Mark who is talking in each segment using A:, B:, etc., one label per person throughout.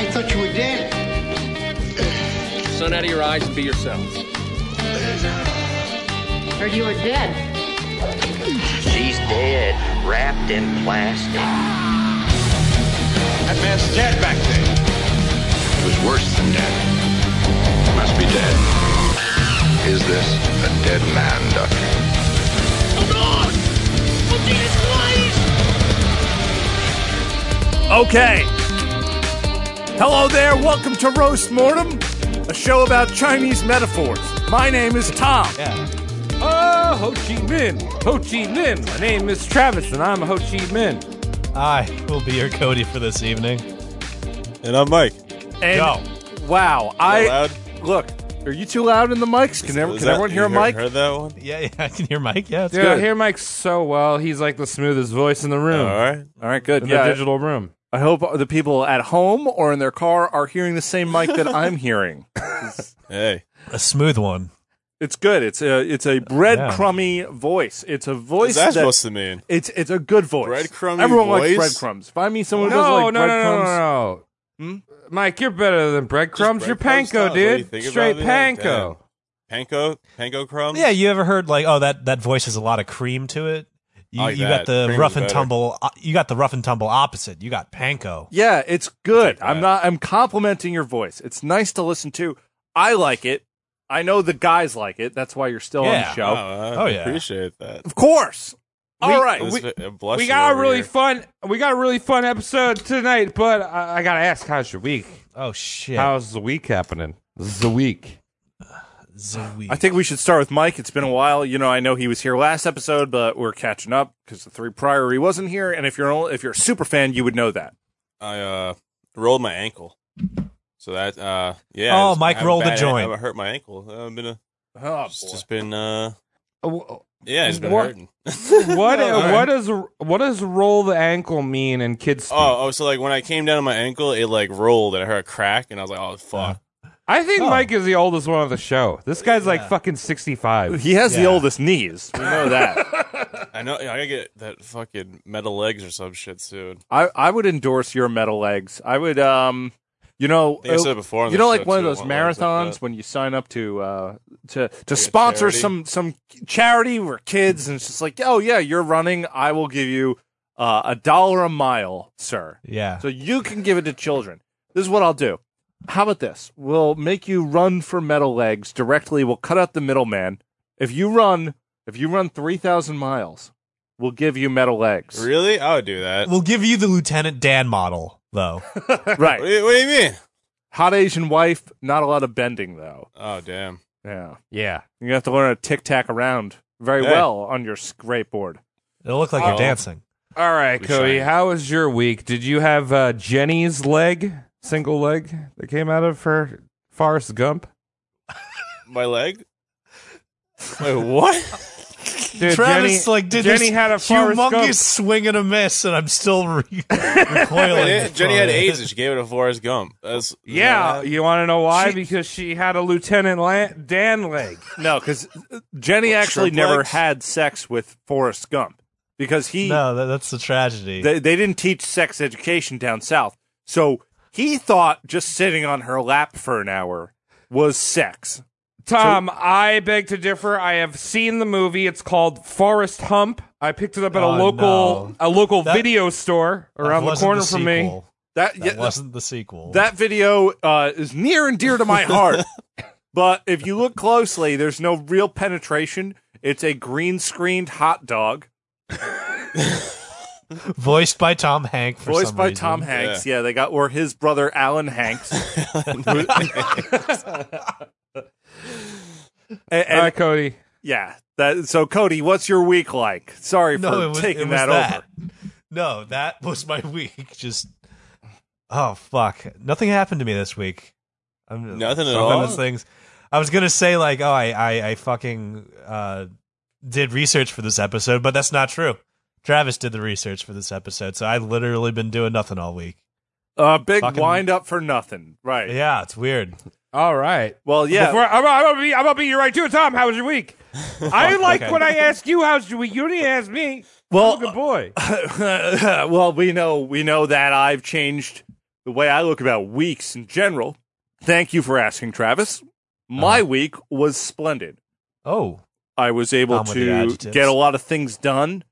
A: I thought you were dead.
B: Sun out of your eyes and be yourselves.
C: Heard you were dead.
D: She's dead, wrapped in plastic.
E: That man's dead back there.
F: It was worse than dead. Must be dead. Is this a dead man, Doctor?
G: Okay. Hello there. Welcome to Roast Mortem, a show about Chinese metaphors. My name is Tom. Oh, Ho Chi Minh. Ho Chi Minh. My name is Travis, and I'm Ho Chi Minh.
H: I will be your Cody for this evening.
I: And I'm Mike.
G: And
H: Yo.
G: wow, I
I: loud?
G: look. Are you too loud in the mics? Can, every,
I: Was
G: can
I: that-
G: everyone hear
I: you
G: a mic?
I: Heard that one?
H: Yeah, yeah, I can hear Mike. Yeah, it's
G: Dude,
H: good.
G: I hear Mike so well. He's like the smoothest voice in the room.
I: All right.
G: All right, good.
H: In the
G: yeah,
H: digital
G: room. I hope the people at home or in their car are hearing the same mic that I'm hearing.
I: Hey.
H: a smooth one.
G: It's good. It's a it's a breadcrummy voice. It's a voice
I: What's that
G: that,
I: supposed to mean?
G: it's it's a good voice.
I: Breadcrummy
G: Everyone
I: voice?
G: likes breadcrumbs. Find me someone who
B: no,
G: doesn't like
B: no, no, no,
G: breadcrumbs.
B: no, no. Mike, you're better than breadcrumbs. You're
I: breadcrumbs
B: panko,
I: Hmm? stuff. What do you
B: dude.
I: think about
B: Straight
I: it?
B: panko.
I: Panko? Panko crumbs?
H: Yeah, you ever heard like, oh, that that voice has a lot of cream to it. You,
I: I like
H: you
I: that.
H: got the
I: Cream
H: rough
I: is
H: and
I: better.
H: tumble. Uh, you got the rough and tumble opposite. You got panko.
G: Yeah, it's good.
I: Take
G: I'm
I: that.
G: not I'm complimenting your voice. It's nice to listen to. I like it. I know the guys like it. That's why you're still on the
H: Yeah.
G: show.
I: Oh, I
H: Oh, yeah.
I: appreciate that.
G: of course. All right.
I: This
G: we-
I: is- I'm blushing
B: We got a
I: over
B: really
I: here.
B: fun. We got a really fun episode tonight. But I, I gotta ask, how's your week?
H: Oh shit.
B: How's the week happening? This is the week.
H: Zooey.
G: I think we should start with Mike. It's been a while. You know, I know he was here last episode, but we're catching up because the three prior he wasn't here. And if you're only, if you're a super fan, you would know that.
I: I uh, rolled my ankle. So that, uh, yeah.
H: Oh,
I: it's- I
H: Mike
I: have
H: rolled a
I: bad-
H: joint.
I: I, I hurt my ankle. Uh, I've been, a,
G: Oh,
I: it's just been, uh,
B: Oh,
I: yeah, it's been
B: What-
I: hurting.
B: What
I: All right.
B: what does what does roll the ankle mean in kids? speak?
I: Oh, oh, so like when I came down on my ankle, it like rolled and I heard a crack and I was like, oh, fuck.
B: I think
H: Oh.
B: Mike is the oldest one on the show. This guy's like
H: Yeah.
B: fucking sixty-five.
G: he has the
H: Yeah.
G: oldest knees. We know that.
I: I know, I gotta get that fucking metal legs or some shit soon.
G: I, I would endorse your metal legs. I would, um, you know,
I: I think I said it before. on
G: you
I: the
G: know,
I: show,
G: like one of
I: too, I
G: those
I: want legs like uh,
G: marathons
I: that.
G: when you sign up to uh, to to sponsor
I: charity?
G: some some charity where kids and it's just like, oh yeah, you're running. I will give you uh, a dollar a mile, sir.
H: Yeah.
G: So you can give it to children. This is what I'll do. How about this? We'll make you run for metal legs directly. We'll cut out the middleman. If you run, if you run 3,000 miles, we'll give you metal legs.
I: Really? I would do that.
H: We'll give you the Lieutenant Dan model though.
I: What
G: Right.
I: do, you, what do you mean?
G: Hot Asian wife, not a lot of bending though.
I: Oh, damn.
G: Yeah.
B: Yeah,
G: You're going to have to learn how to tic tac around very
I: Hey.
G: well on your skateboard.
H: It'll look like
I: Oh.
H: you're dancing.
B: All right,
I: We
B: Cody.
I: shine.
B: How was your week? Did you have uh, Jenny's leg, single leg, that came out of her Forrest Gump?
I: My leg? Wait, what?
B: Dude,
H: Travis
B: Jenny,
H: like did
B: Jenny
H: this
B: had a Forrest
H: humongous
B: Gump.
H: swing and a miss, and I'm still re- recoiling.
I: Jenny
H: from
I: had
H: it.
I: AIDS and she gave it a Forrest Gump. That's,
B: Yeah, you want to know why?
H: She-
B: because she had a Lieutenant Lan- Dan leg.
G: No, because Jenny actually
I: shrimp
G: never
I: legs?
G: had sex with Forrest Gump because he
H: No, that, that's the tragedy.
G: they, they didn't teach sex education down south. So he thought just sitting on her lap for an hour was sex.
B: Tom, I beg to differ. I have seen the movie. It's called Forrest Hump. I picked it up at a
H: Oh,
B: local
H: no.
B: a local
H: That-
B: video store
H: That
B: around the
H: wasn't
B: corner from me.
H: sequel.
G: That
H: That
G: yeah,
H: wasn't the sequel.
G: that video uh, is near and dear to my heart. but if you look closely, there's no real penetration. It's a green screened hot dog
H: voiced by Tom Hank. For
G: voiced
H: some
G: by
H: reason.
G: Tom Hanks. Yeah. they got or his brother Alan Hanks. Who- And-
B: All
G: and-
B: right, Cody.
G: Yeah. That so Cody, what's your week like? Sorry
H: No,
G: for
H: it was,
G: taking
H: it was
G: that,
H: that,
G: over.
H: No, that was my week. Just oh fuck, nothing happened to me this week. I'm,
I: Nothing at
H: it's
I: all?
H: One of those things. I was gonna say like, oh, I I, I fucking uh, did research for this episode, but that's not true. Travis did the research for this episode, so I literally been doing nothing all week.
G: A big
H: Fucking-
G: wind up for nothing. Right.
H: Yeah, it's weird.
B: All right.
G: Well, yeah.
B: Before, I'm, I'm, gonna be, I'm gonna be right too, Tom. How was your week? I like when I ask you how's your week. You didn't ask me.
G: Well,
B: Oh, good boy.
G: well, we know we know that I've changed the way I look about weeks in general. Thank you for asking, Travis.
H: Uh-huh.
G: My week was splendid.
H: Oh,
G: I was able
H: I'm with the
G: to
H: adjectives.
G: get a lot of things done.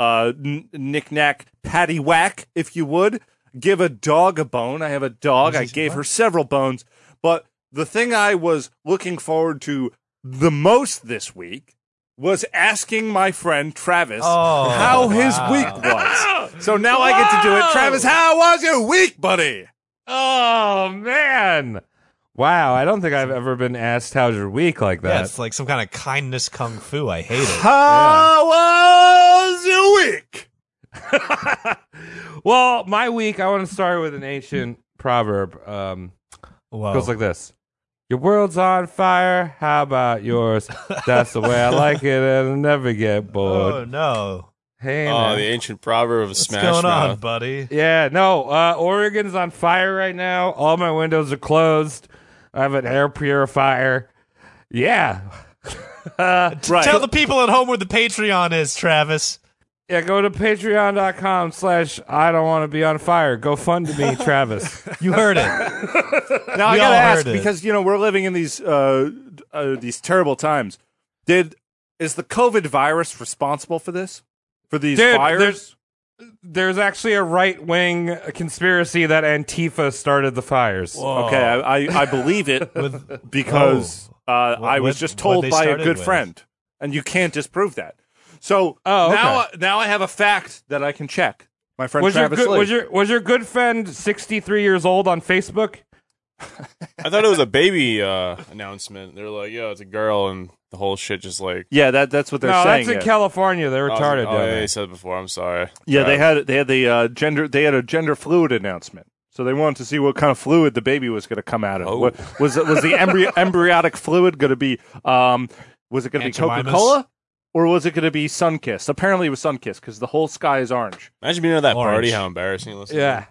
G: Uh, n- knick-knack, patty-whack, if you would. Give a dog a bone. I have a dog. I gave her several bones. But the thing I was looking forward to the most this week was asking my friend Travis
H: Oh,
G: how his
H: wow.
G: week was. so now I get to do it. Travis, how was your week, buddy?
B: Oh man. Wow, I don't think I've ever been asked how's your week like
H: yeah,
B: that.
H: it's like some kind of kindness kung fu. I hate it.
G: How was your week?
B: well, my week I want to start with an ancient proverb. Um
H: Whoa.
B: goes like this. Your world's on fire. How about yours? That's the way I like it, and I never get bored.
H: oh no,
B: Hey,
I: Oh,
B: man.
I: the ancient proverb of
H: what's
I: Smash
H: going
I: Mouth.
H: on, buddy?
B: Yeah, no. Uh, Oregon's on fire right now. All my windows are closed. I have an air purifier. Yeah. uh,
G: Right.
H: Tell the people at home where the Patreon is, Travis.
B: yeah, go to patreon.com slash I don't want to be on fire. Go fund me, Travis.
H: You heard it.
G: Now I
H: We
G: gotta
H: all
G: ask
H: heard it.
G: because you know we're living in these uh, uh, these terrible times. Did is the COVID virus responsible for this? For these
B: Dude,
G: fires?
B: there's- There's actually a right wing conspiracy that Antifa started the fires.
G: Okay, I, I, I believe it
H: Oh. With- oh.
G: because uh,
H: What-
G: I was
H: what-
G: just
H: what
G: told
H: they
G: by a
H: started
G: good
H: with.
G: friend, and you can't disprove that. So
B: Oh,
G: now now I have a fact that I can check. My friend
B: Was your,
G: Travis
B: good,
G: Lee.
B: was your was your good friend 63 years old on Facebook?
I: I thought it was a baby uh, announcement. They were like, "Yo, it's a girl," and the whole shit just like.
G: yeah, that that's what they're
B: no,
G: saying.
B: that's in
G: yeah.
B: California. They're
I: I was
B: retarded.
I: Like, oh,
B: down
I: yeah,
B: there.
I: you said it before. I'm sorry.
G: Yeah, they
I: Uh,
G: had they had the uh, gender they had a gender fluid announcement. So they wanted to see what kind of fluid the baby was going to come out of.
I: Oh.
G: What, was was the embry- embryotic fluid going to be? Um, was it going to be
H: Aunt
G: Coca
H: Jemima's?
G: Cola or was it going to be Sunkist? Apparently, it was Sunkist because the whole sky is orange.
I: Imagine being at that
H: Orange.
I: party. How embarrassing! it was.
B: Yeah.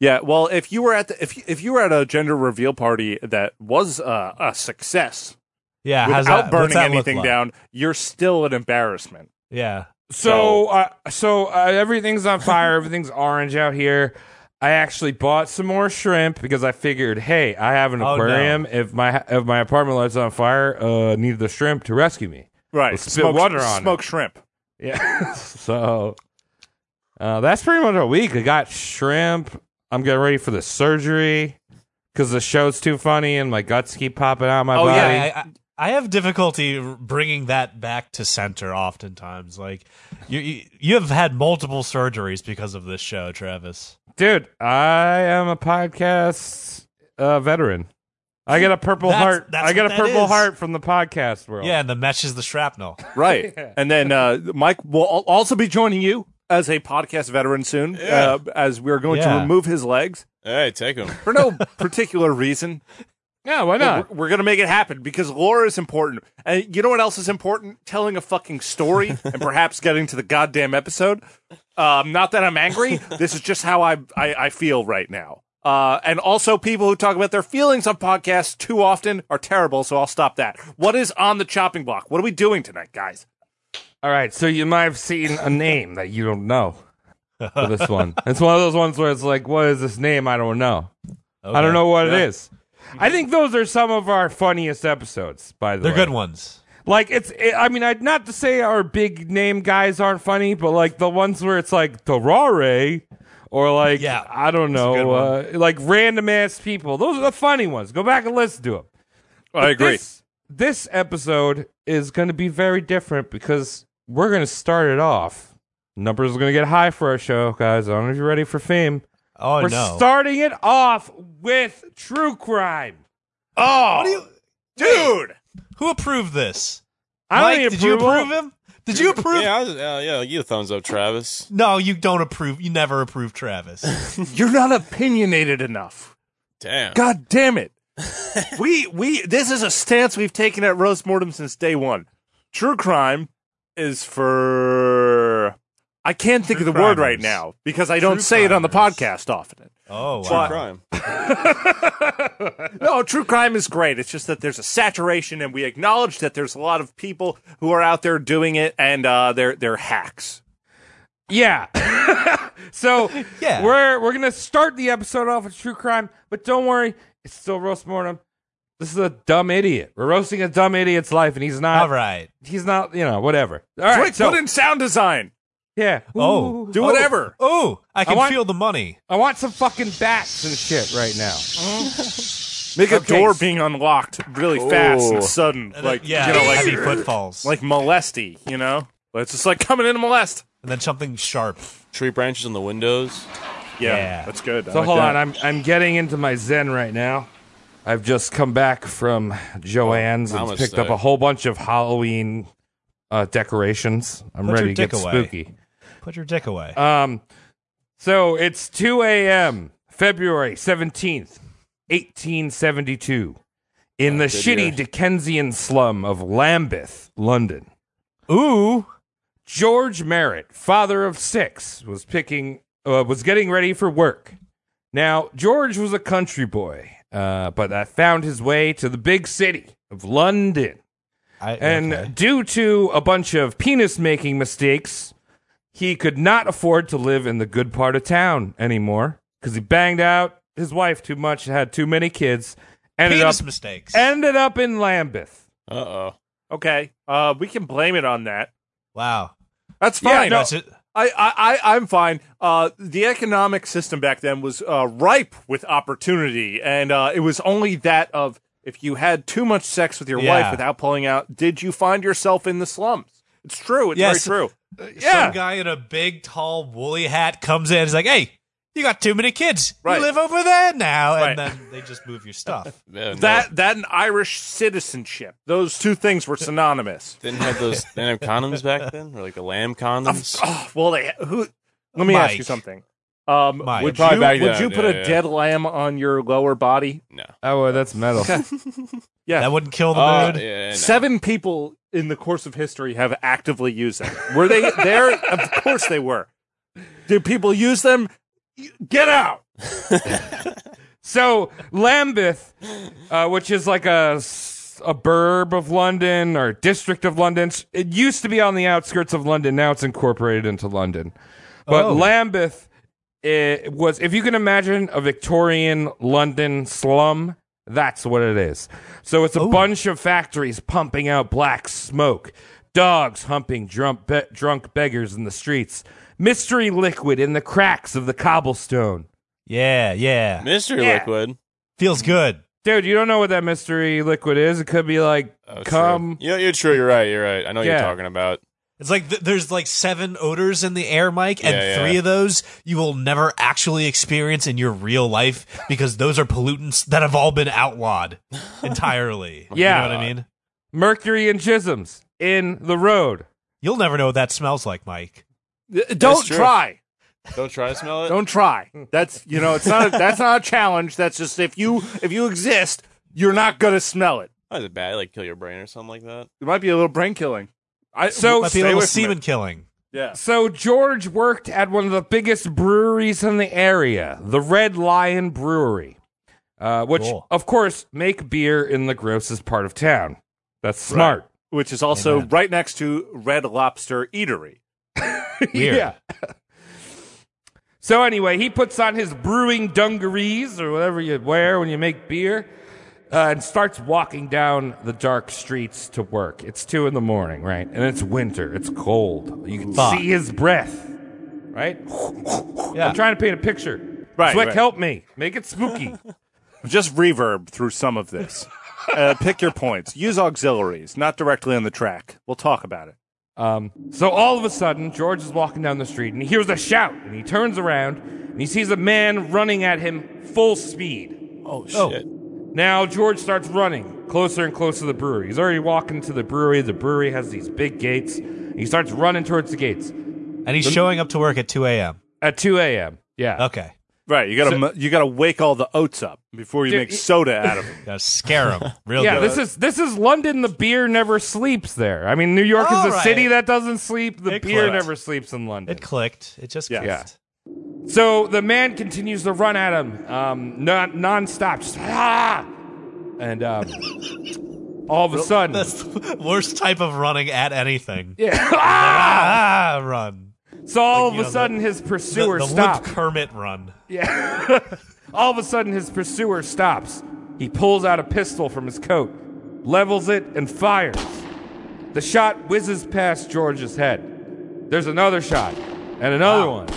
G: Yeah, well, if you were at the, if you, if you were at a gender reveal party that was uh, a success
H: Yeah,
G: without
H: how's that, what's
G: burning
H: that look
G: anything
H: like?
G: down, you're still an embarrassment.
H: Yeah,
B: So, uh, so uh, everything's on fire. everything's orange out here. I actually bought some more shrimp because I figured, hey, I have an
H: Oh, no.
B: aquarium. If my if my apartment lights on fire, uh, need the shrimp to rescue me.
G: Right,
B: Well, spit water on it.
G: smoke shrimp.
B: Yeah. so uh, that's pretty much a week. I got shrimp. I'm getting ready for the surgery because the show's too funny and my guts keep popping out of my
G: Oh,
B: body.
G: yeah,
H: I, I, I have difficulty r- bringing that back to center. Oftentimes, like you, you, you have had multiple surgeries because of this show, Travis.
B: Dude, I am a podcast uh, veteran. I get a purple
H: That's-
B: heart.
H: that's
B: I get
H: what
B: a
H: that
B: purple
H: is.
B: heart from the podcast
G: Oh.
B: world.
H: Yeah, and the mesh is the shrapnel.
G: Right. And then uh, Mike will al- also be joining you as a podcast veteran soon, uh, as we're going to
H: Yeah.
G: remove his legs
I: Hey, take him.
G: for no particular reason.
B: Yeah, why
G: We're,
B: not?
G: we're going to make it happen because Laura is important. And you know what else is important? Telling a fucking story and perhaps getting to the goddamn episode. Um, not that I'm angry. This is just how I, I, I feel right now. Uh, and also, people who talk about their feelings on podcasts too often are terrible, so I'll stop that. What is on the chopping block? What are we doing tonight, guys?
B: All right, so you might have seen a name that you don't know for this one. it's one of those ones where it's like, what is this name? I don't know. I
H: Okay.
B: don't know what it is. I think those are some of our funniest episodes. By the
H: They're
B: way,
H: good ones.
B: Like it's, it, I mean, I not to say our big name guys aren't funny, but like the ones where it's like Terrare or like
H: Yeah,
B: I don't know, uh, like random ass people. Those are the funny ones. Go back and listen to them.
G: I agree.
B: This, this episode is going to be very different because we're going to start it off. Numbers are going to get high for our show, guys. I don't know if you're ready for fame.
H: Oh
B: we're
H: no!
B: starting it off with true crime.
G: Oh, dude!
H: Who approved this?
B: I don't
H: Mike,
B: need
H: did you
B: approval.
H: approve him? Did you approve?
I: yeah, I was, uh, yeah. Give you a thumbs up, Travis.
H: No, you don't approve. You never approve Travis.
G: You're not opinionated enough.
I: Damn.
G: God damn it. we we this is a stance we've taken at Roast Mortem since day one. True crime is for I can't think
H: True
G: of the word right
H: crimers.
G: now because I don't
H: True
G: say it on the
H: crimers.
G: podcast often.
H: Oh
I: True
H: wow!
I: crime.
G: No, true crime is great. It's just that there's a saturation, and we acknowledge that there's a lot of people who are out there doing it, and uh, they're they're hacks.
B: Yeah. so
H: Yeah.
B: we're we're gonna start the episode off with true crime, but don't worry, it's still roast mortem. This is a dumb idiot. We're roasting a dumb idiot's life, and he's not.
H: All right.
B: He's not. You know, whatever. All right.
G: Quick,
B: so
G: put in sound design.
B: yeah.
H: Oh.
G: Do whatever.
H: Oh, I can
B: want-
H: feel the money.
B: I want some fucking bats and shit right now.
G: Make a
B: Okay.
G: door being unlocked really fast and sudden,
H: And then-
G: like
H: yeah,
G: you know, like
H: heavy footfalls.
G: like molesty. You know, it's just like coming in to molest.
H: and then something sharp.
I: Tree branches on the windows.
G: Yeah,
H: Yeah.
G: that's good.
B: So hold on, I'm I'm getting into my zen right now. I've just come back from Joann's
I: Oh,
B: and
I: namaste.
B: picked up a whole bunch of Halloween uh, decorations.
H: Put
B: I'm
H: your
B: ready to get
H: dick away.
B: spooky.
H: Put your dick away.
B: Um, so it's 2 a.m. February 17th, 1872,
H: Oh,
B: in the shitty Dickensian slum of Lambeth, London.
H: Ooh.
B: George Merritt, father of six, was picking uh, was getting ready for work. Now George was a country boy, uh, but that found his way to the big city of London,
H: I,
B: and
H: okay.
B: due to a bunch of penis making mistakes, he could not afford to live in the good part of town anymore because he banged out his wife too much, had too many kids, ended
H: penis
B: up
H: mistakes.
B: ended up in Lambeth.
I: Uh oh.
G: Okay, uh, we can blame it on that.
H: wow.
G: That's
B: Yeah,
G: fine.
B: no.
H: That's it.
G: I, I, I, I'm fine. Uh, the economic system back then was uh, ripe with opportunity, and uh, it was only that of if you had too much sex with your
H: Yeah.
G: wife without pulling out, did you find yourself in the slums? It's true. It's
H: Yes.
G: very true.
H: Some guy in a big, tall, woolly hat comes in. He's like, "Hey, you got too many kids.
G: Right.
H: You live over there now."
G: Right.
H: And then they just move your stuff.
I: Yeah, no.
G: That that and Irish citizenship. Those two things were synonymous.
I: didn't have those. Didn't have condoms back then, or like the lamb condoms.
G: oh, well, they, who? Let me ask you
H: Mike.
G: something. Um,
H: Mike.
G: would you,
I: Probably back
G: would
I: then,
G: you put
I: yeah,
G: a
I: yeah.
G: dead lamb on your lower body?
I: no.
B: Oh, well, that's metal.
G: Yeah.
H: That wouldn't kill the
I: Uh,
H: mood.
I: yeah, no.
G: Seven people in the course of history have actively used them. Were they there? of course they were. Did people use them? Get out.
B: So Lambeth, uh, which is like a s- a burb of London or district of London, s- it used to be on the outskirts of London. Now it's incorporated into London. But
H: Oh.
B: Lambeth it was, if you can imagine a Victorian London slum, that's what it is. So it's a bunch of factories pumping out black smoke, dogs humping drunk, be- drunk beggars in the streets, mystery liquid in the cracks of the cobblestone.
H: Yeah, yeah.
I: mystery
B: Yeah.
I: liquid.
H: Feels good.
B: Dude, you don't know what that mystery liquid is. It could be like
I: Oh, true.
B: cum.
I: Yeah, you're true. You're right. You're right. I know what
B: Yeah.
I: you're talking about.
H: It's like th- there's like seven odors in the air, Mike, and
I: Yeah, yeah.
H: three of those you will never actually experience in your real life because those are pollutants that have all been outlawed entirely.
B: Yeah.
H: You know what I mean?
B: Mercury and chisms in the road.
H: You'll never know what that smells like, Mike.
G: Don't
I: true.
G: try.
I: Don't try to smell it.
G: Don't try. That's you know, it's not. that's not a challenge. That's just if you if you exist, you're not gonna smell it.
I: Oh, is it bad? Like kill your brain or something like that.
G: It might be a little brain killing. I
B: So-
H: Might be
G: stay
H: a little
G: away from
H: semen
G: it.
H: killing.
G: Yeah.
B: So George worked at one of the biggest breweries in the area, the Red Lion Brewery, uh, which,
H: Cool.
B: of course, make beer in the grossest part of town. That's smart.
G: Which is also
H: Amen.
G: right next to Red Lobster Eatery.
H: Weird.
B: Yeah. So anyway, he puts on his brewing dungarees or whatever you wear when you make beer, uh, and starts walking down the dark streets to work. It's two in the morning, right? And it's winter. It's cold. You can
H: Fuck.
B: see his breath, right?
H: Yeah.
B: I'm trying to paint a picture.
G: Right,
B: Zwick,
G: right.
B: help me. Make it spooky.
G: Just reverb through some of this. Uh, pick your points. Use auxiliaries, not directly on the track. We'll talk about it.
B: Um, so all of a sudden, George is walking down the street and he hears a shout and he turns around and he sees a man running at him full speed.
I: Oh shit.
B: Now George starts running closer and closer to the brewery. He's already walking to the brewery. The brewery has these big gates. He starts running towards the gates
H: And he's showing up to work at 2 a.m.
B: at 2 a.m. Yeah.
H: Okay.
G: Right, you gotta you gotta wake all the oats up before you
B: Dude,
G: make
B: it-
G: soda out of them.
H: Gotta scare him. Real
B: Yeah,
H: good.
B: this is this is London. The beer never sleeps there. I mean, New York is
H: All
B: a
H: right.
B: city that doesn't sleep. The
H: It
B: beer
H: clicked.
B: never sleeps in London.
H: It clicked. It just
G: Yeah.
H: clicked.
B: So the man continues to run at him, um, non nonstop, just ah, and um, all of a sudden,
H: That's the worst type of running at anything.
B: yeah, ah!
H: Ah, run.
B: So all
H: you
B: of
H: know,
B: a sudden, his
H: The,
B: pursuer
H: the Luke
B: stopped.
H: Kermit run.
B: Yeah. All of a sudden, his pursuer stops. He pulls out a pistol from his coat, levels it, and fires. The shot whizzes past George's head. There's another shot, and another
H: Wow.
B: one.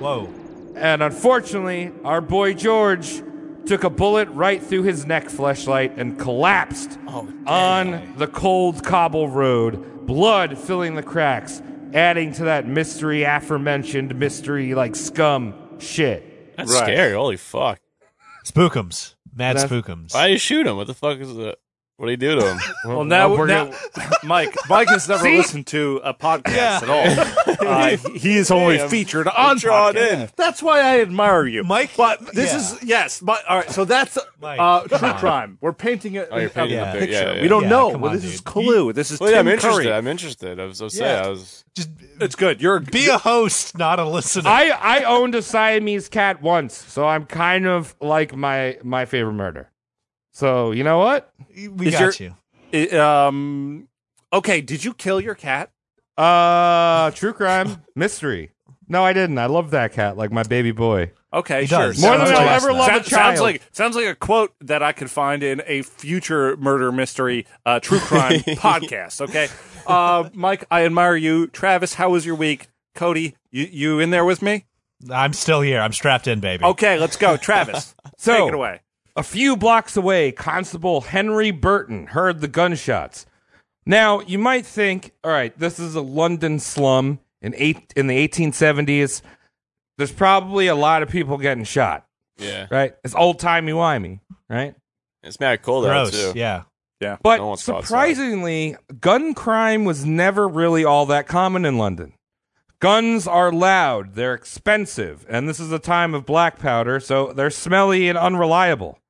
H: Whoa.
B: And unfortunately, our boy George took a bullet right through his neck fleshlight and collapsed
G: Oh,
B: on the cold cobble road, blood filling the cracks, adding to that mystery aforementioned mystery like scum shit.
I: That's
G: Right.
I: scary. Holy fuck.
H: Spookums. Mad
B: That's-
H: spookums.
I: Why did you shoot him? What the fuck is that? What did he do to him?
G: Well, now,
B: we're
G: now Uh, Mike, Mike has never
B: See?
G: listened to a podcast at all. Uh, he is only
I: I'm-
G: featured on
I: drawn
G: podcasts.
I: in.
G: That's why I admire you,
H: Mike-
G: But this
H: yeah.
G: is yes. My, all right, so that's
H: Mike,
G: uh,
H: come
G: true
H: on.
G: crime. We're painting a,
I: Oh, you're
G: a-
I: painting
G: a
I: a pic-
G: picture.
I: yeah, yeah,
G: we don't
H: yeah.
G: know.
H: Come
G: Well,
H: on,
G: this is
H: dude.
G: Clue. this is
I: Well, yeah,
G: Tim
I: I'm interested.
G: Curry.
I: I'm interested. I was so sad.
G: Yeah.
I: I was.
H: Just
G: It's good. You're
H: be a host, not a listener.
B: I, I owned a Siamese cat once, so I'm kind of like my my favorite murder. So you know what?
H: we
G: Is
H: got
G: your-
H: you.
G: I- um okay did you kill your cat
B: Uh, true crime mystery. No, I didn't. I love that cat, like my baby boy.
G: okay
H: He
G: sure
H: does.
B: More
H: Sounds
B: than
H: like-
B: I'll ever love a
G: Sounds- sounds
B: child.
G: like sounds like a quote that I could find in a future murder mystery uh, true crime podcast. Okay, uh, Mike, I admire you. Travis, how was your week? Cody, you you in there with me?
H: I'm still here. I'm strapped in, baby.
G: Okay, let's go. Travis,
B: So-
G: take it away.
B: A few blocks away, Constable Henry Burton heard the gunshots. Now, you might think, all right, this is a London slum in eight in the 1870s. There's probably a lot of people getting shot,
I: Yeah.
B: right? It's old timey wimey, right?
I: It's mad cold out too.
H: Gross. Yeah.
B: But
I: No one's caught, sorry.
B: surprisingly, gun crime was never really all that common in London. Guns are loud, they're expensive, and this is a time of black powder, so they're smelly and unreliable.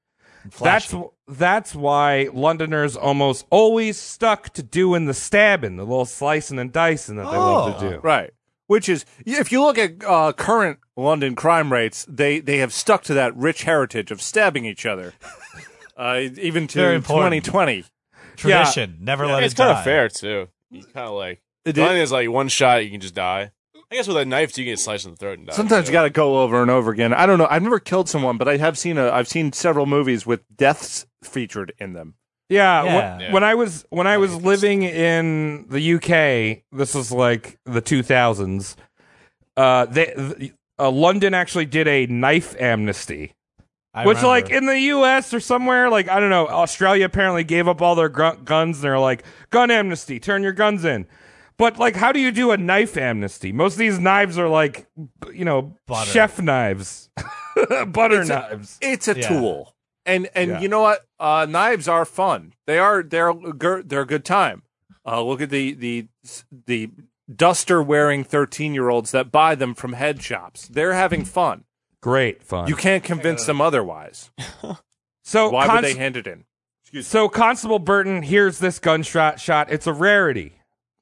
B: That's that's why Londoners almost always stuck to doing the stabbing, the little slicing and dicing that they love
I: Oh,
B: to do.
G: Right, which is if you look at uh, current London crime rates, they they have stuck to that rich heritage of stabbing each other, uh, even
H: Very
G: to
H: important.
G: 2020.
H: Tradition. Never let
I: it's
H: it
I: kind
H: die.
I: of fair too. You kind of like.
G: It
I: the only
G: is-
I: thing is like one shot, you can just die. I guess with a knife, too, you can get sliced in the throat and die.
G: Uh, Sometimes you
I: too.
G: got to go over and over again. I don't know. I've never killed someone, but I have seen a. I've seen several movies with deaths featured in them.
B: Yeah, wh-
H: Yeah.
B: When, I was when I was living in the UK, this was like the 2000s. Uh, they, th- uh, London actually did a knife amnesty,
H: I
B: which
H: remember.
B: like in the US or somewhere, like I don't know, Australia apparently gave up all their gr- guns. and They're like gun amnesty, turn your guns in. But like, how do you do a knife amnesty? Most of these knives are like, b- you know,
H: Butter.
B: chef knives, butter
G: It's a-
B: knives.
G: It's a
H: Yeah.
G: tool, and and
B: Yeah.
G: you know what? Uh, knives are fun. They are. They're gir- they're a good time. Uh, look at the the the duster wearing thirteen year olds that buy them from head shops. They're having fun.
B: Great fun.
G: You can't convince them otherwise.
B: so
G: Why would
B: Oh, const-
G: they hand it in?
B: So Constable Burton hears this gunshot shot. It's a rarity.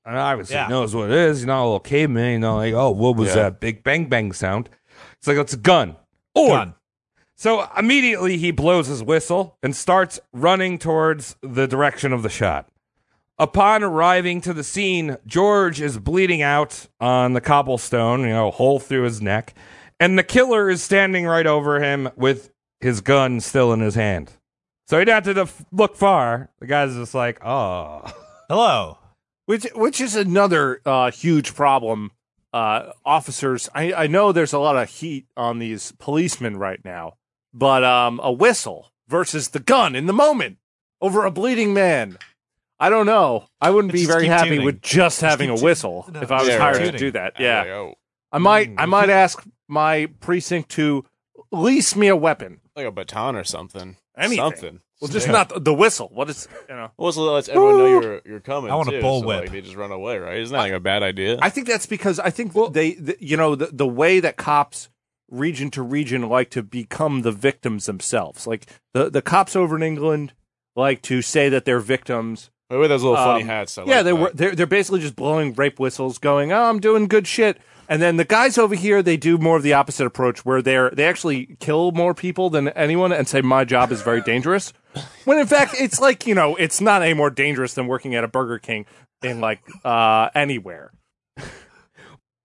B: And obviously
H: Yeah.
B: knows what it is. You know, a little caveman. You know, like, oh, what was
I: Yeah.
B: that big bang bang sound? It's like, it's a gun. Or.
H: Gun.
B: So immediately he blows his whistle and starts running towards the direction of the shot. Upon arriving to the scene, George is bleeding out on the cobblestone, you know, hole through his neck. And the killer is standing right over him with his gun still in his hand. So he didn't have to def- look far. The guy's just like, oh.
H: Hello.
G: which which is another uh, huge problem. Uh, officers, I, I know there's a lot of heat on these policemen right now, but um, a whistle versus the gun in the moment over a bleeding man. I don't know. I wouldn't be
H: Just
G: very
H: keep
G: happy
H: tuning.
G: with just having
H: keep
G: a
H: tuning.
G: whistle
H: No,
G: if I was
I: just keep
G: hired to
H: tuning.
G: do that.
I: I'm
G: Yeah,
I: like, oh,
G: I might.
H: Mm.
G: I might ask my precinct to lease me a weapon.
I: like a baton or something.
G: Anything.
I: Something.
G: Well, just not the- the whistle. What is you know?
I: Well, so that lets everyone know you're you're coming.
H: I want a
I: too,
H: bull
I: so,
H: whip.
I: Like, they just run away, right? Isn't that like a bad idea?
G: I think that's because I think they, th you know, the, the way that cops region to region like to become the victims themselves. Like the, the cops over in England like to say that they're victims.
I: Wait, with those little funny
G: Um,
I: hats. I
G: yeah,
I: like
G: they
I: that.
G: were they're, they're basically just blowing rape whistles, going, "Oh, I'm doing good shit." And then the guys over here, they do more of the opposite approach, where they're they actually kill more people than anyone, and say, "My job is very dangerous." when in fact, it's like you know, it's not any more dangerous than working at a Burger King in like uh, anywhere.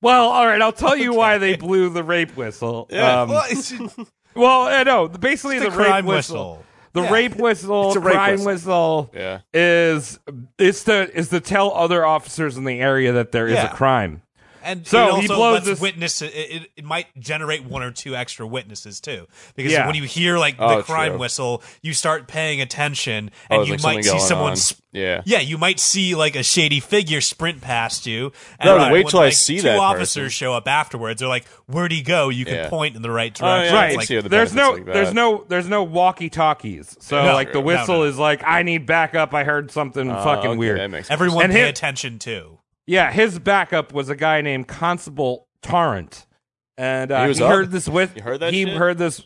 B: Well, all right, I'll tell you why they blew the rape whistle.
I: Yeah.
B: Um, well, I know. Basically,
H: It's a
B: the rape
H: crime
B: whistle.
H: whistle.
B: The rape whistle,
G: It's a rape
B: crime whistle,
I: Yeah.
B: is it's to is to tell other officers in the area that there is
H: Yeah.
B: a crime.
H: And
B: So
H: it
B: he
H: also
B: blows
H: lets
B: this-
H: witness. It, it, it might generate one or two extra witnesses too, because
B: Yeah.
H: when you hear like the
I: Oh,
H: crime
I: true.
H: whistle, you start paying attention,
I: Oh,
H: and
I: it's
H: you
I: like something
H: might see
I: going
H: someone.
I: on.
H: sp-
I: Yeah.
H: yeah, you might see like a shady figure sprint past you. And
I: No,
H: like,
I: wait
H: when,
I: till I
H: like,
I: see
H: two
I: that
H: officers
I: person.
H: show up afterwards. They're like, "Where'd he go?" You can
I: Yeah. Oh,
H: point in the right
I: yeah,
H: direction.
I: I
H: It's
I: can
H: like,
I: see it. the
B: there's no,
I: benefits like
B: there's
I: that.
B: no, there's no walkie talkies. So
H: No.
B: like the
H: No,
B: whistle
H: no.
B: is like, I need backup. I heard something
I: Uh,
B: fucking
I: okay,
B: weird.
I: That makes sense.
H: everyone
B: And
H: pay
B: hit-
H: attention too.
B: Yeah, his backup was a guy named Constable Tarrant, and uh,
I: He
B: he,
I: was up?
B: heard this with.
I: You heard that
B: He
I: shit?
B: heard this.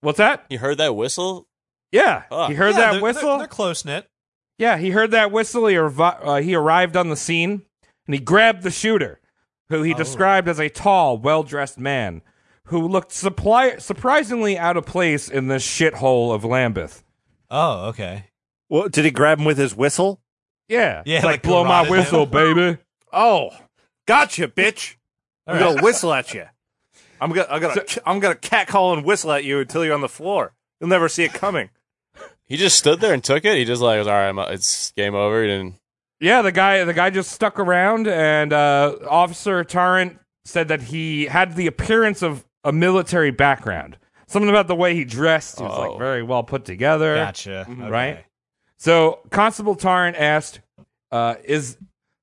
B: What's that?
I: You heard that whistle?
B: Yeah,
I: Huh.
B: he heard
H: Yeah,
B: that
H: they're-
B: whistle.
H: They're, close knit.
B: Yeah, he heard that whistle. He, arri- uh, he arrived on the scene and he grabbed the shooter, who
H: Oh.
B: he described as a tall, well dressed man who looked supply- surprisingly out of place in this shithole of Lambeth.
H: Oh, okay.
G: Well, did he grab him with his whistle?
B: Yeah.
H: Yeah,
B: Like,
H: like
B: blow my
H: garroted
B: whistle, baby.
G: Oh, gotcha, bitch. I'm
H: All
G: gonna whistle at you. I'm gonna, I'm gonna, I'm gonna catcall and whistle at you until you're on the floor. You'll never see it coming.
I: He just stood there and took it. He just like was all right. I'm, it's game over. He didn't.
B: Yeah, the guy the guy just stuck around and uh, Officer Tarrant said that he had the appearance of a military background. Something about the way he dressed, he was
I: Oh.
B: like very well put together.
H: Gotcha.
I: Mm-hmm.
H: Okay.
B: Right? So Constable Tarrant asked, uh, "Is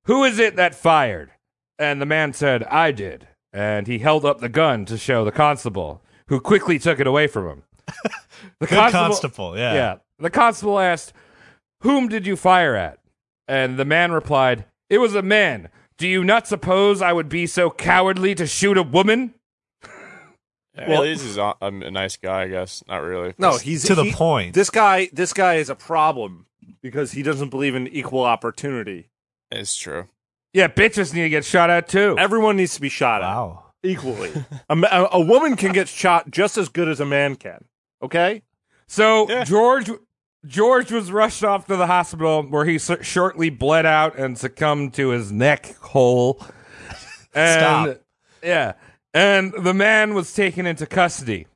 B: who is it that fired?" And the man said, "I did." And he held up the gun to show the constable, who quickly took it away from him. The
H: Good constable. Yeah.
B: yeah. The constable asked, "Whom did you fire at?" And the man replied, "It was a man. Do you not suppose I would be so cowardly to shoot a woman?"
I: Well, he's just a, I'm a nice guy, I guess. Not really.
G: No, he's
H: To the
G: he-
H: point.
G: This guy, this guy is a problem because he doesn't believe in equal opportunity.
I: it's true.
B: Yeah, bitches need to get shot at too.
G: Everyone needs to be shot at
H: Wow.
G: equally. a, ma- a, a woman can get shot just as good as a man can. Okay.
B: So
I: Yeah.
B: George George was rushed off to the hospital where he s- shortly bled out and succumbed to his neck hole. And
H: Stop.
B: yeah, and the man was taken into custody.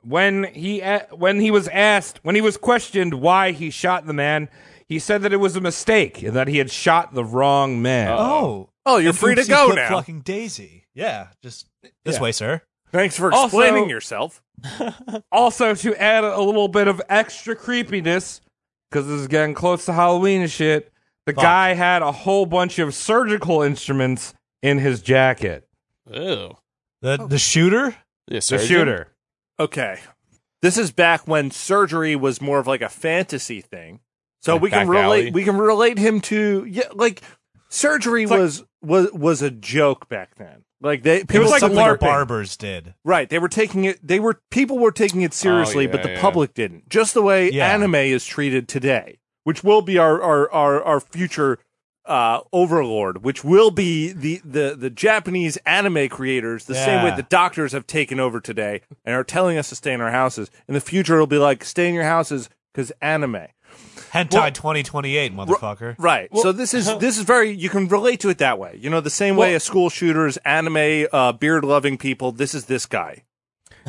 B: When he a- when he was asked when he was questioned why he shot the man, he said that it was a mistake and that he had shot the wrong man.
H: Oh.
G: Oh, you're free to go now.
H: Fucking Daisy. Yeah. Just this way, sir.
G: Thanks for
B: Also-
G: explaining yourself.
B: Also, to add a little bit of extra creepiness, because this is getting close to Halloween and shit, the guy had a whole bunch of surgical instruments in his jacket.
I: Ew.
H: The the shooter.
I: The,
B: The shooter.
G: Okay. This is back when surgery was more of like a fantasy thing. So
I: Like
G: we can
I: back
G: relate
I: alley?
G: we can relate him to yeah, like surgery
B: like-
G: was was was a joke back then. Like they people
B: was like
H: something
B: LARPing.
H: barbers did.
G: right, they were taking it they were people were taking it seriously,
I: yeah,
G: but the
I: yeah.
G: public didn't. Just the way
H: Yeah.
G: anime is treated today, which will be our our our, our future uh, overlord, which will be the, the, the Japanese anime creators, the same way
H: Yeah.
G: the doctors have taken over today and are telling us to stay in our houses. In the future, it'll be like stay in your houses because anime.
H: Hentai 2028, motherfucker.
G: Right. so this is this is very you can relate to it that way. You know, the same way a school shooters, anime, uh, beard loving people. This is this guy.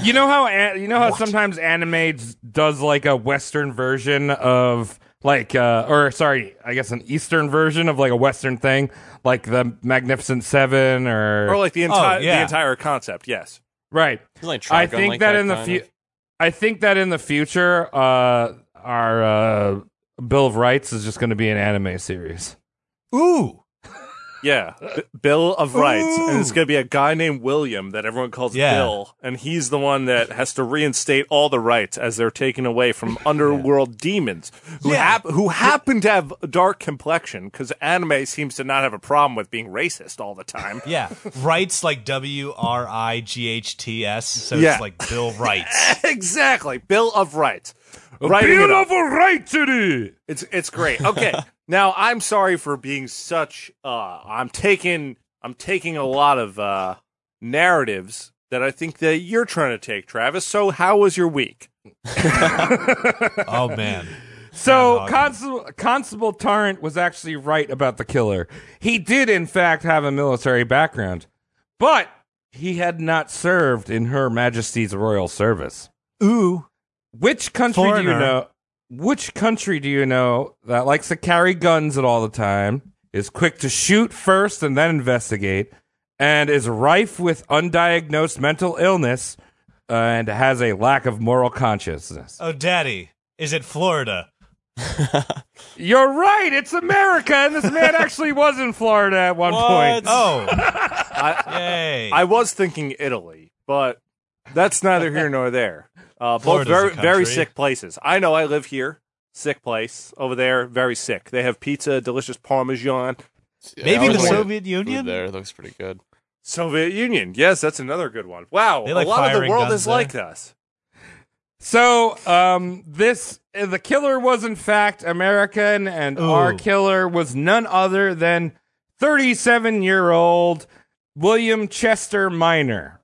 B: You know how an- you know how sometimes anime d- does like a Western version of like uh or sorry, I guess an Eastern version of like a Western thing, like the Magnificent Seven or,
G: Or like the entire the
H: Oh, yeah.
G: entire concept. Yes.
B: right.
I: Like
B: I
I: shotgun
B: think
I: like
B: that, in the
I: kind
B: fu-
I: of-
B: I think that in the future, uh, our uh, Bill of Rights is just going to be an anime series.
H: Ooh.
G: Yeah, B- Bill of Rights, and it's
H: Ooh.
G: going to be a guy named William that everyone calls
H: Yeah.
G: Bill, and he's the one that has to reinstate all the rights as they're taken away from underworld demons who
H: Yeah.
G: hap- who happen to have a dark complexion because anime seems to not have a problem with being racist all the time.
H: Yeah. Rights like W R I G H T S. So
G: Yeah.
H: it's like Bill Rights.
G: exactly, Bill of Rights. Writing it up.
B: Rights it is.
G: It's it's great. Okay. now I'm sorry for being such uh I'm taking I'm taking a lot of uh narratives that I think that you're trying to take, Travis. So how was your week?
H: oh man.
B: So
H: Yeah, no, I-
B: Constable, Constable Tarrant was actually right about the killer. He did, in fact, have a military background, But he had not served in Her Majesty's Royal Service.
H: Ooh.
B: Which country do you
H: Foreigner.
B: know? Which country do you know that likes to carry guns at all the time, is quick to shoot first and then investigate, and is rife with undiagnosed mental illness, uh, and has a lack of moral consciousness?
H: Oh, daddy. Is it Florida?
B: You're right. It's America, and this man actually was in Florida at one point.
H: Oh.
G: I,
H: Yay.
G: I was thinking Italy, but that's neither here nor there. Uh, both
H: Florida's a
G: very, very
H: country.
G: sick places. I know I live here, sick place over there, very sick. They have pizza, delicious Parmesan.
H: Maybe
I: I
H: the
I: was wondering-
H: Soviet
I: food
H: Union?
I: there it looks pretty good.
G: Soviet Union, yes, that's another good one. Wow,
H: They like
G: a lot of the
H: firing
G: world
H: guns
G: is
H: there.
G: like us.
B: So, um, this uh, the killer was in fact American, and
H: Ooh.
B: our killer was none other than 37 year old William Chester Minor,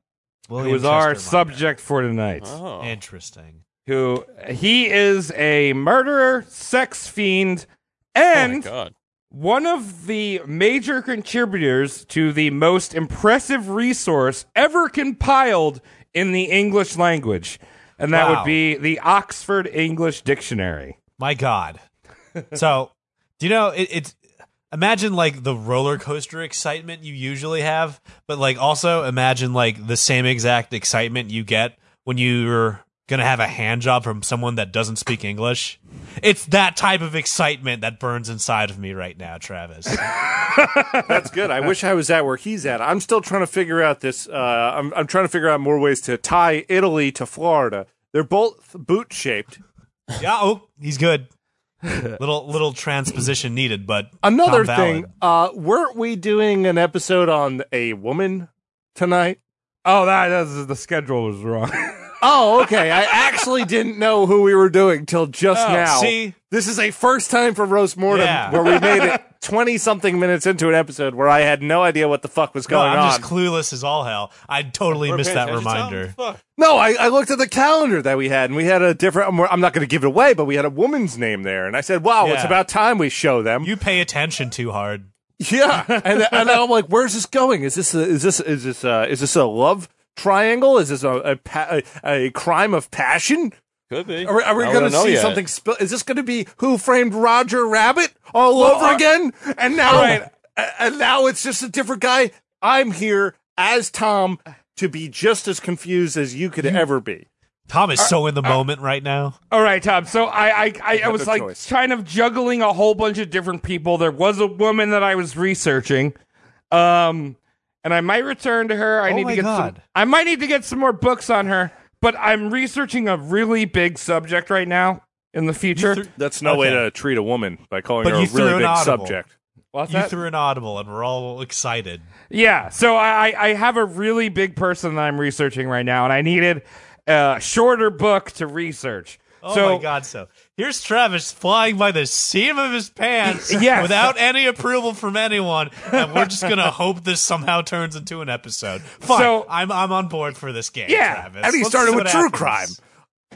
B: who
H: William
B: was our
H: Chester Minor.
B: subject for tonight.
I: Oh.
H: Interesting.
B: Who he is a murderer, sex fiend,
I: oh my
B: and
I: god.
B: one of the major contributors to the most impressive resource ever compiled in the English language, and that
H: Wow.
B: would be the Oxford English Dictionary.
H: My God. So, do you know it, it's imagine like the roller coaster excitement you usually have, but like also imagine like the same exact excitement you get when you're gonna have a hand job from someone that doesn't speak English. It's that type of excitement that burns inside of me right now, Travis.
G: That's good. I wish I was at where he's at. I'm still trying to figure out this. Uh, I'm, I'm trying to figure out more ways to tie Italy to Florida. They're both boot shaped.
H: yeah, oh, he's good. little little transposition needed, but
G: Another
H: Tom
G: thing,
H: Ballard.
G: uh, weren't we doing an episode on a woman tonight?
B: Oh, that, that was- the schedule was wrong.
G: Oh, okay. I actually didn't know who we were doing till just
H: Oh,
G: now.
H: see?
G: this is a first time for roast mortem
H: Yeah.
G: where we made it twenty something minutes into an episode where I had no idea what the fuck was
H: No,
G: going
H: I'm
G: on.
H: just clueless as all hell. I totally missed that reminder.
G: No, I, I looked at the calendar that we had, and we had a different. I'm- I'm not going to give it away, but we had a woman's name there, and I said, "Wow, it's
H: Yeah.
G: about time we show them."
H: You pay attention too hard.
G: yeah, and, and I'm like, "Where's this going? Is this a, is this is this uh, is this a love triangle? Is this a a, pa- a, a crime of passion?
I: Could be.
G: Are, are we
I: I
G: going to
I: don't know
G: see
I: yet.
G: something? Sp- is this going to be Who Framed Roger Rabbit all over
B: I-
G: again? And now,
B: Right.
G: a- and now it's just a different guy. I'm here as Tom to be just as confused as you could ever be."
H: Tom
G: Uh,
H: is so in the moment right now.
B: All right, Tom. So I, I, I, I
G: no
B: was like
G: choice.
B: kind of juggling a whole bunch of different people. There was a woman that I was researching, um, and I might return to her. I
H: Oh
B: need
H: my
B: to get
H: God.
B: some. I might need to get some more books on her. But I'm researching a really big subject right now in the future.
G: That's no way
H: Okay.
G: to treat a woman by calling
H: But
G: her a
H: you threw
G: really
H: an
G: big
H: audible.
G: subject.
B: What's
H: You
B: that?
H: threw an audible, and we're all excited.
B: Yeah, so I, I I have a really big person that I'm researching right now, and I needed a shorter book to research.
H: Oh
B: so,
H: my god! So here's Travis flying by the seam of his pants,
B: Yes.
H: without any approval from anyone, and we're just gonna hope this somehow turns into an episode. Fine,
B: So-
H: I'm I'm on board for this game.
B: Yeah,
H: Travis.
G: and he
H: Let's
G: started
H: see
G: with
H: what
G: true
H: happens.
G: crime.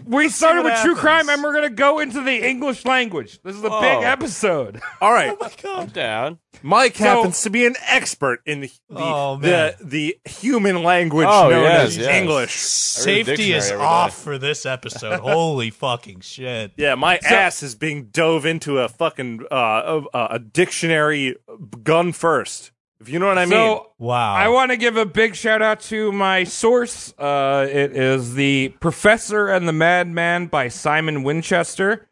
B: We started
H: what
B: with true
H: happens.
B: crime, and we're gonna go into the English language. This is a
I: Whoa.
B: big episode.
G: All right,
I: I'm down.
G: Mike happens to be an expert in the the,
H: Oh, man.
G: the, the human language
I: Oh,
G: known
I: yes,
G: as
I: yes.
G: English.
H: Safety
I: dictionary
H: is
I: every
H: off
I: day.
H: for this episode. Holy fucking shit!
G: Yeah, my ass is being dove into a fucking uh, a, a dictionary gun first. If you know what I mean.
B: so
H: Wow.
B: I want to give a big shout out to my source. Uh, it is the Professor and the Madman by Simon Winchester.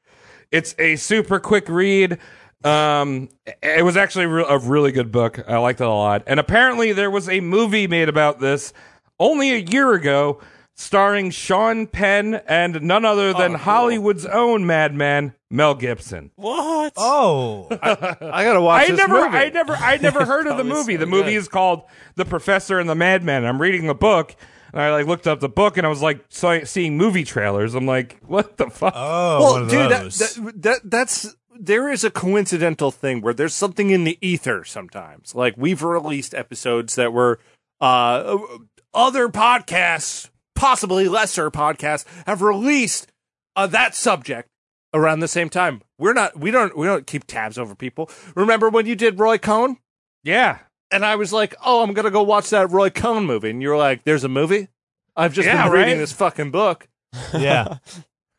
B: It's a super quick read. Um, it was actually re- a really good book. I liked it a lot. And apparently, there was a movie made about this only a year ago, starring Sean Penn and none other
G: Oh,
B: than Hollywood's own madman Mel Gibson.
I: What?
H: Oh,
G: I gotta watch
B: I
G: this
B: never,
G: movie.
B: I never, I never heard of the movie. the movie is called The Professor and the Madman. I'm reading the book, and I like looked up the book, and I was like saw, seeing movie trailers. I'm like, what the fuck?
H: oh, one
G: well,
H: of
G: dude, that,
H: those.
G: that, that that's there is a coincidental thing where there's something in the ether sometimes. Like we've released episodes that were uh other podcasts, possibly lesser podcasts, have released uh, that subject around the same time. We're not we don't we don't keep tabs over people. Remember when you did Roy Cohn?
B: yeah.
G: and I was like, "Oh, I'm gonna go watch that Roy Cohn movie," and you're like, "There's a movie." I've just
B: Yeah,
G: been reading
B: right?
G: this fucking book.
H: Yeah.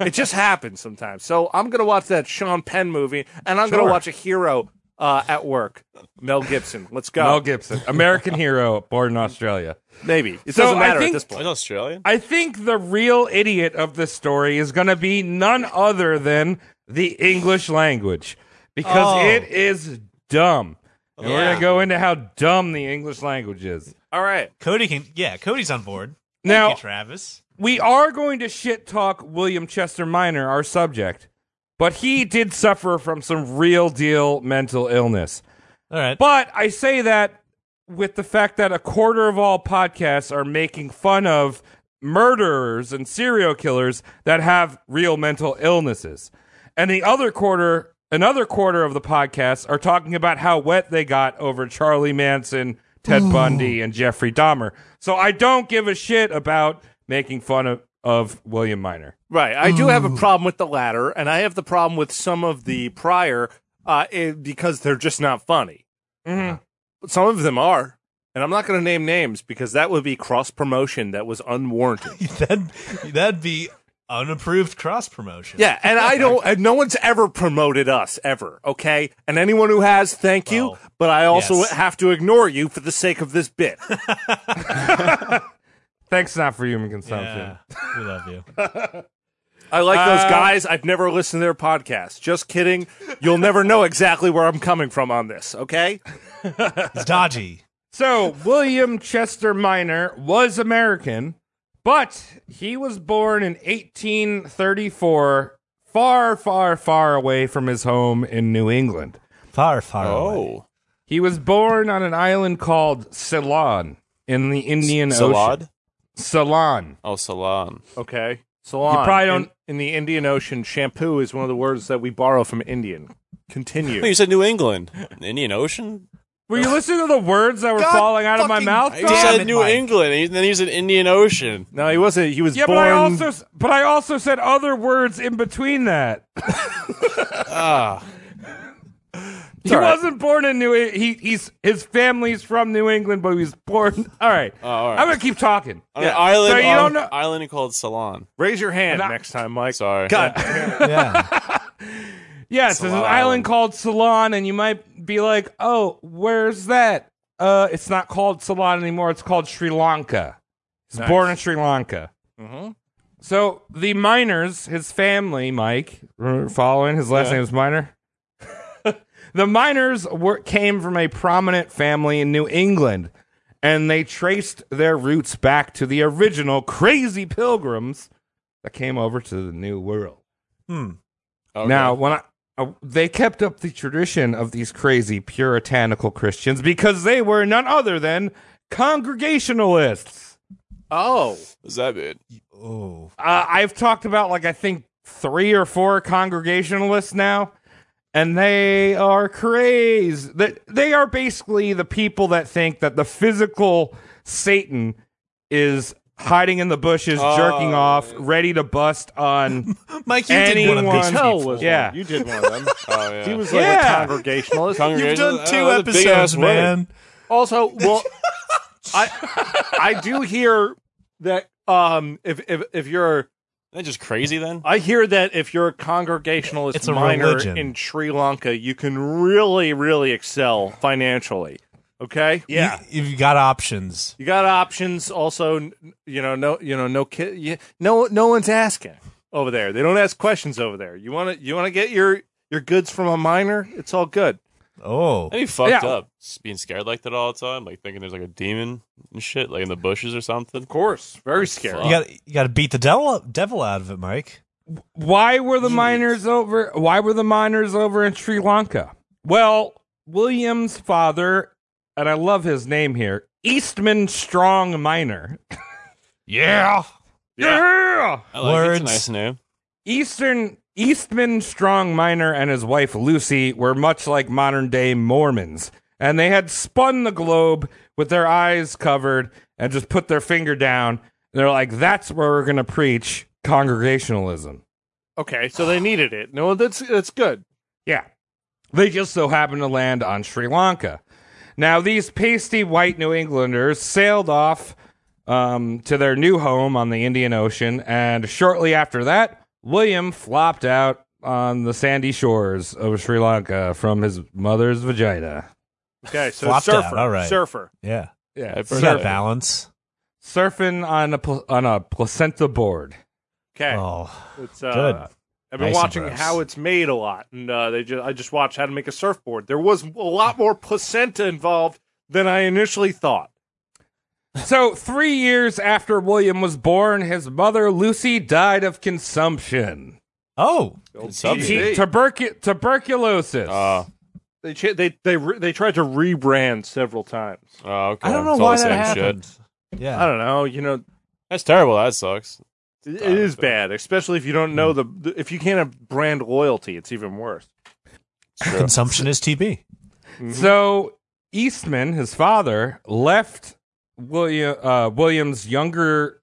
G: It just happens sometimes. So I'm gonna watch that Sean Penn movie, and I'm gonna
B: Sure.
G: watch a hero uh, at work. Mel Gibson. Let's go.
B: Mel Gibson, American hero, born in Australia.
G: Maybe it
B: So
G: doesn't
B: I
G: matter at
B: think-
G: this
I: Wait,
G: point.
I: Australian?
B: I think the real idiot of this story is going to be none other than the English language because
H: Oh.
B: it is dumb. And we're going
I: Yeah.
B: to go into how dumb the English language is.
G: All right.
H: Cody can. Yeah, Cody's on board.
B: Now,
H: Thank you, Travis.
B: we are going to shit talk William Chester Minor, our subject, but he did suffer from some real deal mental illness.
H: All right.
B: But I say that with the fact that a quarter of all podcasts are making fun of murderers and serial killers that have real mental illnesses. And the other quarter, another quarter of the podcasts are talking about how wet they got over Charlie Manson, Ted Bundy, and Jeffrey Dahmer. So I don't give a shit about making fun of, of William Minor.
G: Right. I do have a problem with the latter, and I have the problem with some of the prior uh, eh, because they're just not funny. Mm-hmm. But some of them are. And I'm not going to name names because that would be cross promotion that was unwarranted.
H: that'd, that'd be unapproved cross promotion.
G: yeah, and I don't. And no one's ever promoted us ever. Okay, and anyone who has, thank you.
H: Well,
G: but I also
H: yes.
G: have to ignore you for the sake of this bit.
B: Thanks not for human
H: Yeah.
B: consumption.
H: we love you.
G: I like those
B: Uh,
G: guys. I've never listened to their podcast. Just kidding. You'll never know exactly where I'm coming from on this. Okay.
H: It's dodgy.
B: So, William Chester Minor was American, but he was born in 1834, far, far, far away from his home in New England.
H: Far, far. away.
I: Oh.
B: He was born on an island called Ceylon in the Indian Ocean.
I: Salad?
B: Ceylon.
I: Oh, Salon.
G: Okay. Salon.
B: You probably
G: In-
B: don't-
G: In, the Indian Ocean, shampoo is one of the words that we borrow from Indian. Continue.
I: No, Oh, you said New England. Indian Ocean?
B: Were you listening to the words that were
H: God
B: falling out of my
H: fucking
B: mouth?
I: You
H: damn
B: Dom?
I: said
H: it,
I: New
H: Mike.
I: England, and then you said Indian Ocean.
G: No, he wasn't. He was
B: Yeah,
G: born.
B: but I also s- but I also said other words in between that.
I: Ah.
B: He wasn't born in New England. He, he's his family's from New England, but he was born. All right.
I: Oh, all right.
B: I'm gonna keep talking.
I: On an island,
B: So you
I: off-
B: don't know-
I: island called Salon.
G: raise your hand
B: And I-
G: next time, Mike.
I: Sorry.
G: God.
H: Yeah.
B: Yes, there's an
I: Ceylon.
B: island called Ceylon, and you might be like, "Oh, where's that?" Uh, it's not called Ceylon anymore. It's called Sri Lanka. He's
G: Nice.
B: born in Sri Lanka.
G: Mhm.
B: So the miners, his family, Mike, r- following his last name is Miner. the miners were, came from a prominent family in New England, and they traced their roots back to the original crazy pilgrims that came over to the New World.
H: Hmm.
I: Okay.
B: Now, when I, uh, they kept up the tradition of these crazy puritanical Christians because they were none other than Congregationalists.
G: Oh,
I: What's that bit?
H: Oh.
B: Uh, I've talked about like I think three or four Congregationalists now, and they are crazy. That they are basically the people that think that the physical Satan is hiding in the bushes, jerking off, ready to bust on.
H: Mike, you did one of these.
B: Anyone-
G: Tell
H: people.
G: was
B: Yeah.
G: one. You did one of them.
I: Oh, yeah.
G: He was like
B: Yeah.
G: a congregationalist.
H: You've
I: Congregation-
H: done two
I: Oh, that's a big-ass
H: episodes,
I: wedding.
H: man.
G: also, well, I I do hear that um if if if you're
I: Isn't that just crazy then?
G: I hear that if you're a congregationalist
H: It's a
G: minor
H: religion.
G: in Sri Lanka, you can really really excel financially. Okay?
H: You, you've got options.
G: You got options. Also, n- you know, no, you know, no kid, you, no, no one's asking over there. They don't ask questions over there. You want to, you want to get your your goods from a miner. It's all good.
H: Oh.
I: That'd be fucked
B: Yeah.
I: up. Just being scared like that all the time, like thinking there's like a demon and shit, like in the bushes or something.
G: Of course, very scary.
H: You got you got to beat the devil devil out of it, Mike.
B: why were the miners over why were the miners over in Sri Lanka? Well, William's father, and I love his name here, Eastman Strong Miner. yeah. Yeah.
I: I like it. It's a
H: Words.
I: nice name.
B: Eastern Eastman Strong Miner and his wife Lucy were much like modern day Mormons, and they had spun the globe with their eyes covered and just put their finger down. They're like, that's where we're gonna preach congregationalism.
G: Okay, so they needed it. No, that's that's good.
B: Yeah. They just so happened to land on Sri Lanka. Now, these pasty white New Englanders sailed off um, to their new home on the Indian Ocean, and shortly after that, William flopped out on the sandy shores of Sri Lanka from his mother's vagina.
G: Okay, so
H: Flopped out,
G: surfer,
H: all right.
G: surfer.
H: Yeah.
B: Yeah,
H: Is that
B: surfing,
H: balance?
B: surfing on a pl- on a placenta board.
G: Okay,
H: Oh,
G: it's uh,
H: good.
G: I've been
H: Nice and
G: watching
H: gross.
G: how it's made a lot, and uh, they just I just watched how to make a surfboard. There was a lot more placenta involved than I initially thought.
B: So, three years after William was born, his mother Lucy died of consumption.
H: Oh,
B: She,
I: Hey.
B: tubercu- tuberculosis.
I: Uh,
G: They cha- they they re- they tried to rebrand several times.
I: oh, okay.
H: I don't know
I: It's all
H: why
I: the
H: that
I: same
H: happened.
I: Shit.
H: Yeah.
G: I don't know, you know,
I: That's terrible. That sucks.
G: it, it is
H: Uh,
G: bad, especially if you don't know the,
H: Hmm.
G: the if you can't have brand loyalty, it's even worse.
H: Consumption is TB.
B: Mm-hmm. So Eastman, his father, left William uh, William's younger.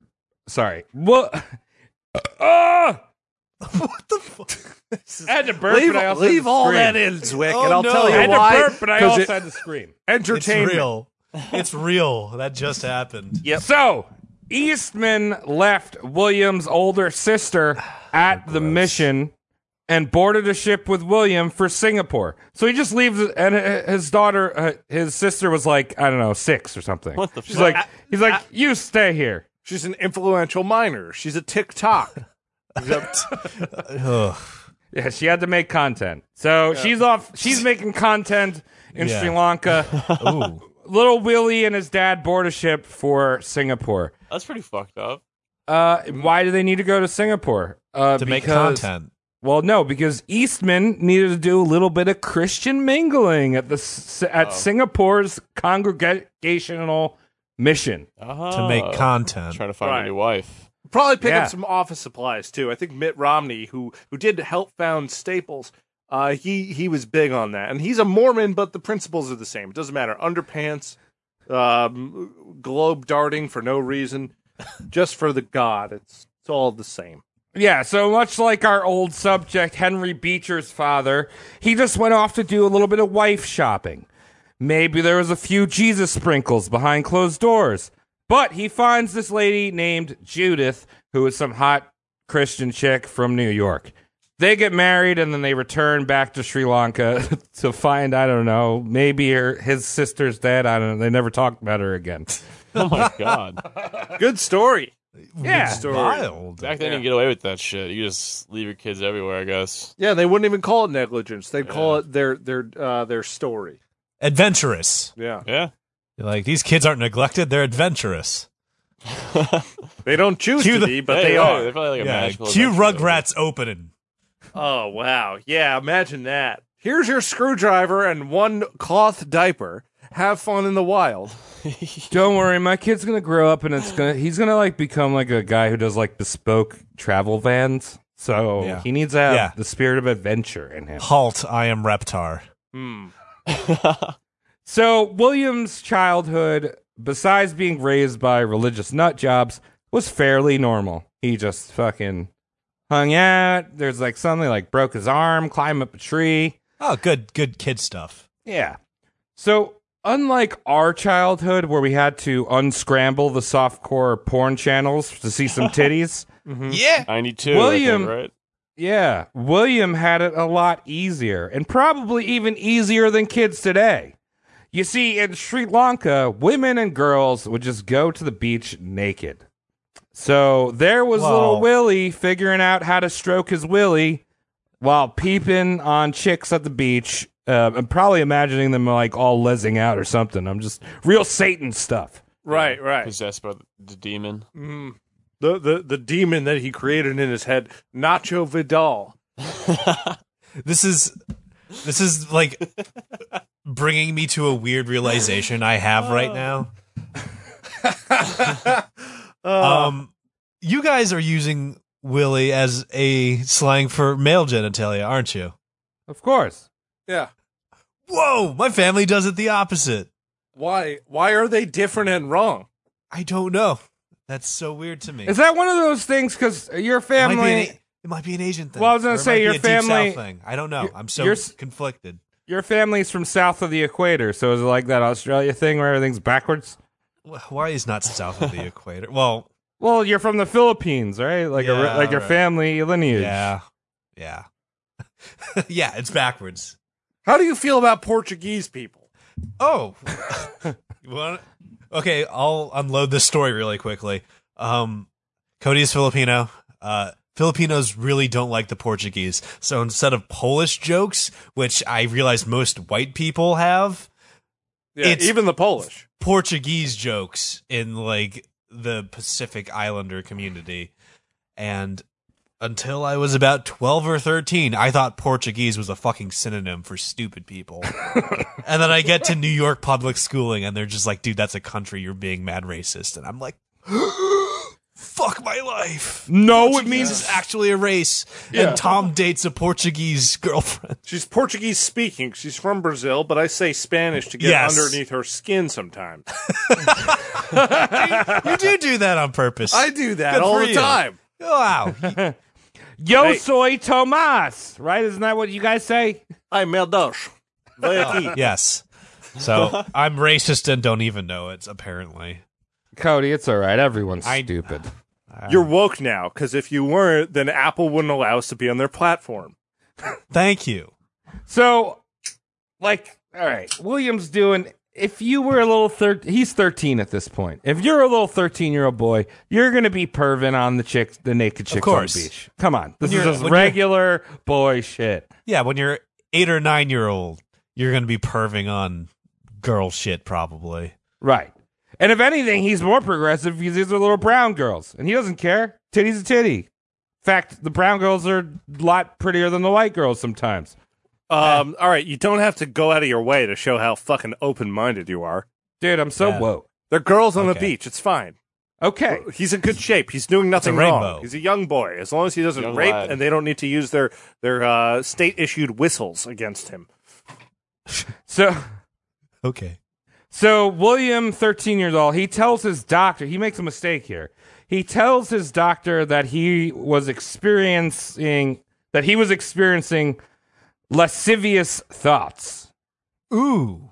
B: Sorry, what? Ah!
H: what the fuck?
B: I had to burp, but I also had to scream.
G: in, Zwick,
H: Oh,
G: and I'll
H: no.
G: tell
B: I
G: you
B: had
G: why.
B: to burp, but I
G: 'cause
B: also
G: it-
B: had to scream.
H: It's
G: entertainment.
H: real. It's real. That just happened.
G: Yep.
B: So Eastman left William's older sister at the mission and boarded a ship with William for Singapore. So he just leaves, and uh, his daughter, uh, his sister, was like I don't know six or something. What the? She's like, he's like, you stay here.
G: She's an influential minor. She's a TikTok.
H: Ugh.
B: Yeah, she had to make content. So she's off. She's making content in
H: Yeah.
B: Sri Lanka.
H: Ooh.
B: Little Willie and his dad board a ship for Singapore.
I: That's pretty fucked up.
B: Uh, why do they need to go to Singapore? Uh,
H: to make
B: because-
H: content.
B: Well, no, because Eastman needed to do a little bit of Christian mingling at the s-
H: Oh.
B: at Singapore's congregational mission.
I: Uh-huh.
H: To make content.
I: Trying to find
G: Right.
I: a new wife.
G: Probably pick
B: Yeah.
G: up some office supplies too. I think Mitt Romney, who who did help found Staples, uh, he he was big on that, and he's a Mormon, but the principles are the same. It doesn't matter. Underpants, um, globe darting for no reason, just for the God. It's it's all the same.
B: Yeah, so much like our old subject, Henry Beecher's father, he just went off to do a little bit of wife shopping. Maybe there was a few Jesus sprinkles behind closed doors. But he finds this lady named Judith, who is some hot Christian chick from New York. They get married and then they return back to Sri Lanka to find, I don't know, maybe her, his sister's dead. I don't know. They never talked about her again.
I: Oh my god.
G: Good story.
B: Yeah.
H: Wild.
I: Back then, you get away with that shit. You just leave your kids everywhere, I guess.
G: Yeah, they wouldn't even call it negligence. They'd call it their their uh, their story.
H: Adventurous.
G: Yeah,
I: Yeah.
H: You're like, these kids aren't neglected. They're adventurous.
G: they don't choose
H: Cue
G: to
H: the-
G: be, but
I: Yeah,
G: they
I: you're right.
G: are.
I: They're probably like a
H: yeah.
I: magical.
H: Cue
I: adventure.
H: Rugrats opening.
G: Oh wow. Yeah, imagine that. Here's your screwdriver and one cloth diaper. Have fun in the wild.
B: Don't worry, my kid's gonna grow up and it's gonna he's gonna like become like a guy who does like bespoke travel vans. So
H: Yeah.
B: he needs to have
H: Yeah.
B: the spirit of adventure in him.
H: Halt, I am Reptar.
G: Hmm.
B: So William's childhood, besides being raised by religious nut jobs, was fairly normal. He just fucking hung out. There's like something like broke his arm, climbed up a tree.
H: Oh, good, good kid stuff.
B: Yeah. So, unlike our childhood where we had to unscramble the softcore porn channels to see some titties,
I: Ninety-two.
B: William-
I: I think, right?
B: yeah, William had it a lot easier and probably even easier than kids today. You see, in Sri Lanka, women and girls would just go to the beach naked. So there was
H: Wow.
B: little Willie figuring out how to stroke his Willie while peeping on chicks at the beach. Uh, I'm probably imagining them like all lezzing out or something. I'm just real Satan stuff.
G: Right, right.
I: Possessed by the demon.
G: The, the the demon that he created in his head, Nacho Vidal.
H: This is, this is like bringing me to a weird realization I have right now.
B: Uh,
H: um, you guys are using Willy as a slang for male genitalia, aren't you?
B: Of course.
G: Yeah.
H: Whoa, my family does it the opposite.
G: Why why are they different and wrong?
H: I don't know. That's so weird to me.
B: Is that one of those things? Because your
H: it, might e-
B: family.
H: be an, it might be an Asian thing.
B: Well, I was gonna
H: or it
B: say
H: might be
B: your
H: a Deep South
B: family-
H: thing. I don't know. I'm so
B: you're s-
H: conflicted.
B: Your family's from south of the equator, so is it like that Australia thing where everything's backwards?
H: Wh- Why is not south of the equator? Well,
B: Well, you're from the Philippines, right? Like a,
H: Yeah,
B: re- like your
H: right.
B: family lineage.
H: yeah, yeah, yeah. It's backwards.
G: How do you feel about Portuguese people?
H: Oh, you want? Okay, I'll unload this story really quickly. Um, Cody is Filipino. Uh, Filipinos really don't like the Portuguese, so instead of Polish jokes, which I realize most white people have,
G: Yeah,
H: It's-
G: even the Polish.
H: Portuguese jokes in like the Pacific Islander community. And until I was about 12 or 13, I thought Portuguese was a fucking synonym for stupid people. and then I get to New York public schooling and they're just like, dude, that's a country. You're being mad racist. And I'm like, fuck my life.
B: No, it
H: Means
B: means
H: it's actually a race. And Tom dates a Portuguese girlfriend.
G: She's Portuguese speaking. She's from Brazil, but I say Spanish to get
H: Yes.
G: underneath her skin sometimes.
H: you do do that on purpose.
G: I do that
H: Good
G: all
H: for
G: the
H: you.
G: time.
H: oh, Wow.
B: yo
G: Hey.
B: soy Tomas, right? Isn't that what you guys say?
G: I merdosh.
H: yes. So I'm racist and don't even know it, apparently.
B: Cody, it's all right. Everyone's
H: I-
B: stupid.
G: You're woke now, because if you weren't, then Apple wouldn't allow us to be on their platform.
H: Thank you.
B: So, like, all right, William's doing. If you were a little thir, he's thirteen at this point. If you're a little thirteen-year-old boy, you're gonna be perving on the chicks, the naked chicks
H: course.
B: on the beach. Come on, this
H: When you're-
B: is just
H: when you're-
B: regular boy shit.
H: Yeah, when you're eight or nine year old, you're gonna be perving on girl shit probably.
B: Right. And if anything, he's more progressive because these are little brown girls, and he doesn't care. Titty's a titty. In fact, the brown girls are a lot prettier than the white girls sometimes.
G: Um, all right, you don't have to go out of your way to show how fucking open minded you are.
B: Dude, I'm so
H: Yeah.
B: woke.
G: They're girls on the
H: Okay.
G: beach. It's fine.
B: Okay.
G: He's in good shape. He's doing nothing
H: rainbow.
G: wrong. He's a young boy. As long as he doesn't
I: Young
G: rape
I: lad.
G: and they don't need to use their their uh, state issued whistles against him.
B: So
H: Okay.
B: So William, thirteen years old, he tells his doctor he makes a mistake here. He tells his doctor that he was experiencing that he was experiencing lascivious thoughts
H: Ooh.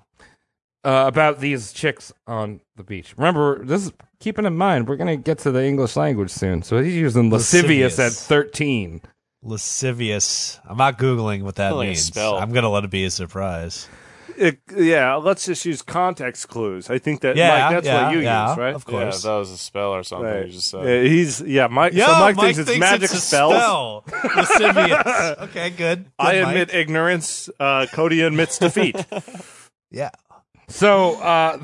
B: uh, about these chicks on the beach. Remember, this is keeping in mind we're gonna get to the English language soon. So he's using lascivious, at
H: Lascivious.
B: thirteen.
H: Lascivious. I'm not Googling what that
I: Spelling is
H: means.
I: spelled.
H: I'm gonna let it be a surprise.
G: It, yeah, let's just use context clues. I think that
H: Yeah,
G: Mike, that's
H: yeah,
G: what you
H: yeah,
G: use, right?
H: Of
I: Yeah,
H: course.
I: that was a spell or something.
G: Right.
I: You just uh, said.
G: Yeah, he's uh, yeah, Mike.
H: Yeah,
G: so Mike, thinks it's magic
H: a
G: spells.
H: spell. Lascivious. Okay, good. Good,
G: I
H: Mike.
G: admit ignorance. Uh, Cody admits defeat.
H: Yeah,
B: So uh,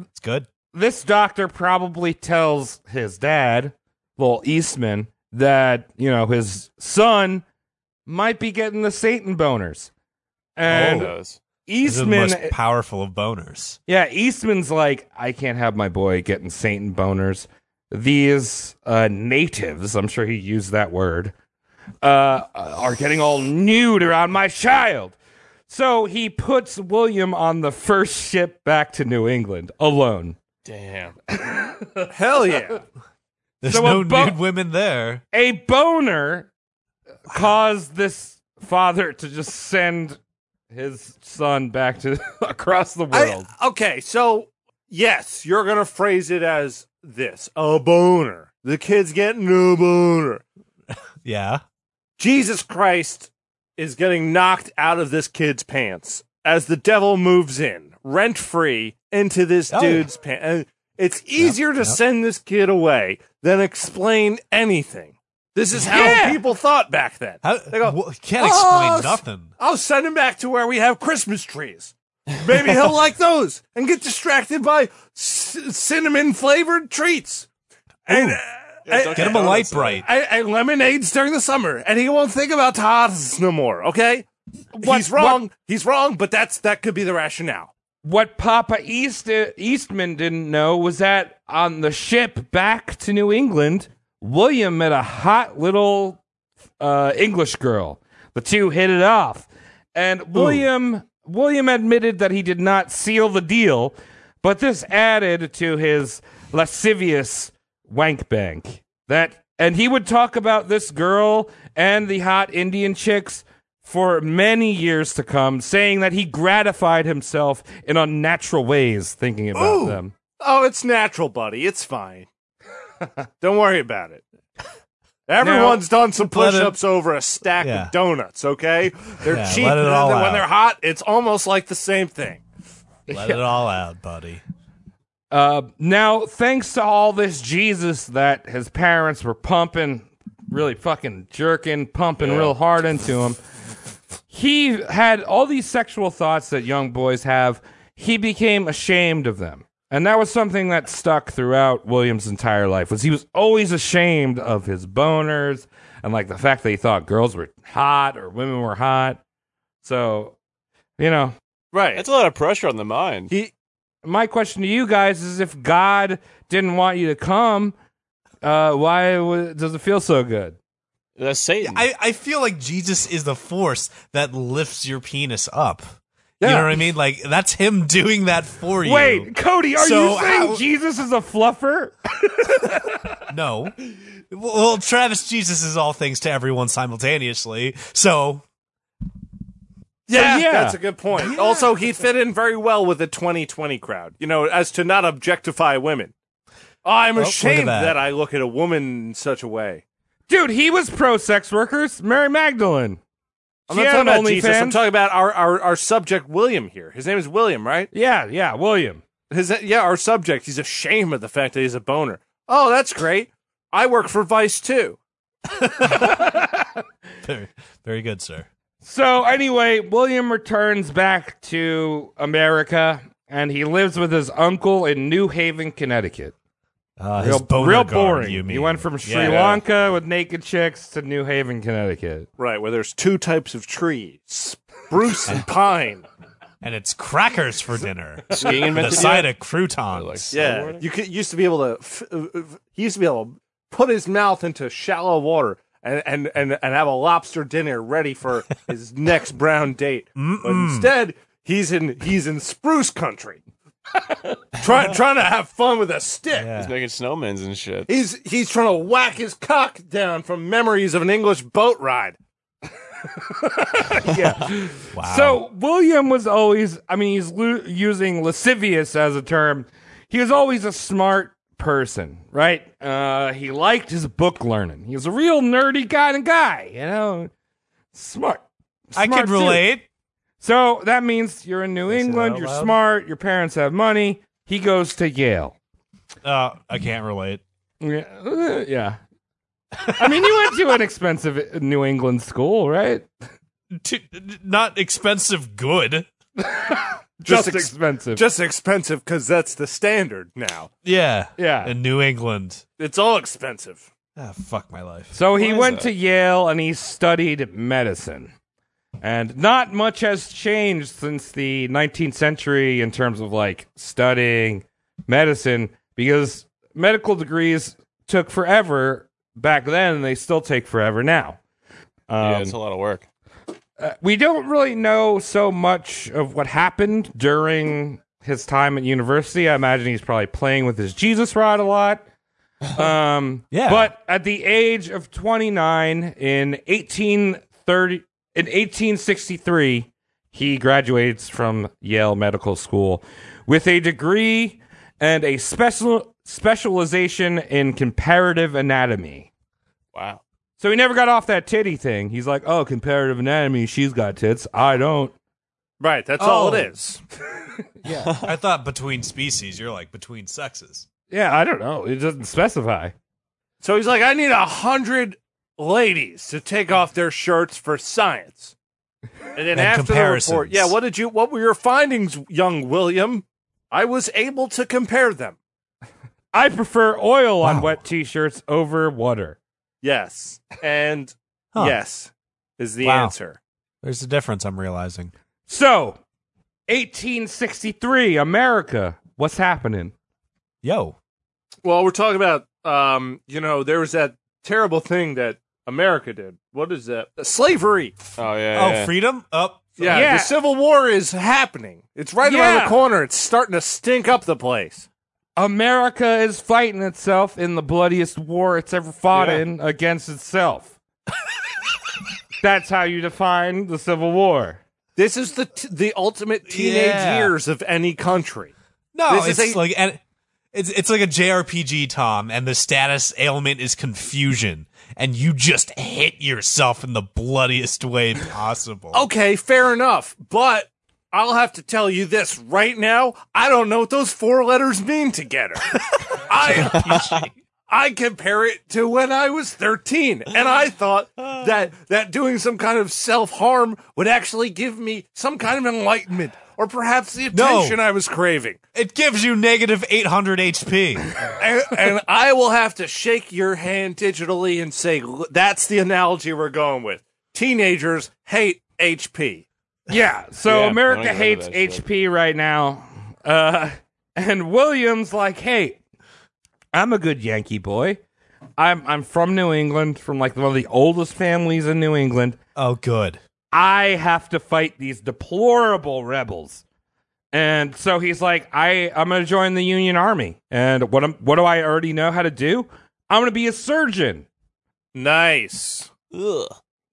H: it's good.
B: this doctor probably tells his dad, little Eastman, that you know his son might be getting the Satan boners,
H: Oh.
B: and
I: Who knows?
H: This is the
B: Eastman,
H: most powerful of boners.
B: yeah, Eastman's like, I can't have my boy getting Satan boners. These uh, natives, I'm sure he used that word, uh, are getting all nude around my child. So he puts William on the first ship back to New England alone.
I: Damn.
G: Hell yeah!
H: There's
B: So a
H: no
B: bo-
H: nude women there.
B: a boner caused this father to just send his son back to across the
G: I,
B: world.
G: okay, so yes, you're gonna phrase it as this: a boner. The kid's getting a boner.
H: Yeah.
G: Jesus Christ is getting knocked out of this kid's pants as the devil moves in, rent free, into this
H: Oh, yeah.
G: dude's pants. It's easier to send this kid away than explain anything. This is how
B: Yeah.
G: people thought back then.
H: How,
G: They go,
H: wh- can't
G: "Oh,
H: explain
G: s-
H: nothing.
G: I'll send him back to where we have Christmas trees. Maybe he'll like those and get distracted by c- cinnamon flavored treats. And, uh, and-
H: Get him a light bright.
G: and, and lemonades during the summer, and he won't think about Todd's no more. Okay, he's wrong. He's wrong, but that's that could be the rationale.
B: what Papa East, uh, Eastman didn't know was that on the ship back to New England, William met a hot little uh, English girl. The two hit it off, and William William admitted that he did not seal the deal, but this added to his lascivious wank bank. That and he would talk about this girl and the hot Indian chicks for many years to come, saying that he gratified himself in unnatural ways thinking about
G: Ooh.
B: them.
G: Oh, it's natural, buddy. It's fine. Don't worry about it. Everyone's done some
H: let it-
G: push-ups over a stack
H: Yeah.
G: of donuts. Okay, they're
H: Yeah,
G: cheap.
H: let it
G: and
H: all
G: then
H: out.
G: when they're hot, it's almost like the same thing.
H: Let it all out, buddy.
B: Uh, now, thanks to all this Jesus that his parents were pumping, really fucking jerking, pumping real hard into him, he had all these sexual thoughts that young boys have. He became ashamed of them. And that was something that stuck throughout Williams' entire life was he was always ashamed of his boners and like the fact that he thought girls were hot or women were hot. So, you know,
G: Right.
I: That's a lot of pressure on the mind.
G: he
B: my question to you guys is if God didn't want you to come, uh, why w- does it feel so good?
I: That's Satan.
H: I, I feel like Jesus is the force that lifts your penis up. You
B: Yeah.
H: know what I mean? Like that's him doing that for you.
B: Wait, Cody, are
H: So
B: you saying
H: how-
B: Jesus is a fluffer?
H: no. Well, Travis Jesus is all things to everyone simultaneously. So
G: Yeah,
B: yeah.
G: that's a good point. Also, he fit in very well with the 2020 crowd. You know, as to not objectify women. I'm
H: Oh, look at
G: ashamed
H: that.
G: that. I look at a woman in such a way.
B: Dude, he was pro sex workers. Mary Magdalene.
G: I'm
B: She
G: not
B: had
G: talking
B: an
G: about Jesus. I'm
B: OnlyFans.
G: talking about our, our, our subject, William, here. His name is William, right?
B: Yeah, yeah, William.
G: His, yeah, our subject. He's ashamed of the fact that he's a boner. Oh, that's great. I work for Vice, too.
H: very, very good, sir.
B: So anyway, William returns back to America and he lives with his uncle in New Haven, Connecticut.
H: Uh, his
B: Real,
H: boner
B: real
H: guard,
B: boring.
H: You mean?
B: he went from Sri
H: Yeah.
B: Lanka with naked chicks to New Haven, Connecticut.
G: Right, where there's two types of trees spruce and pine.
H: and it's crackers for dinner.
I: Skiing
H: With a
I: invented
H: side
I: yet?
H: of croutons.
G: Yeah, you could, used to be able to. F- uh, f- he used to be able to put his mouth into shallow water and and and, and have a lobster dinner ready for his next brown date. But instead, he's in he's in spruce country, trying trying to have fun with a stick.
I: He's making snowmen and shit.
G: He's he's trying to whack his cock down from memories of an English boat ride.
H: Wow.
B: So William was always, I mean, he's lu- using lascivious as a term. He was always a smart person, right? Uh, he liked his book learning. He was a real nerdy kind of guy, you know, smart.
H: I
B: Smart
H: could
B: dude.
H: relate.
B: So that means you're in New
H: I say that
B: England,
H: out
B: you're
H: loud?
B: smart, your parents have money. He goes to Yale.
H: Uh, I can't relate.
B: Yeah. uh, yeah. I mean, you went to an expensive New England school, right?
H: Too, not expensive. Good.
G: Just ex-
B: expensive.
G: Just expensive because that's the standard now.
H: Yeah.
B: yeah.
H: In New England.
G: It's all expensive.
H: Ah, fuck my life.
B: So he
I: Why is
B: went
I: that?
B: to Yale and he studied medicine. And not much has changed since the 19th century in terms of like studying medicine because medical degrees took forever back then and they still take forever now.
I: yeah,
B: Um,
I: it's a lot of work.
B: we don't really know so much of what happened during his time at university. I imagine he's probably playing with his Jesus rod a lot. Um,
H: Yeah.
B: But at the age of 29 in 1830 in 1863, he graduates from Yale Medical School with a degree and a special specialization in comparative anatomy.
I: Wow.
B: So he never got off that titty thing. He's like, oh, comparative anatomy, she's got tits. I don't. Oh.
G: Right, that's all it is.
H: I thought between species. You're like between sexes.
B: Yeah, I don't know. It doesn't specify.
G: So he's like, I need a hundred ladies to take off their shirts for science. And then
H: And
G: after the report,
H: comparisons.
G: yeah, what did you? What were your findings, young William? I was able to compare them.
B: I prefer oil on
H: Wow.
B: wet t shirts over water.
G: Yes, and
H: Huh.
G: yes is the
H: Wow.
G: answer.
H: There's a difference. I'm realizing.
B: So, 1863, America. What's happening?
H: Yo.
G: Well, we're talking about, um, you know, there was that terrible thing that America did. What is that? Slavery.
I: Oh
H: Oh,
I: yeah.
H: freedom. Up.
G: Yeah,
B: Yeah.
G: the Civil War is happening. It's right around
B: Yeah.
G: the corner. It's starting to stink up the place.
B: America is fighting itself in the bloodiest war it's ever fought
I: Yeah.
B: in against itself. That's how you define the Civil War.
G: This is the t- the ultimate teenage
H: Yeah.
G: years of any country.
H: No,
G: This is
H: it's
G: a-
H: like and it's it's like a JRPG, Tom, and the status ailment is confusion, and you just hit yourself in the bloodiest way possible.
G: Okay, fair enough, but I'll have to tell you this right now. I don't know what those four letters mean together. I I compare it to when I was 13 and I thought that that doing some kind of self-harm would actually give me some kind of enlightenment or perhaps the
H: No.
G: attention I was craving.
H: it gives you negative eight hundred HP.
G: and, and I will have to shake your hand digitally and say "L- that's the analogy we're going with. Teenagers hate HP.
B: Yeah. So
I: Yeah, I
B: America
I: don't get rid
B: hates
I: of that shit.
B: HP right now. Uh, and Williams like, hey, I'm a good Yankee boy. I'm I'm from New England, from like one of the oldest families in New England.
H: oh, good.
B: I have to fight these deplorable rebels. And so he's like, I, I'm going to join the Union Army. And what, am, what do I already know how to do? I'm going to be a surgeon.
G: Nice.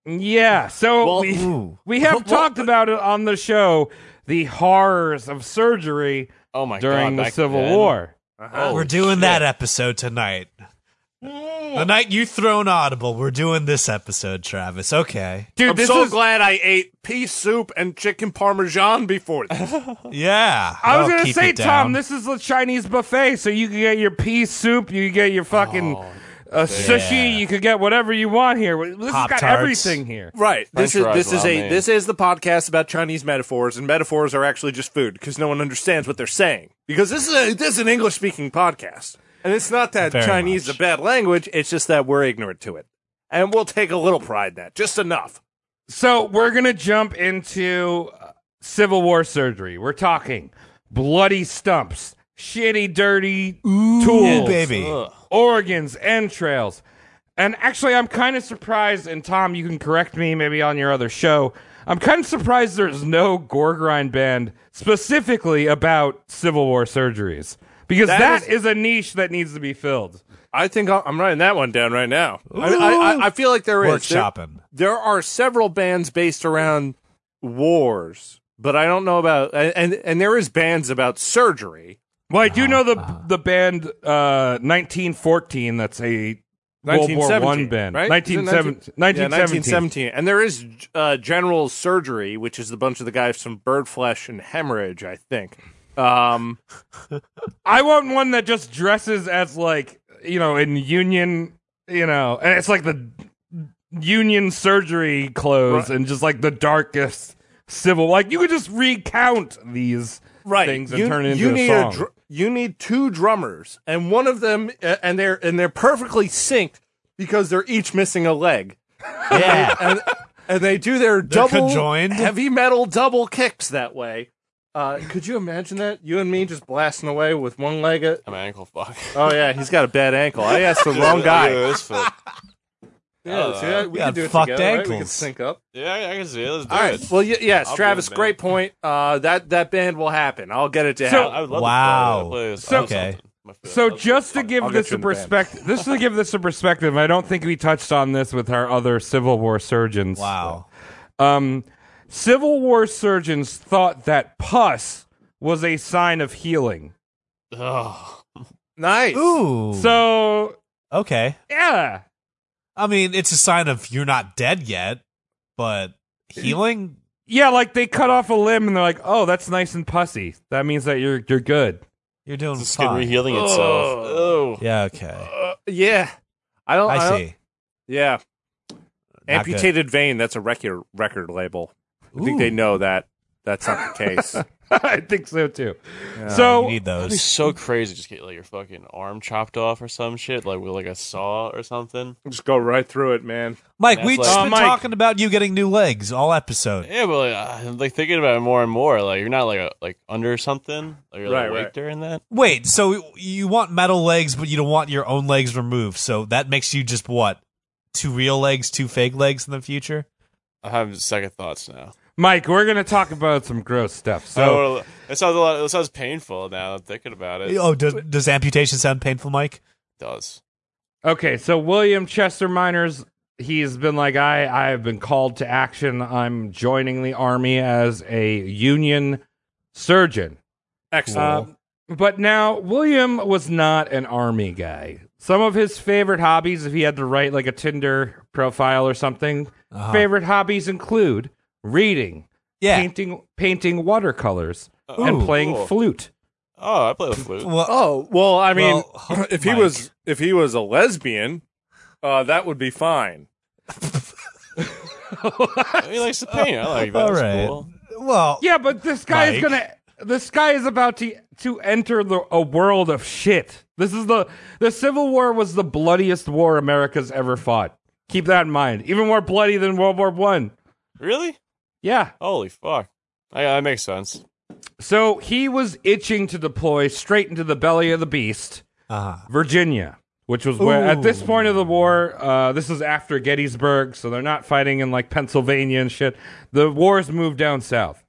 B: Yeah. So
G: Well,
B: we,
H: ooh.
B: we have
G: Well,
B: talked about it on the show the horrors of surgery
I: Oh my
B: during
I: god!
B: the
I: back
B: Civil
I: then.
B: War.
G: uh-huh.
H: we're doing that episode tonight. The night you thrown audible, we're doing this episode, Travis. Okay.
B: Dude,
G: I'm
B: this
G: so
B: is.
G: glad I ate pea soup and chicken parmesan before this.
H: Yeah.
B: I was
H: I'll
B: gonna
H: keep
B: say,
H: it down.
B: Tom, this is the Chinese buffet, so you can get your pea soup, you can get your fucking uh, sushi, you can get whatever you want here. This has got
H: Pop-Tarts.
B: everything here.
G: right. This
I: French
G: is
I: fries
G: this is a
I: ramen.
G: this is the podcast about Chinese metaphors and metaphors are actually just food because no one understands what they're saying. Because this is a, this is an English speaking podcast. And it's not that
H: Very
G: Chinese
H: much.
G: is a bad language, it's just that we're ignorant to it. And we'll take a little pride in that. Just enough.
B: So we're gonna jump into uh, Civil War surgery. We're talking bloody stumps, shitty, dirty
H: Ooh,
B: tools,
H: baby.
B: organs, entrails. And actually, I'm kind of surprised. And Tom, you can correct me, maybe on your other show. I'm kind of surprised there's no gore grind band specifically about Civil War surgeries because
G: That
B: that
G: is-
B: is, a niche that needs to be filled.
G: I think I'll, I'm writing that one down right now. I, I, I, I feel like there is.
H: Workshopping.
G: There, there are several bands based around wars, but I don't know about and and, and there is bands about surgery.
B: Well, I do know the the band uh, 1914. That's a World War
G: 1917,
B: One band,
G: right? Is it
B: 1917.
G: 19- 1917.
B: 1917.
G: And there is uh, general surgery, which is a bunch of the guys from Bird Flesh and Hemorrhage, I think. Um,
B: I want one that just dresses as like you know in union, you know, and it's like the union surgery clothes and just like the darkest civil. Like you could just recount these things and
G: you,
B: turn it into
G: you
B: a
G: need
B: song.
G: dr- you need two drummers, and one of them, uh, and they're and they're perfectly synced because they're each missing a leg.
H: Yeah.
G: and, and they do their
H: They're
G: double
H: conjoined.
G: heavy metal double kicks that way. Uh, could you imagine that? You and me just blasting away with one leg. At-
I: I'm an ankle fuck.
G: oh yeah, he's got a bad ankle. I asked the wrong
I: Yeah,
G: guy.
I: that's fuck.
G: Yeah, see that? we
H: Yeah,
G: can do it
H: fucked
G: together. Right? We can
H: ankles.
G: sync up.
I: Yeah, I can see it. Let's do
G: All right.
I: it.
G: Well, y- yes,
I: I'll be
G: Travis.
I: in the
G: Great
I: band.
G: point. Uh, that that band will happen. I'll get it to
B: So-
I: I
G: happen.
I: would love
H: Wow.
I: to play this.
B: So-
H: Okay.
B: so just to give
G: I'll get
B: this
G: you
B: a
G: in the band.
B: perspective, this to give this a perspective. I don't think we touched on this with our other Civil War surgeons.
H: Wow.
B: Um, Civil War surgeons thought that pus was a sign of healing.
I: oh,
G: Nice.
H: Ooh.
B: So
H: okay.
B: yeah,
H: I mean, it's a sign of you're not dead yet, but healing.
B: Yeah, like they cut off a limb and they're like, "Oh, that's nice and pussy. That means that you're you're good."
H: You're doing
I: the skin
H: fine.
I: rehealing itself. Oh,
H: Yeah. Okay.
G: Uh, yeah. I don't.
H: I
B: Uh,
G: don't-
H: see.
G: Yeah.
H: Not good.
G: Amputated vein. That's a record record label. I think
H: Ooh.
G: they know that. That's not the case.
B: I think so too. so
H: You need
I: that'd be
H: those.
I: so crazy. Just get like your fucking arm chopped off or some shit, like with like a saw or something.
G: Just go right through it, man.
H: Mike,
I: That's
H: we
I: like-
H: just
B: Uh,
H: been
B: Mike.
H: talking about you getting new legs all episode.
I: Yeah, but like, uh, I'm like thinking about it more and more. Like you're not like a, like under something. Like, you're
G: Right,
I: like, awake
G: right.
I: during that.
H: Wait, so you want metal legs, but you don't want your own legs removed. So that makes you just what? Two real legs, two fake legs in the future?
I: I have second thoughts now.
B: Mike, we're gonna talk about some gross stuff.
H: Oh,
I: So
B: So
I: it sounds a lot. It sounds painful now. that I'm thinking about it. It
H: Oh, does, does amputation sound painful, Mike?
I: does.
B: okay, so William Chester Miner's he's been like, I, I have been called to action. I'm joining the army as a Union surgeon.
G: Excellent.
H: Um,
B: Uh, but now, William was not an army guy. Some of his favorite hobbies, if he had to write like a Tinder profile or something, favorite hobbies include reading,
H: Yeah.
B: painting, painting watercolors, and
I: Ooh,
B: playing
I: cool.
B: flute.
I: Oh, I play the flute.
H: Well,
G: oh well, I mean,
H: Well,
G: if he
H: Mike.
G: was if he was a lesbian, uh, that would be fine.
I: he likes to paint. I like that.
H: All
I: That's
H: right.
I: cool.
H: Well,
B: Yeah, but this guy is
H: Mike.
B: gonna. This guy is about to to enter the, a world of shit. This is the the Civil War was the bloodiest war America's ever fought. Keep that in mind. Even more bloody than World War One.
I: Really?
B: Yeah.
I: Holy fuck. I, that makes sense.
B: So he was itching to deploy straight into the belly of the beast,
H: uh,
B: Virginia, which was where at this
H: Ooh.
B: point of the war, uh, this is after Gettysburg, so they're not fighting in like Pennsylvania and shit. The war's moved down south.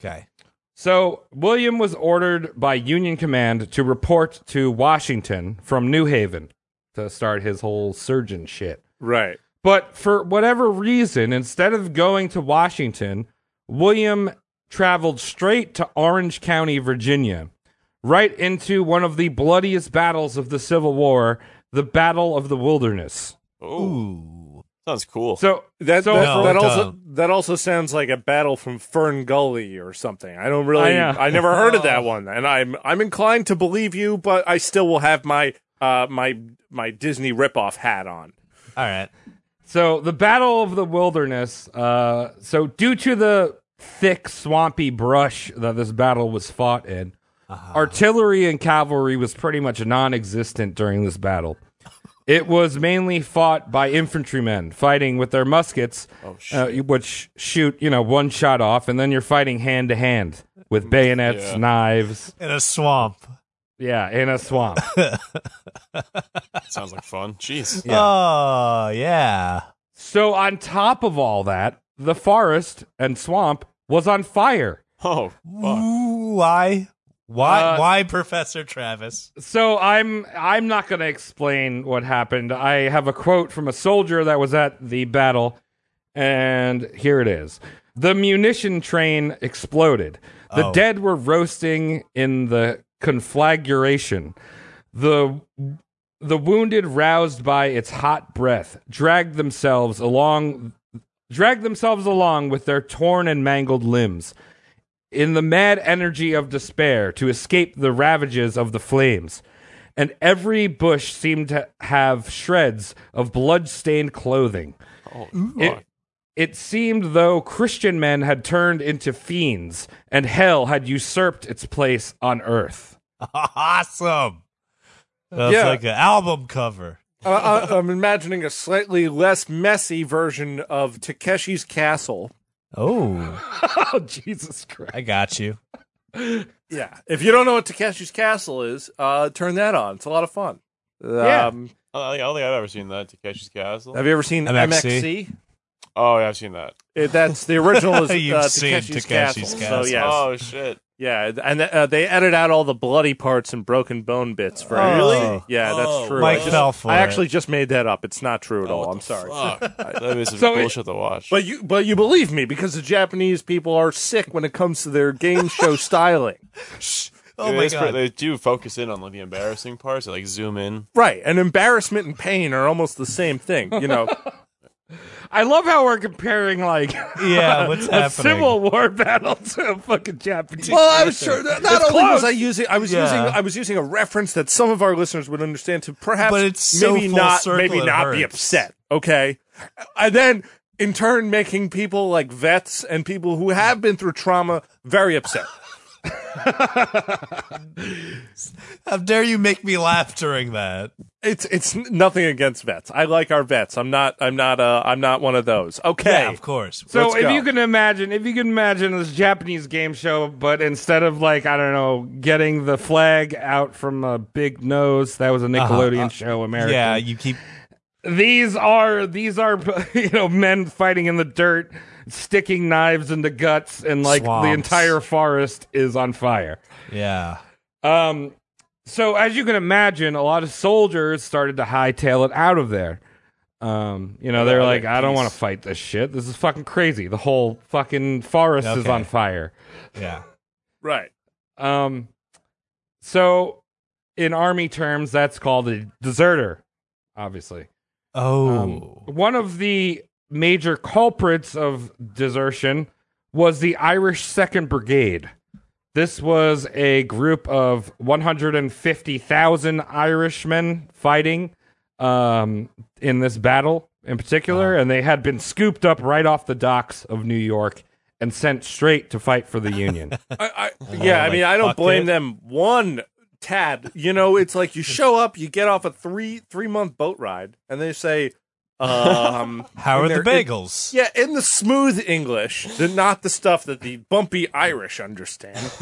H: okay.
B: So, William was ordered by Union command to report to Washington from New Haven to start his whole surgeon shit.
G: Right.
B: But for whatever reason, instead of going to Washington, William traveled straight to Orange County, Virginia, right into one of the bloodiest battles of the Civil War, the Battle of the Wilderness.
I: Oh,
H: Ooh.
I: sounds cool.
B: So,
G: That
B: So-
G: that,
H: No,
G: that
H: it
G: also
H: doesn't.
G: that also sounds like a battle from Fern Gully or something. I don't really.
B: I know.
G: I, never heard of that one, and I'm I'm inclined to believe you, but I still will have my uh my my Disney ripoff hat on.
H: All right.
B: So the Battle of the Wilderness. Uh, so due to the thick, swampy brush that this battle was fought in, artillery and cavalry was pretty much non-existent during this battle. It was mainly fought by infantrymen fighting with their muskets, uh, which shoot you know one shot off, and then you're fighting hand to hand with bayonets,
I: Yeah.
B: knives,
H: In a swamp.
B: yeah, in a swamp.
I: sounds like fun. Jeez.
B: Yeah.
H: Oh, yeah.
B: so on top of all that, the forest and swamp was on fire.
I: Oh, fuck.
H: Ooh, why? Why?
B: Uh,
H: why, Professor Travis?
B: so i'm i'm not going to explain what happened i have a quote from a soldier that was at the battle and here it is the munition train exploded the
H: Oh.
B: dead were roasting in the conflagration the the wounded roused by its hot breath dragged themselves along dragged themselves along with their torn and mangled limbs in the mad energy of despair to escape the ravages of the flames. And every bush seemed to have shreds of blood-stained clothing. It, it seemed though Christian men had turned into fiends, and hell had usurped its place on earth.
H: Awesome. That's
G: Yeah.
H: like an album cover.
G: uh, I- I'm imagining a slightly less messy version of Takeshi's Castle.
H: Oh,
B: Oh Jesus Christ!
H: I got you.
G: Yeah. If you don't know what Takeshi's Castle is, uh, turn that on. It's a lot of fun.
B: Yeah.
G: Um,
I: I don't think I've ever seen that. Takeshi's Castle.
G: have you ever seen
H: MXC?
G: MXC?
I: Oh, yeah, I've seen that.
G: Uh, that's the original is uh,
H: You've
G: Takeshi's,
H: seen
G: Castle.
H: Takeshi's
G: So
H: Castle.
G: yes,
I: Oh shit.
G: yeah, and uh, they edit out all the bloody parts and broken bone bits for
H: Oh.
I: Really?
G: Yeah,
I: Oh,
G: that's true.
H: Mike
G: I, just-
H: fell for
G: I
H: it.
G: actually just made that up. It's not true at
I: Oh,
G: all.
I: what
G: I'm
I: the
G: soruld
I: Fuck. That is some
B: So it-
I: bullshit to watch.
G: But you, but you believe me because the Japanese people are sick when it comes to their game show styling.
H: Oh
I: It
H: my
I: is pre-
H: god.
I: they do focus in on like the embarrassing parts. They, like zoom in.
G: Right. And embarrassment and pain are almost the same thing, you know.
B: I love how we're comparing like
H: yeah, what's
B: a
H: happening?
B: Civil War battle to a fucking Japanese.
G: well, I was sure not only was I using I was
H: Yeah.
G: using I was using a reference that some of our listeners would understand to perhaps
H: But it's so
G: maybe
H: full
G: not
H: circle
G: maybe
H: it
G: not be
H: hurts.
G: upset, okay? And then in turn making people like vets and people who have been through trauma very upset.
H: How dare you make me laugh during that?
G: It's it's nothing against vets. I like our vets. I'm not I'm not uh I'm not one of those. Okay.
H: Yeah, of course.
B: So
G: Let's
B: if
G: go.
B: you can imagine, if you can imagine this Japanese game show, but instead of like I don't know, getting the flag out from a big nose, that was a Nickelodeon
H: Uh-huh. Uh,
B: show, American.
H: yeah, you keep.
B: These are these are you know men fighting in the dirt, sticking knives into guts, and like the
H: Swamps.
B: entire forest is on fire.
H: Yeah.
B: Um, so as you can imagine, a lot of soldiers started to hightail it out of there. Um, you know, they're like,
I: yeah,
B: I don't
I: peace.
B: want to fight this shit. This is fucking crazy. The whole fucking forest is
H: Okay.
B: on fire.
H: Yeah.
G: Right.
B: Um, so in army terms, that's called a deserter, obviously.
H: Oh.
B: Um, one of the major culprits of desertion was the Irish Second Brigade. This was a group of 150,000 Irishmen fighting um, in this battle in particular, and they had been scooped up right off the docks of New York and sent straight to fight for the Union.
G: I, I, yeah, I
H: like,
G: mean, I
H: fuck
G: don't blame
H: it.
G: them one tad. You know, it's like you show up, you get off a three three month boat ride, and they say, um,
H: How are
G: and
H: the
G: they're-
H: bagels?
G: Yeah, in the smooth English, the- not the stuff that the bumpy Irish understand,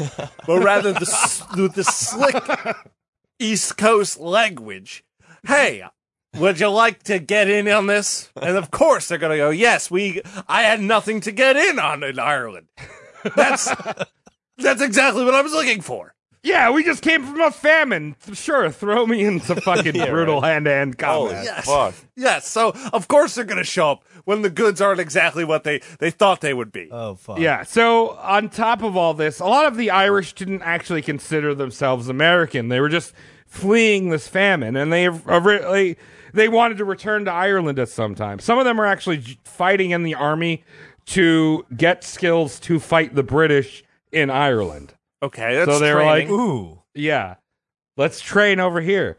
G: but rather the s- the, the slick East Coast language. Hey, would you like to get in on this? And of course they're going to go, "Yes, we I had nothing to get in on in Ireland." That's that's exactly what I was looking for.
B: yeah, we just came from a famine. Sure, throw me into fucking brutal hand to hand
I: Holy
B: combat.
I: fuck.
G: Yes, so of course they're going to show up when the goods aren't exactly what they they thought they would be.
H: Oh fuck.
B: Yeah. So on top of all this, a lot of the Irish didn't actually consider themselves American. They were just fleeing this famine, and they uh, they, they wanted to return to Ireland at some time. Some of them are actually j- fighting in the army to get skills to fight the British in Ireland.
G: Okay, that's
B: So they were
G: training.
B: like-
H: Ooh.
B: Yeah. Let's train over here.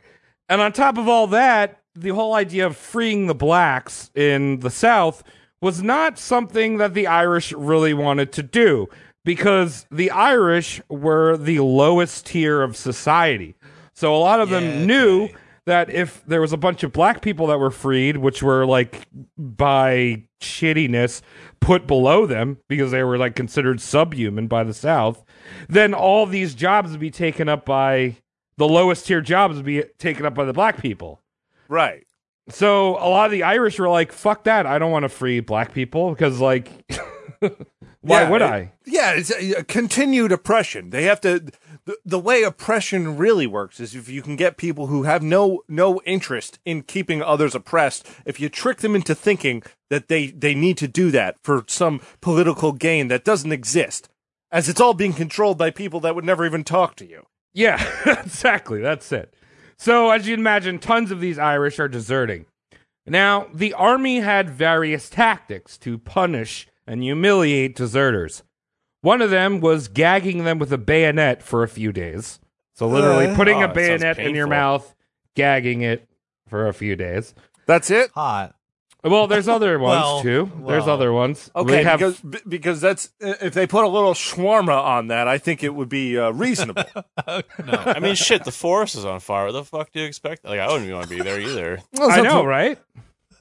B: And on top of all that, the whole idea of freeing the blacks in the South was not something that the Irish really wanted to do because the Irish were the lowest tier of society. So a lot of them
H: Yeah,
B: knew
H: okay.
B: that if there was a bunch of black people that were freed, which were like by shittiness put below them because they were like considered subhuman by the South, then all these jobs would be taken up by the lowest tier jobs would be taken up by the black people.
G: right.
B: So a lot of the Irish were like, "Fuck that! I don't want to free black people because like, why
G: Yeah,
B: would
G: it-
B: I?"
G: Yeah, it's a, a continued oppression. They have to. The, the way oppression really works is if you can get people who have no no interest in keeping others oppressed, if you trick them into thinking that they they need to do that for some political gain that doesn't exist, as it's all being controlled by people that would never even talk to you.
B: Yeah, exactly. That's it. So, as you can imagine, tons of these Irish are deserting. Now, the army had various tactics to punish and humiliate deserters. One of them was gagging them with a bayonet for a few days. So, literally putting
I: Oh,
B: a
I: that sounds
B: bayonet in your
I: painful.
B: mouth, gagging it for a few days.
G: That's it.
H: Hot.
B: Well, there's other ones
H: Well,
B: too. there's
H: well.
B: other ones. They
G: Okay,
B: have-
G: because b- because that's if they put a little shawarma on that, I think it would be uh, reasonable.
H: no.
I: I mean, shit, the forest is on fire. What the fuck do you expect? Like, I wouldn't even want to be there either.
B: I know, right?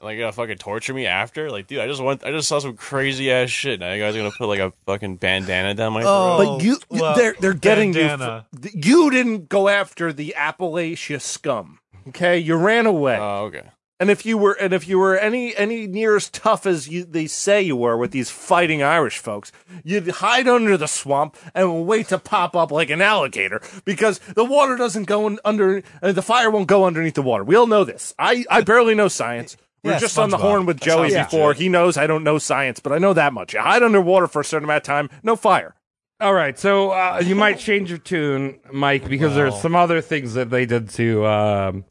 I: Like, you gonna fucking torture me after? Like, dude, I just want, I just saw some crazy ass shit. Now you guys are gonna put like a fucking bandana down my
H: Oh.
I: throat.
G: But you, you-
H: well,
G: they're they're getting
H: bandana.
G: you. f- th- You didn't go after the Appalachia scum. Okay, you ran away.
H: Uh.
I: Oh, okay.
G: and if you were, and if you were any any near as tough as you they say you were with these fighting Irish folks, you'd hide under the swamp and wait to pop up like an alligator because the water doesn't go in under, uh, the fire won't go underneath the water. We all know this. I I barely know science. We
H: Yeah,
G: were just on the
H: SpongeBob.
G: horn with Joey
I: sounds legit.
G: before. He knows I don't know science, but I know that much. You hide underwater for a certain amount of time, no fire.
B: All right, so uh, you might change your tune, Mike, because there's some other things that they did to um,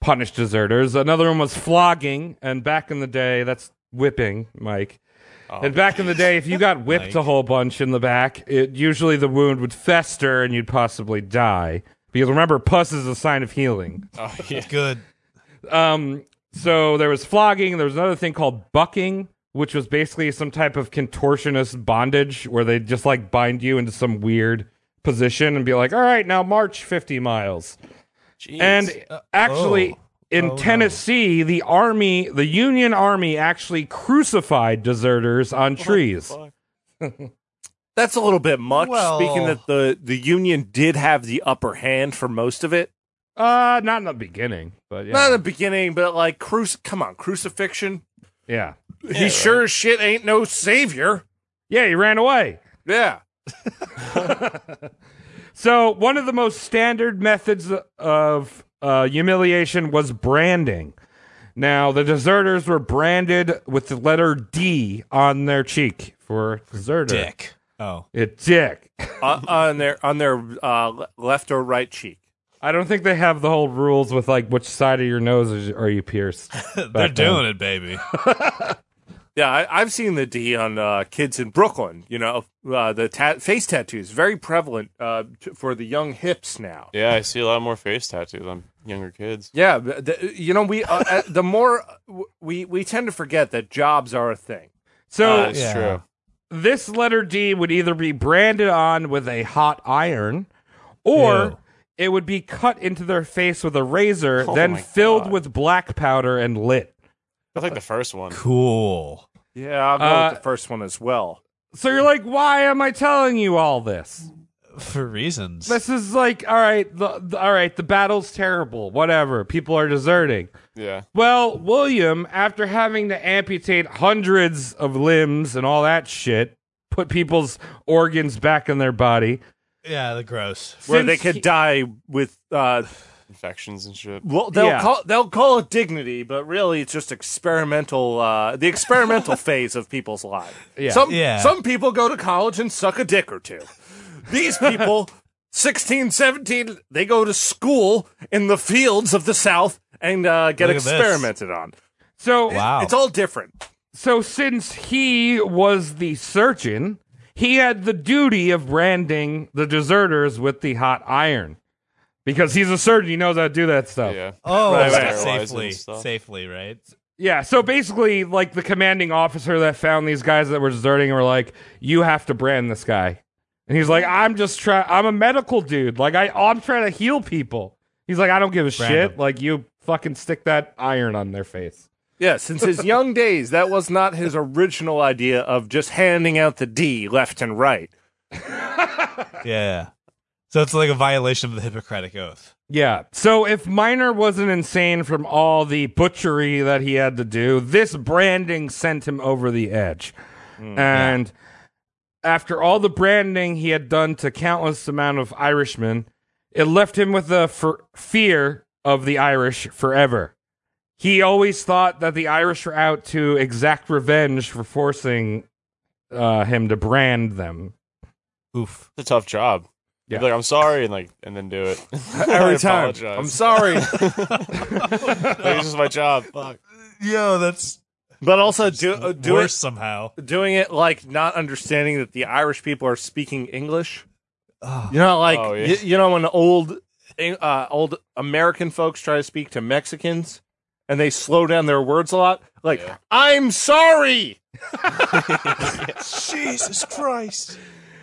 B: punish deserters. Another one was flogging, and back in the day, that's whipping, Mike. and back in the day, if you got whipped a whole bunch in the back, it usually the wound would fester and you'd possibly die. Because remember, pus is a sign of healing.
I: Oh, yeah.
H: Good.
B: Um, so there was flogging. There was another thing called bucking, which was basically some type of contortionist bondage where they just like bind you into some weird position and be like, "All right, now march 50 miles."
I: Jeez.
B: And actually,
H: oh.
B: in
H: no.
B: Tennessee, the army, the Union Army, actually crucified deserters on trees.
I: fuck?
G: That's a little bit much.
H: Well-
G: Speaking that the the union did have the upper hand for most of it,
B: Uh, not in the beginning, but yeah,
G: not in the beginning, but like cruci- Come on, crucifixion.
B: yeah,
G: he sure as shit ain't no savior.
B: yeah. He ran away.
G: Yeah,
B: So one of the most standard methods of uh, humiliation was branding, Now, the deserters were branded with the letter D on their cheek for deserter.
H: Dick. Oh.
B: A dick.
G: uh, on their on their uh, le- left or right cheek.
B: I don't think they have the whole rules with like which side of your nose is- are you pierced.
H: They're doing it, baby.
G: Yeah, I, I've seen the D on uh, kids in Brooklyn. You know, uh, the ta- face tattoos very prevalent uh, t- for the young hips now.
I: Yeah, I see a lot more face tattoos on younger kids.
G: Yeah, but the, you know, we uh, uh, the more uh, w- we we tend to forget that jobs are a thing.
B: So
I: Uh, it's
H: yeah.
I: true.
B: this letter D would either be branded on with a hot iron or
H: Ew.
B: it would be cut into their face with a razor,
I: Oh
B: then
I: my
B: filled
I: God.
B: with black powder and lit.
I: That's like the first one.
H: Cool.
G: Yeah, I'll go
B: Uh,
G: with the first one as well.
B: So you're like, why am I telling you all this?
H: For reasons.
B: This is like, all right, the, the- all right, the battle's terrible, whatever. People are deserting.
I: Yeah.
B: Well, William, after having to amputate hundreds of limbs and all that shit, put people's organs back in their body.
H: yeah, the gross.
G: Where they
B: since
G: could
B: he-
G: die with uh,
I: Infections and shit.
G: well, they'll
B: Yeah.
G: call they'll call it dignity, but really it's just experimental uh, the experimental phase of people's lives.
B: Yeah.
G: Some
H: Yeah.
G: some people go to college and suck a dick or two. These people 16, 17, they go to school in the fields of the South and uh, get
H: Look at this.
G: experimented on.
B: So,
H: Wow.
G: It's all different.
B: so since he was the surgeon, he had the duty of branding the deserters with the hot iron because he's a surgeon. He knows how to do that stuff.
I: Yeah.
H: oh,
G: Right, right.
H: safely.
I: Sterilizing stuff.
H: Safely, right?
B: Yeah, so basically, like the commanding officer that found these guys that were deserting were like, "You have to brand this guy," and he's like, "I'm just trying. I'm a medical dude. Like I, I'm trying to heal people." He's like, "I don't give a
H: Brand
B: shit.
H: him.
B: Like you fucking stick that iron on their face."
G: Yeah, since his young days, that was not his original idea of just handing out the D left and right.
H: Yeah. So it's like a violation of the Hippocratic Oath.
B: Yeah. So if Miner wasn't insane from all the butchery that he had to do, this branding sent him over the edge. and after all the branding he had done to countless amount of Irishmen, it left him with a fer- fear of the Irish forever. He always thought that the Irish were out to exact revenge for forcing uh, him to brand them.
H: Oof.
I: It's a tough job.
B: Yeah.
I: You'd be like, I'm sorry, and like, and then do it. I
G: Every time.
I: apologize.
G: I'm sorry.
I: Like, this is my job. Fuck.
H: Yo, that's
G: but also do, uh, do
H: worse
G: it,
H: somehow.
G: doing it like not understanding that the Irish people are speaking English. You know, like,
I: Oh, yeah.
G: y- you know, when old uh, old American folks try to speak to Mexicans and they slow down their words a lot. Like, I'm sorry.
H: Jesus Christ.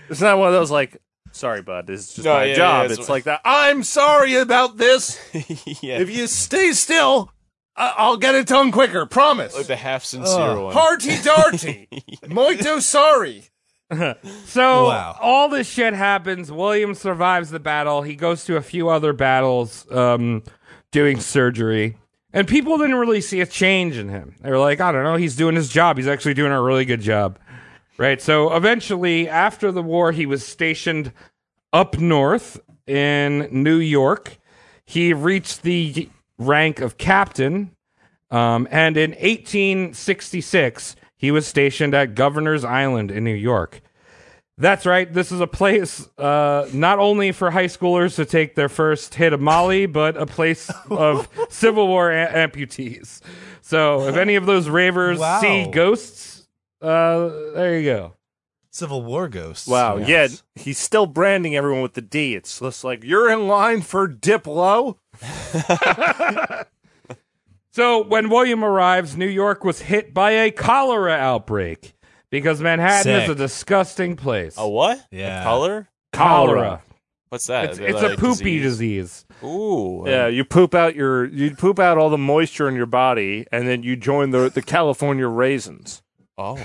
G: It's not one of those, like, sorry, bud, this is just
I: No,
G: my
I: yeah, yeah,
G: job.
I: it's-
G: it's like that. I'm sorry about this.
I: yeah.
G: If you stay still, I- I'll get it done quicker. Promise.
I: like the half sincere one.
G: Party darty. Muito sorry.
B: So
H: Wow.
B: all this shit happens. William survives the battle. He goes to a few other battles um, doing surgery. And people didn't really see a change in him. They were like, I don't know, he's doing his job. He's actually doing a really good job. Right. So eventually, after the war, he was stationed up north in New York. He reached the rank of captain. Um, and in 1866, he was stationed at Governor's Island in New York. That's right. This is a place uh, not only for high schoolers to take their first hit of Molly, but a place of Civil War a- amputees. So if any of those ravers
H: Wow.
B: see ghosts, uh, there you go.
H: Civil War ghosts.
G: Wow.
H: Yes.
G: Yeah, he's still branding everyone with the D. It's just like you're in line for Diplo.
B: So when William arrives, New York was hit by a cholera outbreak because Manhattan is
H: Sick.
B: a disgusting place.
I: A what?
H: Yeah.
I: A color?
B: cholera.
I: What's that?
B: It's,
I: Is it
B: it's
I: like
B: a poopy disease.
I: Ooh.
G: Yeah, you poop out your you poop out all the moisture in your body, and then you join the the California raisins,
I: Oh.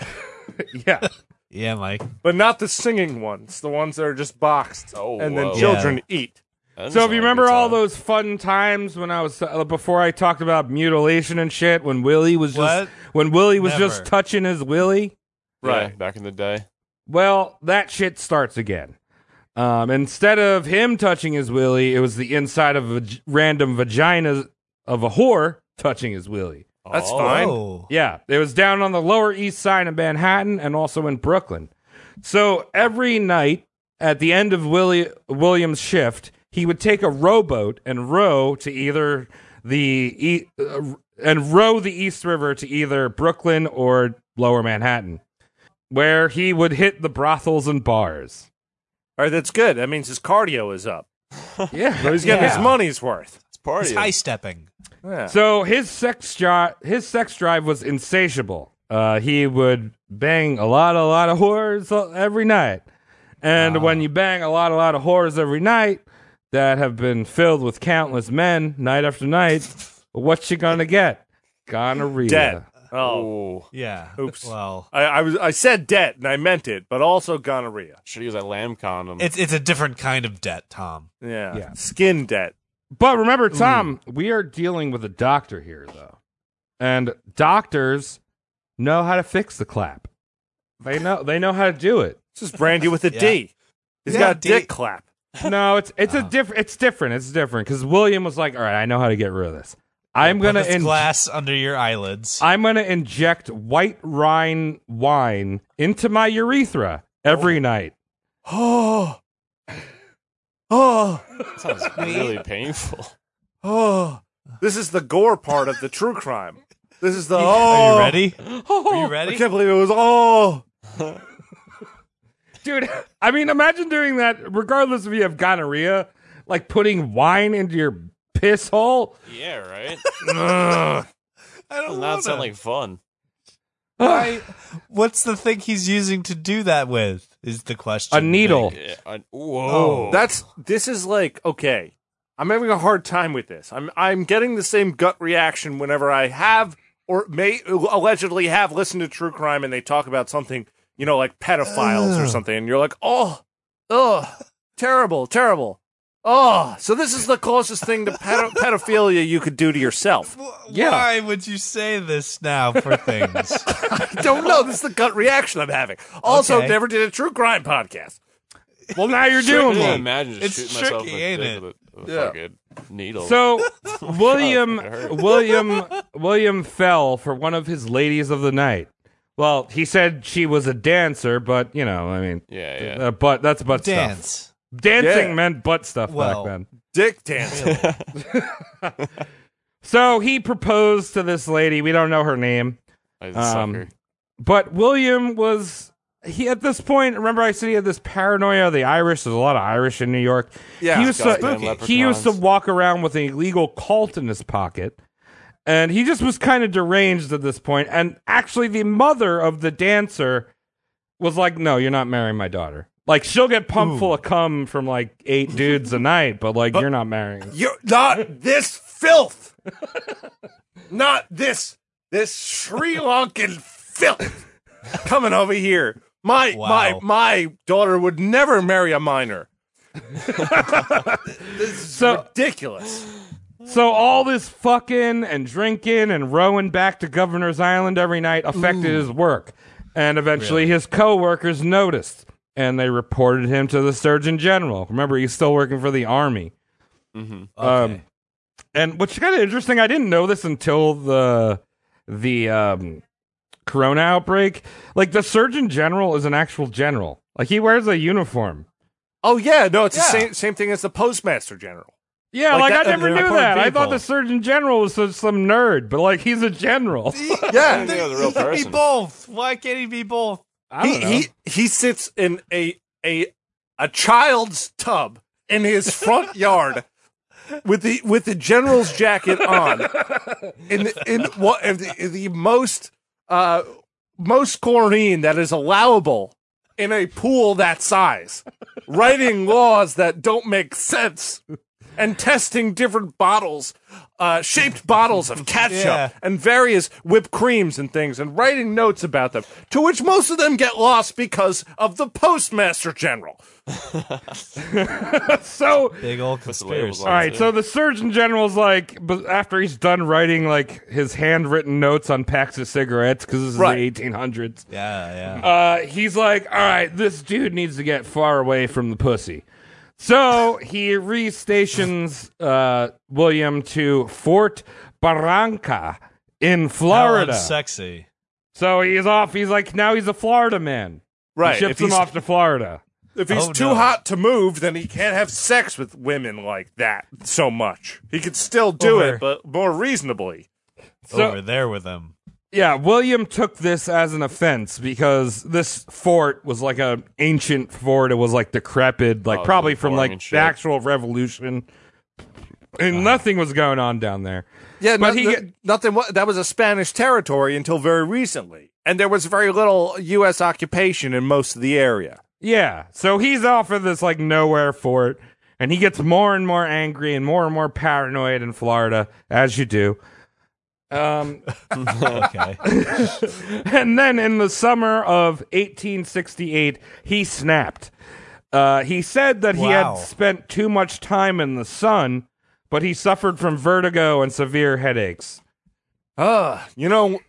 B: Yeah.
H: Yeah, Mike.
G: but not the singing ones, the ones that are just boxed,
I: Oh,
G: and then
I: whoa.
G: children eat.
I: That doesn't
B: so if
I: sound
B: you
I: like a
B: remember
I: good
B: all
I: time.
B: those fun times when I was uh, before I talked about mutilation and shit when Willie was
H: What?
B: just when Willie was
H: Never.
B: just touching his Willie.
I: Yeah,
G: Right.
I: back in the day.
B: Well, that shit starts again. Um, instead of him touching his willy, it was the inside of a vag- random vagina of a whore touching his willy.
G: That's fine.
H: Oh.
B: Yeah, it was down on the Lower East Side of Manhattan and also in Brooklyn. So every night at the end of Willie, William's shift, he would take a rowboat and row to either the e- uh, and row the East River to either Brooklyn or Lower Manhattan, where he would hit the brothels and bars.
G: All right, that's good. That means his cardio is up.
B: Yeah,
G: He's getting
H: Yeah.
G: his money's worth.
I: It's party.
H: It's high stepping.
G: Yeah.
B: So his sex drive, his sex drive was insatiable. Uh, he would bang a lot, a lot of whores uh, every night, and when you bang a lot, a lot of whores every night that have been filled with countless men night after night, what you gonna get? Gonorrhea.
G: debt. Oh,
I: Oh,
H: Yeah.
G: Oops.
H: Well,
G: I, I was I said debt and I meant it, but also gonorrhea.
I: should use that lamb condom.
H: it's it's a different kind of debt, Tom.
G: Yeah,
B: Yeah.
G: skin debt.
B: But remember, Tom, we are dealing with a doctor here, though, and doctors know how to fix the clap. They know they know how to do it.
G: This is Brandy with a D.
H: Yeah.
G: He's
H: Yeah,
G: got a
H: D.
G: dick clap.
B: No, it's it's
H: Oh.
B: a different. It's different. It's different because William was like, "All right, I know how to get rid of this. I'm
H: Put
B: gonna
H: this
B: in-
H: glass under your eyelids.
B: I'm gonna inject white Rhine wine into my urethra every night."
G: Oh, oh,
I: That sounds really painful.
G: oh. This is the gore part of the true crime. This is the oh.
H: Are you ready? Are you
G: I
H: ready?
G: can't believe it was oh.
B: Dude, I mean, imagine doing that regardless if you have gonorrhea, like putting wine into your piss hole.
I: Yeah, right.
H: I don't
I: Does not sound
H: wanna.
I: like fun.
H: Why- What's the thing he's using to do that with? Is the question
B: A needle.
I: Yeah, I- whoa.
G: Oh. That's this is like okay. I'm having a hard time with this. I'm I'm getting the same gut reaction whenever I have or may allegedly have listened to true crime and they talk about something, you know, like pedophiles or something, and you're like, oh, oh, terrible, terrible. Oh, so this is the closest thing to pedo- pedophilia you could do to yourself.
H: Wh-
B: Yeah.
H: Why would you say this now for things?
G: I don't know. This is the gut reaction I'm having. Also,
H: Okay.
G: never did a true crime podcast.
B: Well, now you're
I: I
B: doing
I: can't
B: one.
I: imagine just
H: It's
I: shooting myself
H: tricky,
I: in the
H: ain't
I: dick with a,
G: Yeah.
I: a fucking needle.
B: So William
I: Oh God, it hurt.
B: William William fell for one of his ladies of the night. Well, he said she was a dancer, but you know, I mean,
I: yeah, yeah.
B: uh, but that's butt stuff.
H: Dance.
B: Dancing
G: Yeah.
B: meant butt stuff
H: Well.
B: back then.
G: Dick dancing.
B: So he proposed to this lady. We don't know her name,
I: I
B: um,
I: sucker.
B: but William was he at this point. Remember, I said he had this paranoia of the Irish. There's a lot of Irish in New York.
G: Yeah,
B: he used
I: goddamn
B: to he used to
I: leprechauns.
B: walk around with an illegal cult in his pocket, and he just was kind of deranged at this point. And actually, the mother of the dancer was like, "No, you're not marrying my daughter. Like, she'll get pumped full of cum from like eight dudes a night, but like, you're not marrying."
G: You're not this filth. not this this Sri Lankan filth coming over here. My
H: Wow.
G: my my daughter would never marry a minor.
B: So
G: Ridiculous.
B: So all this fucking and drinking and rowing back to Governor's Island every night affected his work, and eventually his coworkers noticed and they reported him to the Surgeon General. Remember, he's still working for the Army.
H: Okay.
B: Um, and what's kind of interesting, I didn't know this until the the um, Corona outbreak. Like the Surgeon General is an actual general. Like he wears a uniform.
G: Oh yeah, no, it's the
H: Yeah.
G: same same thing as the postmaster general.
B: Yeah,
G: Like
B: like,
G: that-
B: I never
G: they're
B: knew
G: important
B: that. I thought
G: people.
B: the Surgeon General was some, some nerd, but like he's a general.
G: Yeah.
I: I think it was a real
H: He can be
I: person.
H: both. Why can't he be both?
B: I don't
G: He
B: know.
G: he he sits in a a a child's tub in his front yard with the with the general's jacket on in the, in what in the, in the most uh most chlorine that is allowable in a pool that size writing laws that don't make sense and testing different bottles uh, shaped bottles of ketchup
H: Yeah.
G: and various whipped creams and things and writing notes about them to which most of them get lost because of the postmaster general
B: so
H: Big old
I: What's the labels
H: conspiracy.
I: on
B: all right
I: it?
B: so the surgeon general's like but after he's done writing like his handwritten notes on packs of cigarettes because this is
G: Right.
B: the 1800s
H: Yeah, yeah.
B: uh, he's like all right this dude needs to get far away from the pussy so he restations uh, william to fort barranca in
H: How
B: Florida.
H: Sexy.
B: So he's off. He's like now he's a Florida man.
G: Right.
B: He ships
G: if he's,
B: him off to Florida.
G: if he's
H: Oh,
G: too
H: no.
G: hot to move, then he can't have sex with women like that so much. He could still do
B: Over.
G: it, but more reasonably.
B: So-
H: Over there with him.
B: Yeah, William took this as an offense because this fort was like an ancient fort. It was like decrepit, like
I: Oh,
B: probably
I: it's
B: from
I: boring
B: like
I: and
B: the
I: shit.
B: actual revolution, and nothing was going on down there.
G: Yeah,
B: But
G: but
B: he
G: he
B: get-
G: nothing. wa- That was a Spanish territory until very recently, and there was very little U.S. occupation in most of the area.
B: Yeah, so he's off of this like nowhere fort, and he gets more and more angry and more and more paranoid in Florida, as you do. Um,
H: Okay.
B: and then in the summer of 1868, he snapped. Uh, he said that he
H: Wow.
B: had spent too much time in the sun, but he suffered from vertigo and severe headaches.
G: Uh, you know,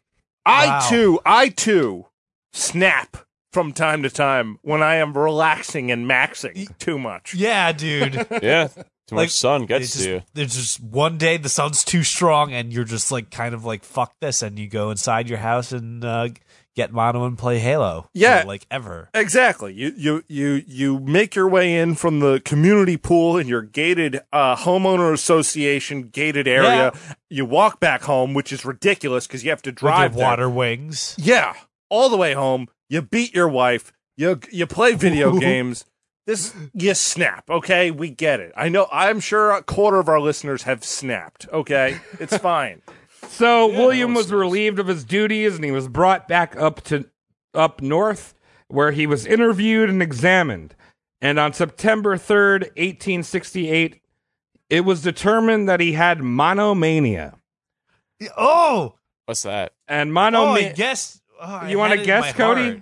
G: I
H: Wow.
G: too, I too snap from time to time when I am relaxing and maxing too much.
H: yeah, dude.
I: Yeah. Too
H: Like,
I: much sun gets
H: It's
I: to you.
H: just, there's just one day the sun's too strong and you're just like kind of like fuck this and you go inside your house and uh, get mono and play Halo.
G: Yeah.
H: For, like ever.
G: Exactly. You you you you make your way in from the community pool in your gated uh, homeowner association gated area. You walk back home, which is ridiculous because you have to drive
H: Drive
G: there.
H: water wings.
G: Yeah, all the way home. You beat your wife. You you play video games. This you snap. Okay, we get it. I know. I'm sure a quarter of our listeners have snapped. Okay, it's fine.
B: So William was relieved of his duties and he was brought back up to up north where he was interviewed and examined. And on September 3rd, 1868, it was determined that he had monomania.
H: Oh,
I: What's that?
B: And
H: oh,
B: monomania
H: I guess. oh, I
B: You wanna
H: had it in
B: guess,
H: my
B: Cody?
H: heart.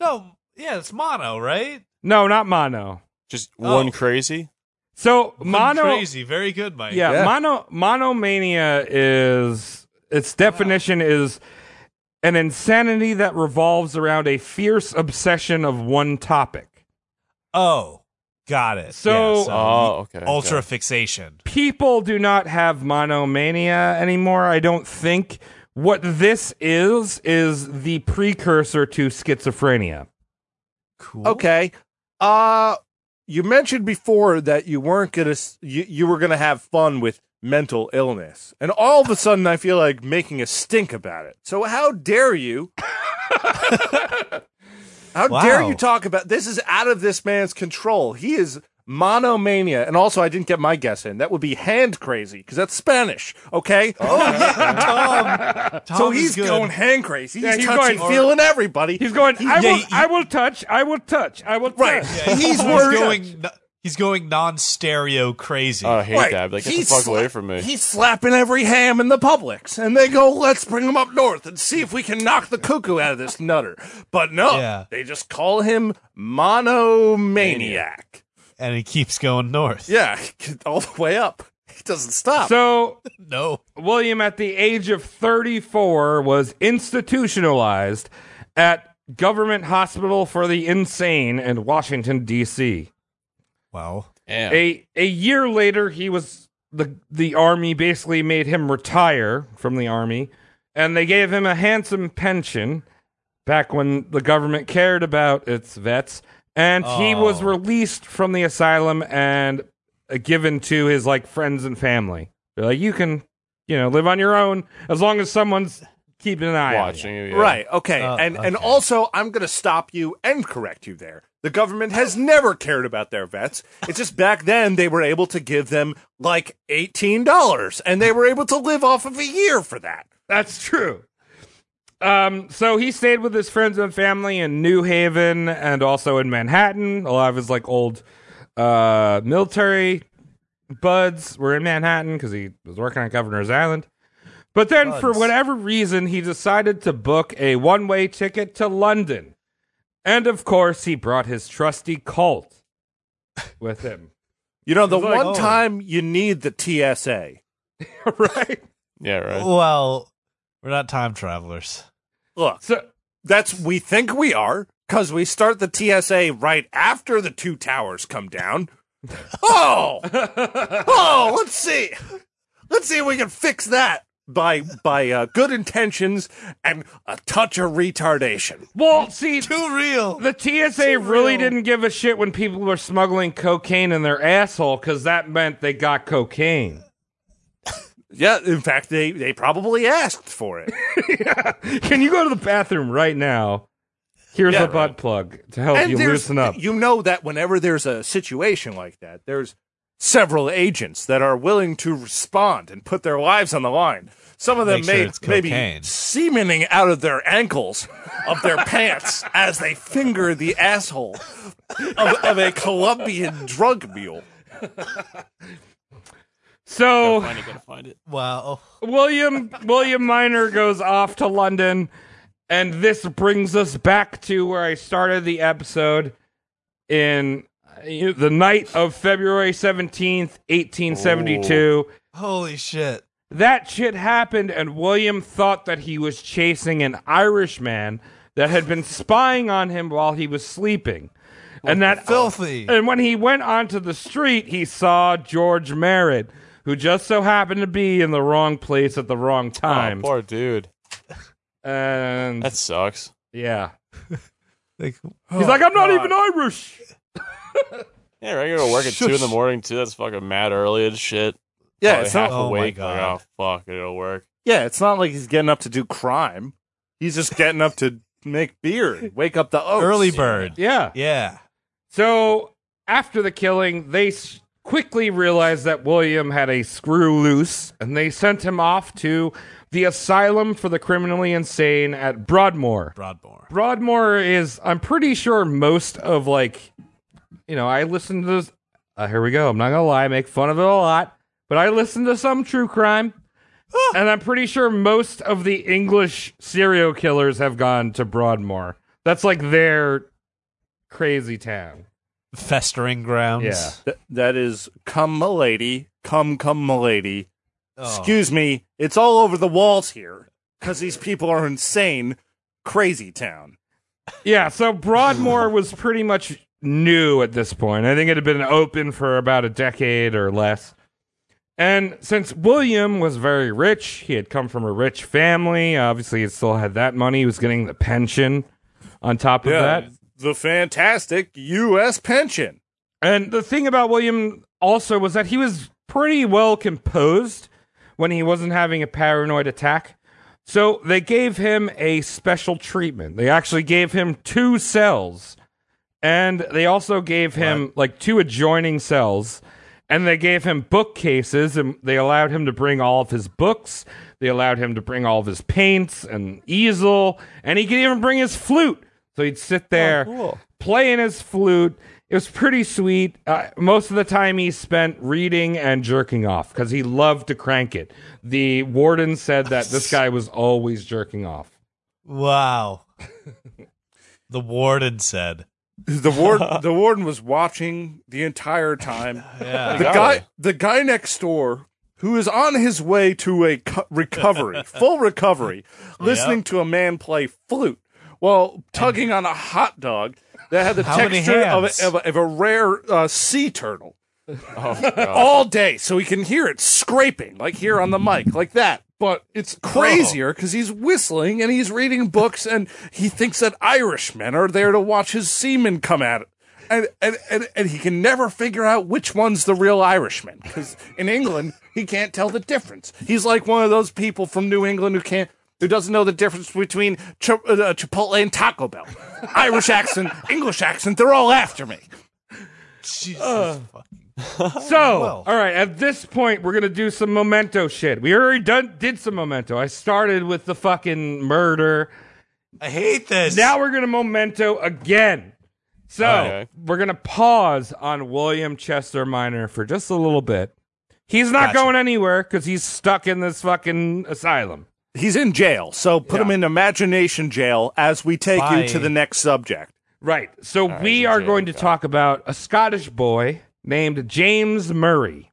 H: No, yeah, it's mono, right?
B: No, not mono.
I: Just
H: Oh.
I: one crazy?
B: So
H: One
B: mono
H: crazy, very good, Mike.
B: yeah, mono monomania is its definition is an insanity that revolves around a fierce obsession of one topic.
H: Oh, got it.
B: So-
H: Yeah,
I: Oh, okay. okay.
H: ultra fixation.
B: People do not have monomania anymore, I don't think. What this is is the precursor to schizophrenia.
H: Cool.
G: Okay. Uh you mentioned before that you weren't gonna s- you, you were gonna have fun with mental illness, and all of a sudden I feel like making a stink about it. So how dare you? how dare
H: Wow.
G: you talk about this? Is out of this man's control. He is monomania, and also I didn't get my guess in. That would be hand crazy because that's Spanish. Okay. Oh,
H: Tom, Tom
G: so
H: is
G: he's
H: good.
G: going hand crazy. He's,
B: Yeah, he's
G: touching,
B: going-
G: feeling everybody.
B: He's going, I,
H: yeah,
B: will,
H: he-
B: I will touch, I will touch, I will touch.
G: Right.
H: He's,
G: He's worried.
H: going. no- He's going non-stereo crazy.
I: Oh, I hate
G: Right.
I: that. Like, get the
G: He's
I: fuck
G: sla-
I: away from me.
G: He's slapping every ham in the Publix, and they go, "Let's bring him up north and see if we can knock the cuckoo out of this nutter." But no,
H: Yeah.
G: they just call him monomaniac.
H: and he keeps going north.
G: Yeah, all the way up. He doesn't stop.
B: So
H: No.
B: William, at the age of 34, was institutionalized at Government Hospital for the Insane in Washington, D.C.
H: Wow.
I: Damn.
B: A, a year later, he was the, the Army basically made him retire from the Army, and they gave him a handsome pension back when the government cared about its vets. And he was
H: Oh.
B: released from the asylum and uh, given to his like friends and family. They're like, you can, you know, live on your own as long as someone's keeping an eye on you.
I: Watching you. yeah.
G: Right. Okay.
H: Uh,
G: and and
H: okay.
G: also, I'm going to stop you and correct you there. The government has never cared about their vets. It's just back then they were able to give them like eighteen dollars, and they were able to live off of a year for that.
B: That's true. Um, so he stayed with his friends and family in New Haven and also in Manhattan. A lot of his like old uh, military buds were in Manhattan because he was working on Governor's Island. But then, for
H: Buds.
B: whatever reason, he decided to book a one way ticket to London. And of course, he brought his trusty cult with him.
G: You know, the
H: It's like,
G: one
H: oh.
G: time you need the TSA.
B: right?
I: Yeah, right.
H: Well, we're not time travelers.
G: Look,
B: So,
G: that's we think we are because we start the TSA right after the two towers come down. Oh, oh, let's see, let's see if we can fix that. by by uh, good intentions and a touch of retardation.
B: Well, see,
H: Too real.
B: the TSA really didn't give a shit when people were smuggling cocaine in their asshole because that meant they got cocaine.
G: Yeah, in fact, they they probably asked for it.
B: Can you go to the bathroom right now? Here's
G: Yeah,
B: a butt plug to help you
G: there's-
B: loosen up.
G: You know that whenever there's a situation like that, there's several agents that are willing to respond and put their lives on the line. Some of them
H: Make sure
G: may
H: it's
G: maybe
H: cocaine.
G: semening out of their ankles of their pants as they finger the asshole of, of a Colombian drug mule.
B: so
I: Find it, gotta find it.
H: Wow.
B: William William Minor goes off to London, and this brings us back to where I started the episode in uh, the night of February seventeenth, eighteen seventy two.
H: Holy shit.
B: That shit happened, and William thought that he was chasing an Irishman that had been spying on him while he was sleeping. And that
H: Filthy.
B: And when he went onto the street, he saw George Merritt, who just so happened to be in the wrong place at the wrong
I: Oh,
B: time.
I: poor dude.
B: and
I: That sucks.
B: yeah,
H: Like,
G: Oh,
I: Oh,
B: he's like, "I'm not even Irish."
I: Yeah, right. You go to work at two in the morning too. That's fucking mad early and shit.
G: Yeah,
I: Probably
G: it's not,
I: half
H: Oh my
I: awake.
H: God.
I: Like, oh fuck, it'll work.
G: yeah, it's not like he's getting up to do crime. He's just getting up to make beer, and wake up the oaks.
H: early bird.
B: Yeah.
H: Yeah.
B: So after the killing, they s- quickly realized that William had a screw loose, and they sent him off to the asylum for the criminally insane at Broadmoor.
H: Broadmoor.
B: Broadmoor is, I'm pretty sure, most of like, you know, I listen to this. Uh, here we go. I'm not gonna lie, I make fun of it a lot, but I listen to some true crime, and I'm pretty sure most of the English serial killers have gone to Broadmoor. That's like their crazy town.
H: Festering grounds.
B: Yeah.
G: Th- that is, come, milady, come, come, milady.
H: Oh.
G: Excuse me, it's all over the walls here because these people are insane, crazy town.
B: Yeah, so Broadmoor was pretty much new at this point. I think it had been open for about a decade or less. And since William was very rich, he had come from a rich family. Obviously, he still had that money. He was getting the pension on top of that.
G: the fantastic U.S. pension.
B: And the thing about William also was that he was pretty well composed when he wasn't having a paranoid attack. So they gave him a special treatment. They actually gave him two cells. And they also gave him like two adjoining cells. And they gave him bookcases and they allowed him to bring all of his books. They allowed him to bring all of his paints and easel. And he could even bring his flute. So he'd sit there playing his flute. It was pretty sweet. Uh, most of the time he spent reading and jerking off because he loved to crank it. The warden said that this guy was always jerking off.
H: Wow. the warden said.
G: The ward, the warden was watching the entire time.
H: Yeah.
G: The guy, the guy next door, who is on his way to a co- recovery, full recovery, listening to a man play flute while tugging on a hot dog that had the
H: How many
G: texture of
H: hands?
G: a, of a, of a rare uh, sea turtle. All day, so he can hear it scraping, like here on the mic, like that. But it's crazier because he's whistling and he's reading books, and he thinks that Irishmen are there to watch his seamen come at it. And, and, and, and he can never figure out which one's the real Irishman because in England, he can't tell the difference. He's like one of those people from New England who can't. Who doesn't know the difference between Ch- uh, Chipotle and Taco Bell? Irish accent, English accent, they're all after me.
H: Jesus fucking-
B: So,
H: well.
B: all right, at this point, we're going to do some memento shit. We already done, did some memento. I started with the fucking murder.
H: I hate this.
B: Now we're going to memento again. So,
I: Okay.
B: we're going to pause on William Chester Minor for just a little bit. He's not
H: Gotcha.
B: going anywhere because he's stuck in this fucking asylum.
G: He's in jail, so put him in imagination jail as we take
H: Bye.
G: you to the next subject.
B: Right. So we
I: he's
B: are
I: a
B: going to
I: guy.
B: talk about a Scottish boy named James Murray.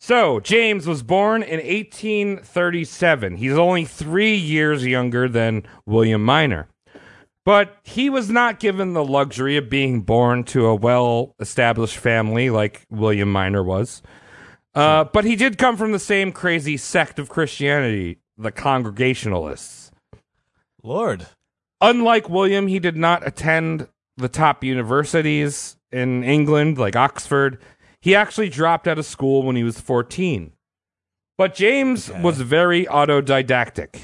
B: So James was born in 1837. He's only three years younger than William Minor. But he was not given the luxury of being born to a well established family like William Minor was.
I: Hmm.
B: Uh, but he did come from the same crazy sect of Christianity, the Congregationalists.
H: Lord.
B: Unlike William, he did not attend the top universities in England, like Oxford. He actually dropped out of school when he was 14. But James was very autodidactic,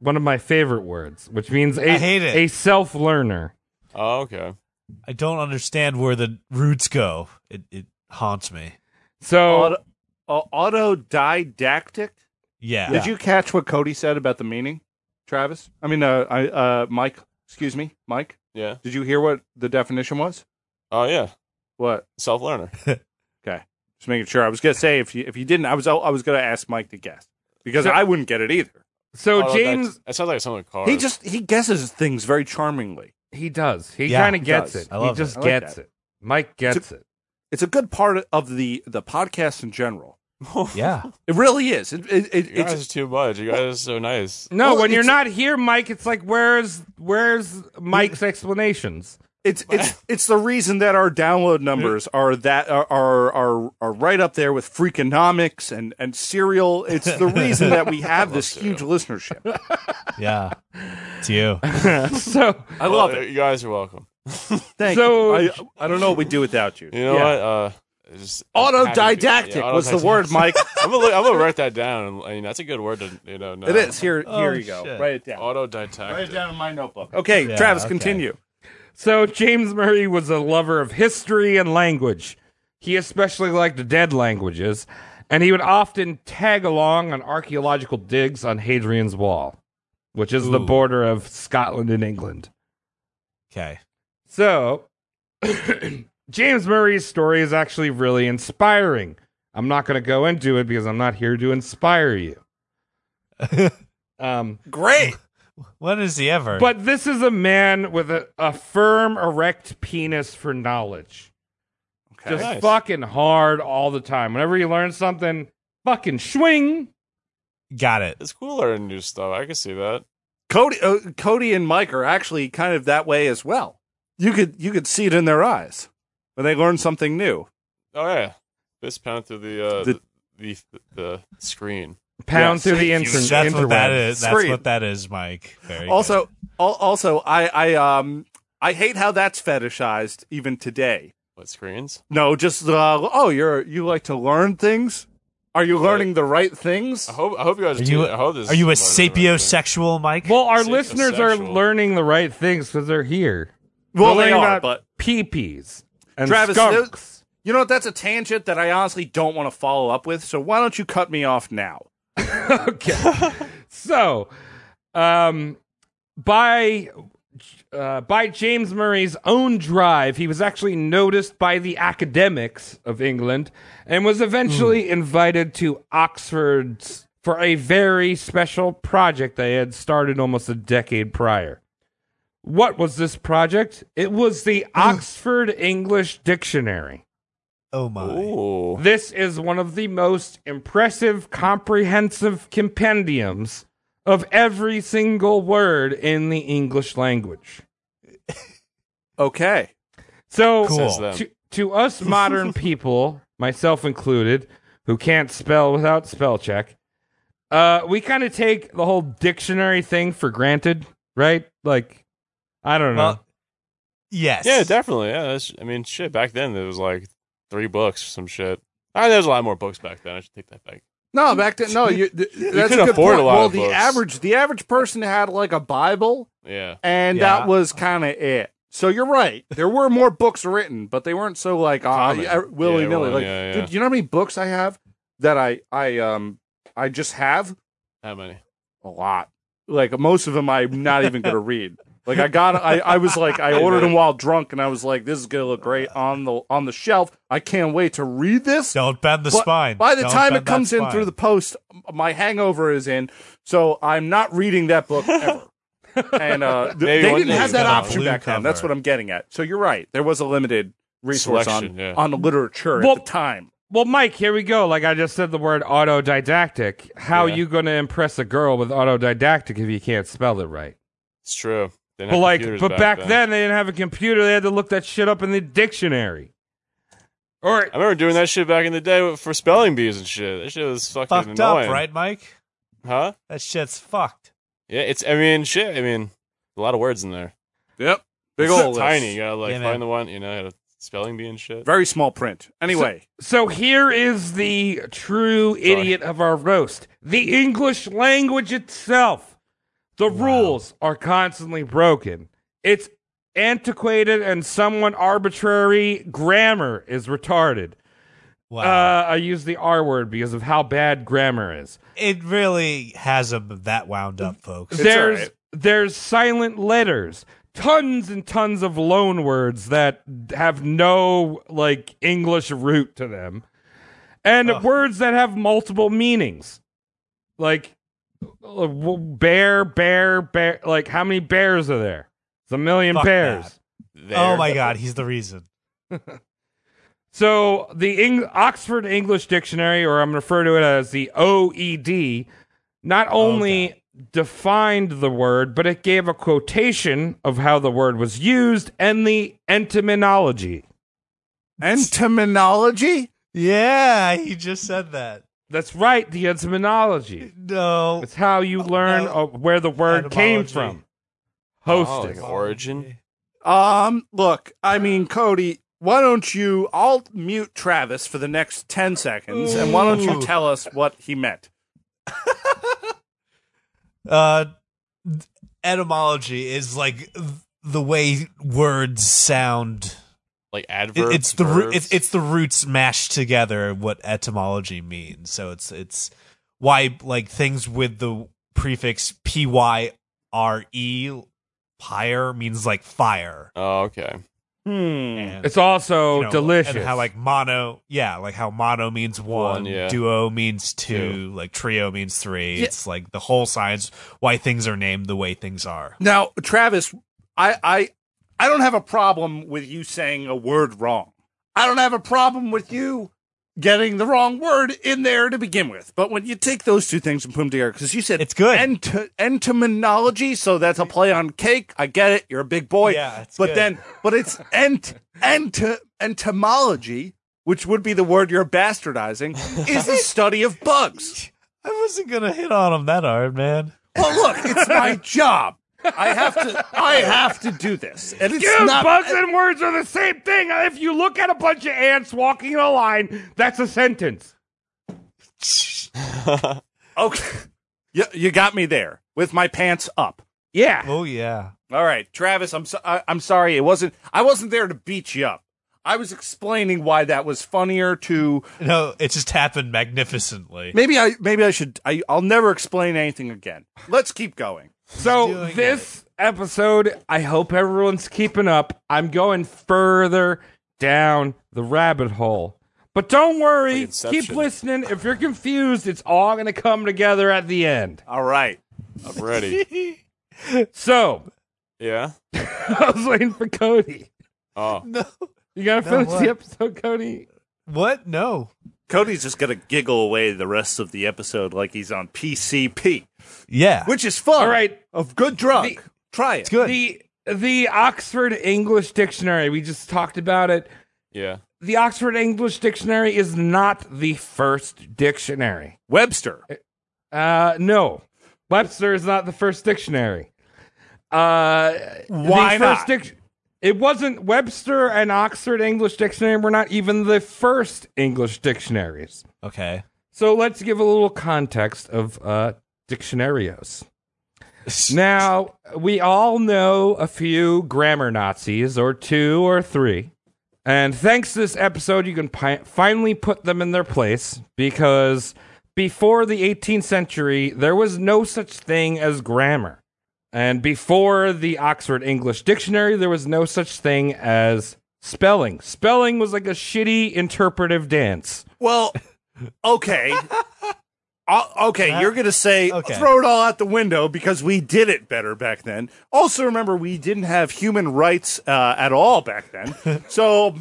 B: one of my favorite words, which means a,
H: I hate it.
B: a self learner.
I: Oh, okay.
H: I don't understand where the roots go. It it haunts me.
B: So,
G: Auto- uh, autodidactic.
H: Yeah.
G: Did you catch what Cody said about the meaning, Travis? I mean, uh, I, uh, Mike. Excuse me, Mike.
I: Yeah.
G: Did you hear what the definition was?
I: Oh, yeah.
G: What?
I: Self learner.
G: Just making sure. I was gonna say if you if you didn't, I was I was gonna ask Mike to guess because
B: So-
G: I wouldn't get it either.
B: so James,
I: That sounds like someone car.
G: He just he guesses things very charmingly.
B: he does. He
H: Yeah,
B: kind of
H: he
B: gets
H: does.
B: it.
H: I love
B: he just
G: that. I like
B: gets
G: that.
B: it. Mike gets it.
G: It's a good part of the the podcast in general.
H: Yeah.
G: It really is. It, it, it,
I: You guys
G: it's
I: are too much. You guys are so nice.
B: No,
G: Well,
B: when you're
G: it's-
B: not here, Mike, it's like where's where's Mike's explanations?
G: it's it's it's the reason that our download numbers are that are are are, are right up there with Freakonomics and and Serial. It's the reason that we have this huge listenership.
H: Yeah. It's you.
B: so
G: I love it.
I: You guys are welcome.
G: Thank
B: So-
G: you. I, I don't know what we do without you.
I: You know
B: Yeah.
I: what? Uh, it's just
G: Autodidactic
I: Yeah,
G: was the word,
I: autodidactic.
G: Mike.
I: I'm gonna, look, I'm gonna write that down. And, you know, that's a good word to you know. Know.
G: It is here. here
H: Oh,
G: you go.
H: shit.
G: Write it down.
I: Autodidactic.
G: down in my notebook. Okay,
H: Yeah,
G: Travis,
H: okay.
G: continue.
B: so James Murray was a lover of history and language. He especially liked dead languages, and he would often tag along on archaeological digs on Hadrian's Wall, which is the
H: Ooh.
B: border of Scotland and England.
H: Okay.
B: So, James Murray's story is actually really inspiring. I'm not going to go into it because I'm not here to inspire you. um,
G: Great.
H: When is he ever?
B: but this is a man with a, a firm, erect penis for knowledge.
G: Okay.
B: Just
I: Nice.
B: fucking hard all the time. Whenever you learn something, fucking swing.
H: got it.
I: It's cool learning new stuff. I can see that.
G: Cody, uh, Cody and Mike are actually kind of that way as well. You could you could see it in their eyes when they learn something new.
I: Oh yeah, fist pound through the uh,
G: The-
I: the, the the screen.
B: Pound
G: Yes.
B: through the
G: Thank
B: inter-
G: you.
H: That's what that
B: interwebs.
H: is. That's
G: Scream.
H: what that is, Mike. Very good.
G: Also, al- also I I um I hate how that's fetishized even today.
I: What screens?
G: No, just uh, oh you're you like to learn things. Are you learning the right things?
I: I hope I hope you guys
H: Are
I: are.
H: you-
I: I hope this
H: are you a
I: is learning the right thing.
H: sapiosexual, Mike?
B: Well, our
I: Sexual.
B: listeners are learning the right things because they're here.
G: Well,
B: They're
G: they
B: learning
G: are,
B: about
G: but
B: peepees and
G: Travis,
B: skunks.
G: those- you know what? That's a tangent that I honestly don't want to follow up with. So why don't you cut me off now?
B: okay. so, um, by uh, by James Murray's own drive, he was actually noticed by the academics of England and was eventually invited to Oxford's for a very special project they had started almost a decade prior. What was this project? It was the Oxford English Dictionary.
H: oh my.
I: Ooh,
B: This is one of the most impressive, comprehensive compendiums of every single word in the English language.
G: Okay.
B: So,
H: Cool.
I: Says them.
B: to, to us modern people, myself included, who can't spell without spell check, uh, we kind of take the whole dictionary thing for granted, right? Like, I don't know.
H: Well, yes.
I: yeah, definitely. Yeah, that's, I mean, shit. Back then there was like three books, or some shit. I mean, there was a lot more books back then. I should take that back.
G: No, back then, no. You, th- that's
I: couldn't
G: a good
I: afford
G: point.
I: a lot
G: well,
I: of
G: the
I: books.
G: average the average person had like a Bible,
I: Yeah,
G: and
H: Yeah.
G: that was kind of it. So you're right. There were more books written, but they weren't so like uh,
I: Common.
G: willy
I: Yeah,
G: nilly.
I: well,
G: Like,
I: yeah, yeah.
G: dude, you know how many books I have that I I um I just have
I: how many?
G: a lot. Like most of them, I'm not even gonna read. Like I got, I, I was like, I ordered them while drunk, and I was like, this is gonna look great on the on the shelf. I can't wait to read this.
H: Don't bend the
G: But
H: spine.
G: By the
H: Don't
G: time
H: bend
G: it
H: that
G: comes in
H: spine.
G: through the post, m- my hangover is in, so I'm not reading that book ever. and uh, th-
I: Maybe
G: they
I: one
G: didn't
I: day
G: have
I: it's
G: that
H: got a
G: option
H: blue
G: back then. That's
H: cover.
G: what I'm getting at. So you're right. There was a limited resource on
I: Selection, yeah.
G: on literature
B: Well-
G: at the time.
B: Well, Mike, here we go. Like I just said, the word autodidactic. How
I: Yeah.
B: you going to impress a girl with autodidactic if you can't spell it right?
I: It's true. They didn't
B: But
I: have
B: like,
I: computers
B: but back, then. they didn't have a computer. They had to look that shit up in the dictionary. Or
I: I remember doing that shit back in the day for spelling bees and shit. That shit was fucking
H: Fucked
I: annoying.
H: up, right, Mike?
I: Huh?
H: That shit's fucked.
I: Yeah, it's. I mean, shit. I mean, a lot of words in there.
G: Yep. Big
I: It's
G: old list.
I: tiny. You gotta like
H: Yeah, man.
I: find the one. You know, had a spelling bee and shit.
G: Very small print. Anyway,
B: So here is the true idiot of our roast. The English language itself. The rules are constantly broken. It's antiquated and somewhat arbitrary. Grammar is retarded.
H: Wow.
B: Uh, I use the R word because of how bad grammar is.
H: it really has them that wound up, folks.
B: there's
G: alright.
B: there's silent letters, tons and tons of loan words that have no like English root to them, and words that have multiple meanings, like uh, w- bear, bear, bear. Like how many bears are there? It's a million
H: Fuck
B: bears.
H: that. Oh my god, he's the reason.
B: So the Eng- Oxford English Dictionary, or I'm going to refer to it as the OED, not only defined the word, but it gave a quotation of how the word was used and the etymology.
G: entomology.
H: Yeah, he just said that.
B: That's right, the etymology.
H: No.
B: It's how you learn
H: Oh, no.
B: uh, where the word came
H: Etymology.
B: from.
I: Oh, like
B: Hosting.
I: an origin.
G: Um, look, I mean, Cody, why don't you? I'll mute Travis for the next ten seconds, and why don't you
H: Ooh.
G: tell us what he meant?
H: Uh, etymology is like th- the way words sound.
I: Like
H: It-
I: adverbs.
H: it's the roo-
I: verbs.
H: it's it's the roots mashed together. What etymology means. So it's it's why like things with the prefix p y r e pyre means like fire.
I: Oh, okay.
G: Hmm.
B: It's also
H: you know,
B: Oh, delicious.
H: And how like mono, yeah, like how mono means
I: One,
H: one,
I: yeah.
H: duo means two, like trio means three. It's like the whole science why things are named the way things are.
G: Now, Travis, I, I, I don't have a problem with you saying a word wrong. I don't have a problem with you getting the wrong word in there to begin with. But when you take those two things and put them together, because you said
H: It's good.
G: ent- entomology, so that's a play on cake. I get it. You're a big boy.
H: Yeah, it's
G: but
H: good.
G: then, but it's ent ent entomology. Which would be the word you're bastardizing is the study of bugs.
H: I wasn't gonna hit on them that hard, man.
G: Well, look, it's my job. I have to. I have to do this, and it's
B: Dude,
G: not.
B: bugs and words are the same thing. If you look at a bunch of ants walking in a line, that's a sentence.
G: okay, you, you got me there with my pants up.
B: Yeah.
H: Oh yeah.
G: All right, Travis. I'm so, I, I'm sorry. It wasn't. I wasn't there to beat you up. I was explaining why that was funnier to.
H: No, it just happened magnificently.
G: Maybe I. Maybe I should. I, I'll never explain anything again. Let's keep going.
B: So
H: doing
B: this episode, I hope everyone's keeping up. I'm going further down the rabbit hole. But don't worry,
I: Like Inception.
B: keep listening. If you're confused, it's all going to come together at the end.
G: All right.
I: I'm ready.
B: So,
I: yeah.
B: I was waiting for Cody.
I: Oh.
H: No.
B: You got to
H: No,
B: finish
H: what?
B: the episode, Cody?
H: What? No.
G: Cody's just gonna giggle away the rest of the episode like he's on PCP,
H: Yeah.
G: which is fun.
B: All right.
G: of good drug.
B: The-
G: Try it.
H: it's good.
B: The the Oxford English Dictionary, we just talked about it.
I: Yeah.
B: The Oxford English Dictionary is not the first dictionary.
G: Webster.
B: Uh, no, Webster is not the first dictionary. Uh,
G: Why
B: the
G: not?
B: first dic- it wasn't Webster and Oxford English Dictionary were not even the first English dictionaries.
H: okay.
B: So let's give a little context of uh, dictionarios. Now, we all know a few grammar Nazis, or two or three. And thanks to this episode, you can pi- finally put them in their place because before the 18th century, there was no such thing as grammar. And before the Oxford English Dictionary, there was no such thing as spelling. Spelling was like a shitty interpretive dance.
G: Well, okay. Uh, okay, you're going to say
H: okay.
G: throw it all out the window because we did it better back then. Also, remember, we didn't have human rights uh, at all back then. so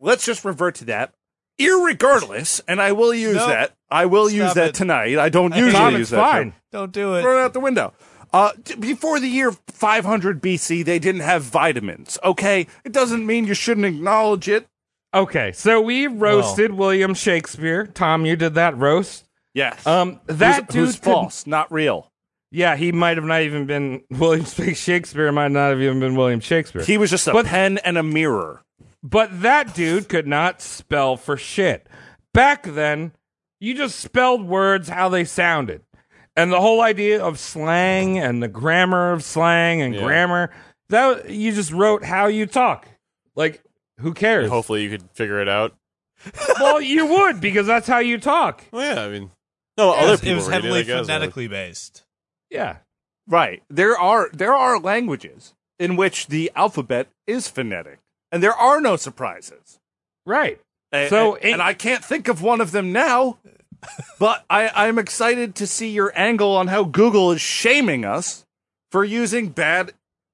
G: let's just revert to that. Irregardless, and I will use
H: No.
G: that. I will
H: Stop
G: use that
H: it.
G: tonight. I don't usually
B: Tom,
G: use
B: it's
G: that. term.
B: fine.
H: Don't do
G: Throw
H: it.
G: it out the window. Uh, t- before the year 500 BC, they didn't have vitamins. Okay, it doesn't mean you shouldn't acknowledge it.
B: Okay, so we roasted William Shakespeare. Tom, you did that roast.
G: Yes.
B: Um, that
G: who's, who's
B: dude could-
G: false, not real.
B: Yeah, he might have not even been William Shakespeare. Might not have even been William Shakespeare.
G: He was just a
B: But-
G: pen and a mirror.
B: But that dude could not spell for shit. Back then, you just spelled words how they sounded. And the whole idea of slang and the grammar of slang and grammar, that you just wrote how you talk. Like, who cares?
I: Hopefully, you could figure it out.
B: well, you would because that's how you talk.
I: Well, yeah, I mean, no,
H: it
I: other
H: was,
I: people
H: it was
I: read
H: heavily
I: I guess, but-
H: phonetically based.
B: Yeah.
G: Right. There are there are languages in which the alphabet is phonetic, and there are no surprises.
B: Right.
G: A-
B: So
G: a-
B: it-
G: and I can't think of one of them now, but I, I'm excited to see your angle on how Google is shaming us for using bad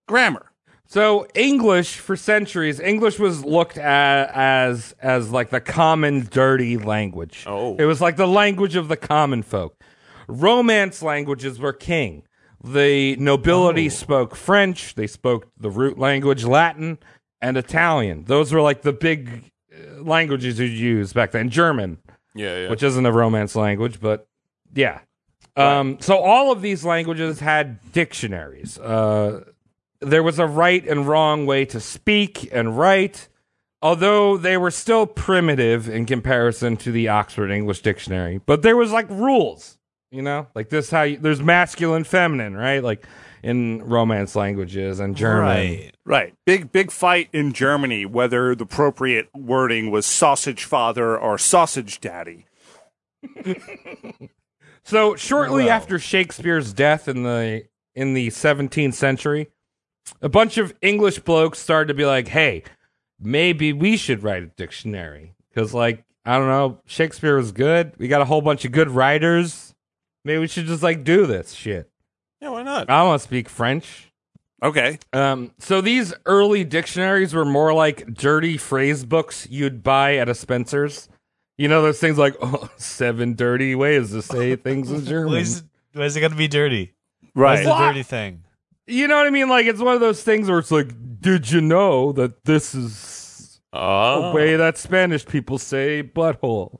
G: grammar.
B: So English for centuries, English was looked at as as like the common dirty language.
I: Oh.
B: It was like the language of the common folk. Romance languages were king. The nobility spoke French, they spoke the root language Latin and Italian. Those were like the big uh, languages you'd use back then. German
I: Yeah, yeah.
B: which isn't a romance language, but yeah. Um, so all of these languages had dictionaries. Uh, there was a right and wrong way to speak and write, although they were still primitive in comparison to the Oxford English Dictionary. But there was like rules, you know, like this how you, there's masculine, feminine, right? Like in romance languages and German.
H: Right.
G: Right. Big big fight in Germany whether the appropriate wording was sausage father or sausage daddy.
B: So shortly after Shakespeare's death in the in the 17th century, a bunch of English blokes started to be like, "Hey, maybe we should write a dictionary because, like, I don't know, Shakespeare was good. We got a whole bunch of good writers. Maybe we should just like do this shit.
I: yeah, why not?
B: I want to speak French."
G: Okay.
B: Um, so these early dictionaries were more like dirty phrase books you'd buy at a Spencer's. You know those things like oh, seven dirty ways to say things in German.
H: Why is, why is it going to be dirty? It's
G: Right.
H: the dirty thing.
B: You know what I mean? Like it's one of those things where it's like, did you know that this is
I: Oh,
B: the way that Spanish people say butthole?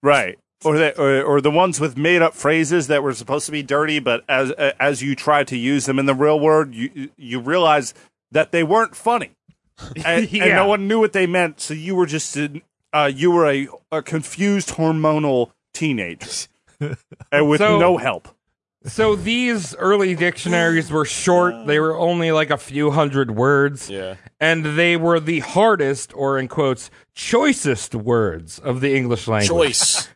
G: Right. Or, that, or or the ones with made up phrases that were supposed to be dirty, but as uh, as you try to use them in the real world, you you realize that they weren't funny, and, and
B: Yeah.
G: no one knew what they meant. So you were just an- uh, you were a, a confused hormonal teenager, and with
B: So-
G: no help.
B: So these early dictionaries were short. They were only like a few hundred words.
I: Yeah.
B: And they were the hardest or in quotes choicest words of the English language.
I: choice.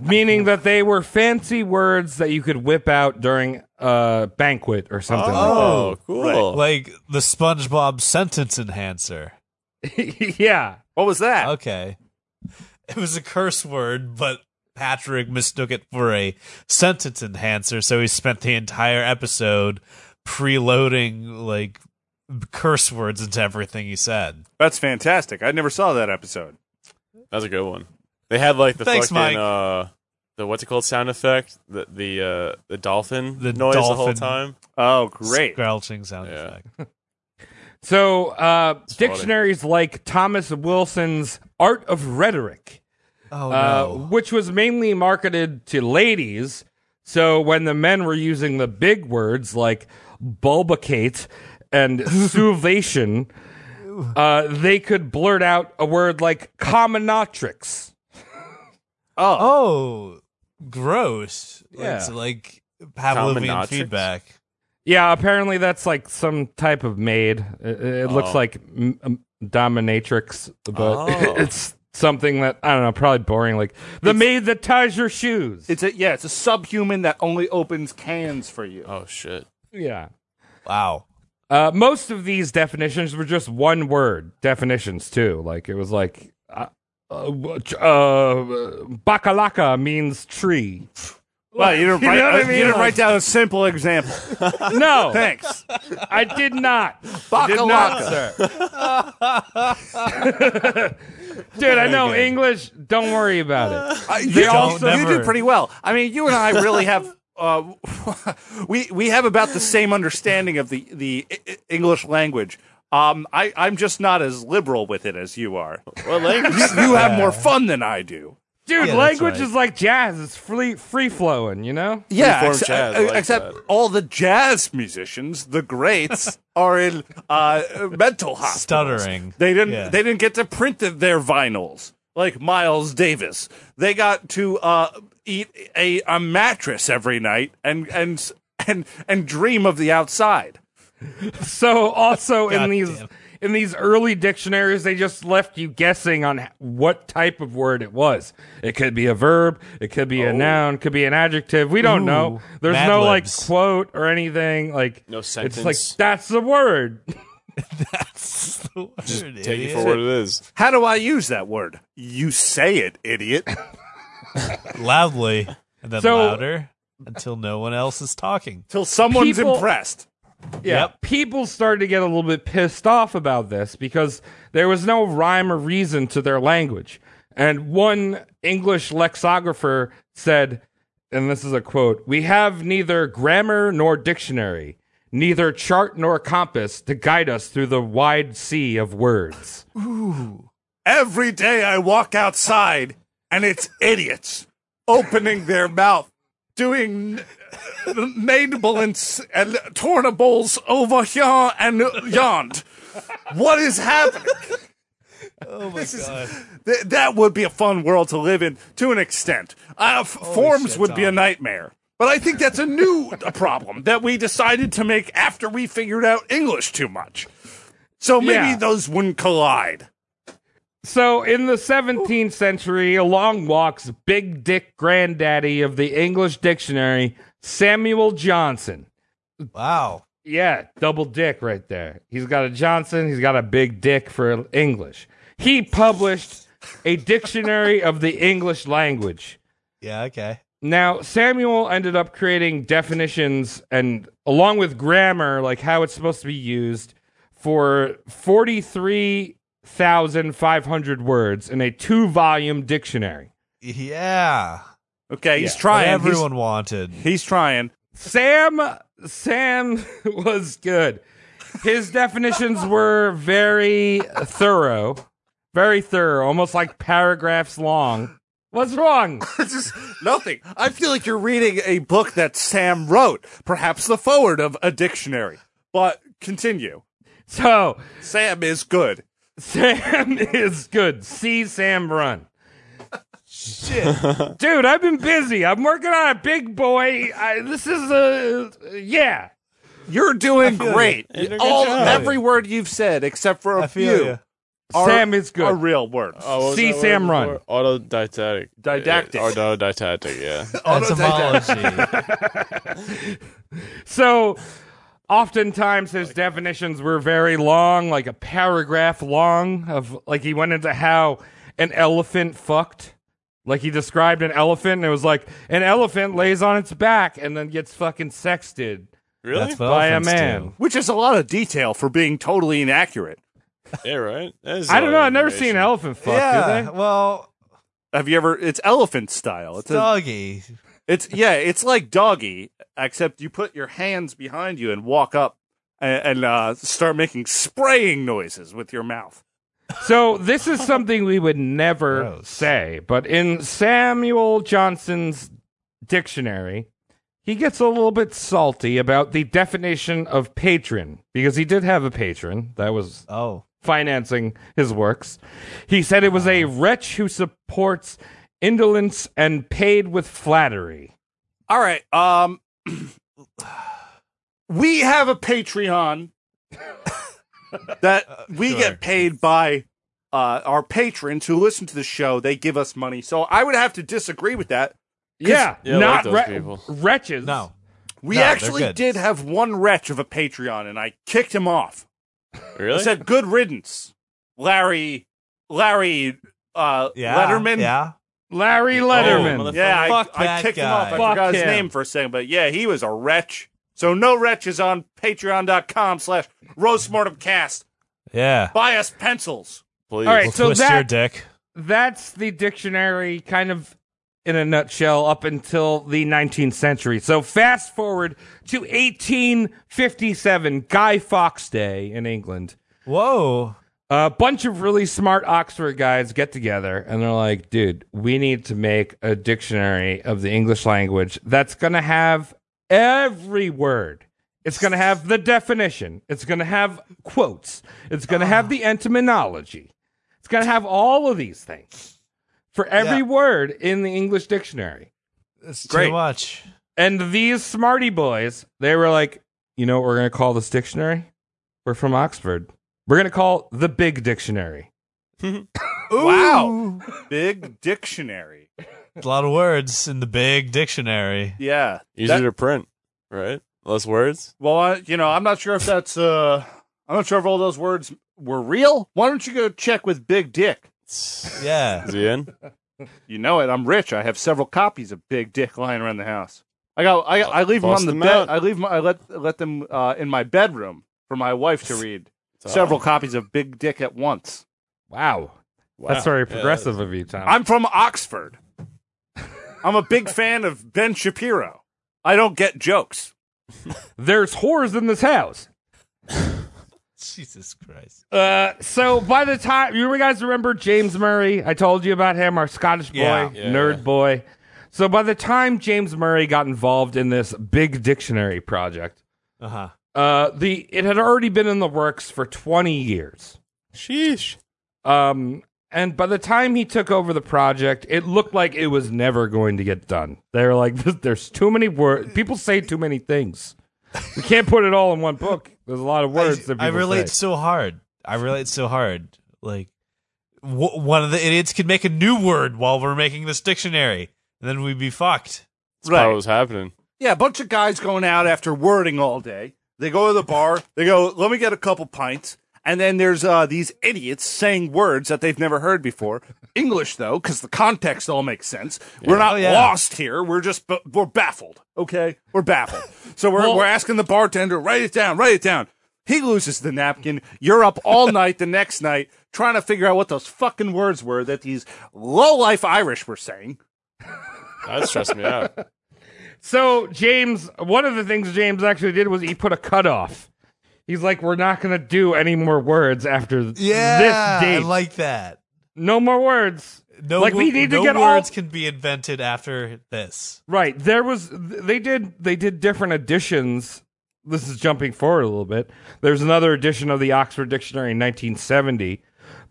B: Meaning that they were fancy words that you could whip out during a banquet or something
I: Oh, cool.
H: Like the SpongeBob sentence enhancer.
B: like that. yeah.
G: What was that?
H: Okay. It was a curse word, but Patrick mistook it for a sentence enhancer, so he spent the entire episode preloading like curse words into everything he said.
G: That's fantastic. I never saw that episode.
I: That's a good one. They had like the
H: Thanks,
I: fucking
H: Mike.
I: uh the what's it called sound effect? The the uh the dolphin
H: The
I: noise the whole
H: dolphin.
I: time.
G: Oh, great!
H: Scrouching sound
I: Yeah.
H: effect.
B: So, uh,
I: funny.
B: dictionaries like Thomas Wilson's Art of Rhetoric,
H: Oh
B: uh,
H: no.
B: which was mainly marketed to ladies. So, when the men were using the big words like bulbicate and suvation, uh, they could blurt out a word like commonatrix.
G: Oh,
H: Oh gross.
B: Yeah.
H: It's like Pavlovian
I: Combinatrix?
H: feedback.
B: Yeah, apparently that's like some type of maid. It, it looks
I: Oh.
B: like m- um, dominatrix, but
I: Oh.
B: it's something that I don't know, probably boring. Like the maid that ties your shoes.
G: it's a yeah, it's a subhuman that only opens cans for you.
I: Oh shit.
B: yeah.
H: Wow.
B: Uh, most of these definitions were just one word definitions too. Like it was like uh, uh, ch- uh, bakalaka means tree.
G: Well, you didn't
B: You
G: write,
B: know what I
G: you
B: mean?
G: didn't write down a simple example.
B: No,
G: Thanks.
B: I did not.
G: Did not, sir.
B: Dude, I know English. Don't worry about it.
G: you,
B: Don't
G: also- you
H: never.
G: did pretty well. I mean, you and I really have. Uh, we we have about the same understanding of the the I- I- E, English language. Um, I, I'm just not as liberal with it as you are.
I: What language?
G: You, you have more fun than I do.
H: Yeah,
B: Dude,
H: that's
B: language
H: right.
B: is like jazz. It's free free flowing, you know?
G: Yeah,
I: Freeform
G: ex-
I: jazz, I
G: uh,
I: like
G: except
I: that.
G: all the jazz musicians, the greats, are in uh, mental hospitals.
H: Stuttering.
G: They didn't.
H: Yeah.
G: They didn't get to print th- their vinyls like Miles Davis. They got to uh, eat a, a mattress every night and and s- and and dream of the outside.
B: So also in these
H: Goddamn.
B: in these early dictionaries they just left you guessing on h- what type of word it was. It could be a verb, it could be a noun, could be an adjective. We don't know.
H: Oh. Ooh,
B: There's
H: Mad
B: no
H: Libs.
B: like quote or anything like
I: No
B: It's
I: sentence.
B: like that's the word.
H: That's the word,
I: Take it
H: idiot.
I: for what it is.
G: How do I use that word? You say it, idiot.
H: loudly and then
B: So-
H: louder until no one else is talking.
G: Till someone's
B: People-
G: impressed.
B: Yeah.
H: Yep.
B: People started to get a little bit pissed off about this because there was no rhyme or reason to their language. And one English lexicographer said, and this is a quote We have neither grammar nor dictionary, neither chart nor compass to guide us through the wide sea of words.
G: Every day I walk outside and it's idiots opening their mouth, doing manibulance and tornables over here and yond. What is happening?
H: Oh my god.
G: Th- that would be a fun world to live in to an extent. Uh, f- forms
H: shit,
G: would be a
H: Tom.
G: nightmare. But I think that's a new a problem that we decided to make after we figured out English too much. So maybe
B: Yeah.
G: those wouldn't collide.
B: So, in the 17th century, along walks Big Dick Granddaddy of the English Dictionary, Samuel Johnson.
H: wow.
B: Yeah, double dick right there. He's got a Johnson, he's got a big dick for English. He published a dictionary of the English language.
H: Yeah, okay.
B: Now, Samuel ended up creating definitions and along with grammar, like how it's supposed to be used for 43,500 words in a two volume dictionary.
H: Yeah.
G: Okay, he's
H: What
G: trying. He's-
H: everyone wanted.
G: He's trying.
B: Sam Sam was good. His definitions were very thorough. Very thorough, almost like paragraphs long. What's wrong?
G: It's just nothing. I feel like you're reading a book that Sam wrote, perhaps the forward of a dictionary. But continue.
B: So,
G: Sam is good.
B: Sam is good. See Sam run. Shit. Dude, I've been busy. I'm working on a big boy. I, this is a. Yeah.
G: You're doing great.
I: You did a good
G: All
I: job.
G: every word you've said, except for a
H: I feel
G: few,
H: you.
G: are,
B: Sam is
G: are
B: good.
G: real words.
I: Oh, what was
B: See
I: that
B: Sam
I: word
B: run.
I: before? Autodidactic.
G: Didactic.
I: Uh, Autodidactic, yeah.
H: Etymology.
B: So, oftentimes his definitions were very long, like a paragraph long of like he went into how an elephant fucked. Like he described an elephant, and it was like an elephant lays on its back and then gets fucking sexted
I: Really?
H: That's what
B: by a
H: elephants
B: man.
H: do.
G: Which is a lot of detail for being totally inaccurate.
I: yeah, right? That is
B: I don't
I: all
B: know. I've never
I: information.
B: seen an elephant fuck.
H: yeah.
B: Do they?
H: Well,
G: Have you ever? It's elephant style. It's a,
H: doggy.
G: it's yeah. It's like doggy, except you put your hands behind you and walk up and, and uh, start making spraying noises with your mouth.
B: So this is something we would never
H: Gross.
B: say, but in Samuel Johnson's dictionary, he gets a little bit salty about the definition of patron because he did have a patron that was
H: Oh.
B: financing his works. He said it was
H: Uh-huh.
B: a wretch who supports indolence and paid with flattery.
G: All right. Um, we have a Patreon that we
H: sure.
G: get paid by uh, our patrons who listen to the show. They give us money, so I would have to disagree with that.
B: Yeah,
I: Yeah, I like
B: not
I: those
B: wre-
I: people.
B: wretches.
H: No.
G: We
H: No, they're
G: actually
H: good.
G: did have one wretch of a Patreon, and I kicked him off. I
I: Really?
G: said, "Good riddance, Larry, Larry uh,
H: Yeah.
G: Letterman."
H: Yeah.
B: Larry
I: Oh,
B: Letterman.
I: motherfucker.
G: Yeah, I,
H: Fuck
G: I
H: that
G: kicked him
H: guy.
G: off. I
B: Fuck
G: forgot his
B: him.
G: name for a second, but yeah, he was a wretch. So no wretches on patreon.com slash roastmortemcast.
H: Yeah.
G: Buy us pencils.
I: Please.
B: All right,
H: We'll
B: so
H: twist your
B: that
H: dick.
B: that's the dictionary kind of in a nutshell up until the 19th century. So fast forward to 1857, Guy Fawkes Day in England.
H: Whoa.
B: A bunch of really smart Oxford guys get together and they're like, dude, we need to make a dictionary of the English language that's going to have every word. It's going to have the definition. It's going to have quotes. It's going to have the etymology. It's going to have all of these things for every
H: Yeah.
B: word in the English dictionary.
H: That's
B: Great.
H: too much.
B: And these smarty boys, they were like, you know what we're going to call this dictionary? We're from Oxford. We're going to call the Big Dictionary.
G: Wow. Big dictionary.
H: A lot of words in the big dictionary.
G: Yeah.
I: Easier
G: That-
I: to print, right? Less words.
G: well, I, you know, I'm not sure if that's uh I'm not sure if all those words were real. Why don't you go check with Big Dick?
I: Is
H: Yeah.
I: he in?
G: You know it. I'm rich. I have several copies of Big Dick lying around the house. I got. I, I leave them
I: Bust
G: on the
I: them
G: bed.
I: out.
G: I leave. 'em- I let let them uh, in my bedroom for my wife to read.
I: So-
G: Several copies of Big Dick at once.
B: Wow. That's
I: Wow.
B: very
I: Yeah,
B: progressive of you, Tom.
G: I'm from Oxford. I'm a big fan of Ben Shapiro. I don't get jokes.
B: There's whores in this house.
H: Jesus Christ.
B: Uh, so by the time you guys remember James Murray, I told you about him, our Scottish boy,
H: Yeah.
I: Yeah.
B: nerd boy. So by the time James Murray got involved in this big dictionary project,
H: Uh huh.
B: uh, the it had already been in the works for 20 years.
I: Sheesh.
B: Um, and by the time he took over the project, it looked like it was never going to get done. They were like, "There's too many words. People say too many things. We can't put it all in one book. There's a lot of words that people
H: I relate
B: say."
H: so hard. I relate so hard. Like w- one of the idiots could make a new word while we're making this dictionary, and then we'd be fucked.
I: That's probably what was happening.
G: Yeah, a bunch of guys going out after wording all day. They go to the bar. They go, let me get a couple pints. And then there's uh, these idiots saying words that they've never heard before. English, though, because the context all makes sense. We're not
H: Oh, yeah.
G: lost here. We're just b- we're baffled. Okay, we're baffled. So we're we're asking the bartender, write it down, write it down. He loses the napkin. You're up all night the next night trying to figure out what those fucking words were that these low life Irish were saying.
I: That stressed me out.
B: So James, one of the things James actually did was he put a cutoff. He's like, "We're not going to do any more words after this
H: I
B: date.
H: like that.
B: no more words.
H: No,
B: like we
H: wo-
B: need
H: no
B: to get
H: words
B: all
H: can be invented after this.
B: Right. There was they did they did different editions. This is jumping forward a little bit. There's another edition of the Oxford Dictionary in 1970.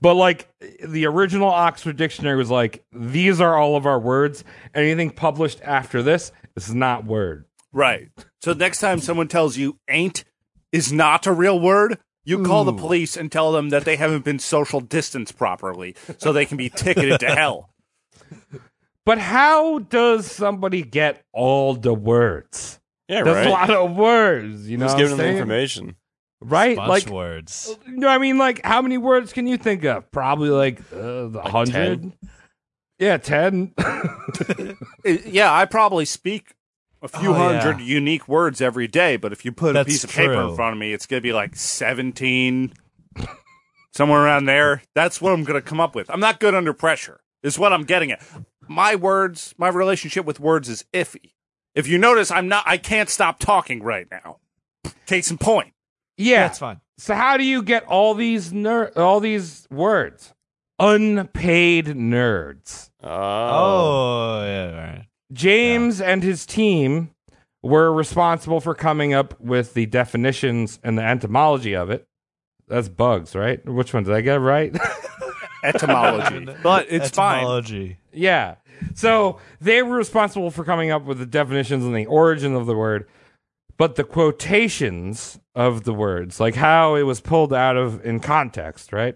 B: But like the original Oxford Dictionary was like these are all of our words. Anything published after this is not word.
G: Right. So next time someone tells you ain't is not a real word, you call the police and tell them that they haven't been social distanced properly, so they can be ticketed to hell.
B: But how does somebody get all the words?
I: Yeah, right.
B: That's a lot of words, you know.
I: Just
B: what I'm
I: giving them the
B: saying?
I: information.
B: right?
H: Bunch
B: Like, oh,
H: words.
B: you know, what I mean, like, how many words can you think of? Probably like uh, the hundred.
I: 10?
B: Yeah, ten.
G: I- Uh, Yeah, I probably speak a few
H: Oh, yeah.
G: hundred unique words every day, but if you put
H: That's
G: a piece of paper in
H: true.
G: front of me, it's going to be like 17 somewhere around there. That's what I'm going to come up with. I'm not good under pressure. Is what I'm getting at. My words, my relationship with words is iffy. If you notice, I'm not I can't stop talking right now. Case in point.
B: yeah,
H: That's fine.
B: So how do you get all these ner- all these words? Unpaid nerds.
I: Oh.
H: Oh, yeah, all right.
B: James and his team were responsible for coming up with the definitions and the etymology of it. That's bugs, right? Which one did I get right?
G: etymology. but it's fine.
H: Etymology.
B: Yeah. So they were responsible for coming up with the definitions and the origin of the word, but the quotations of the words, like how it was pulled out of in context, right?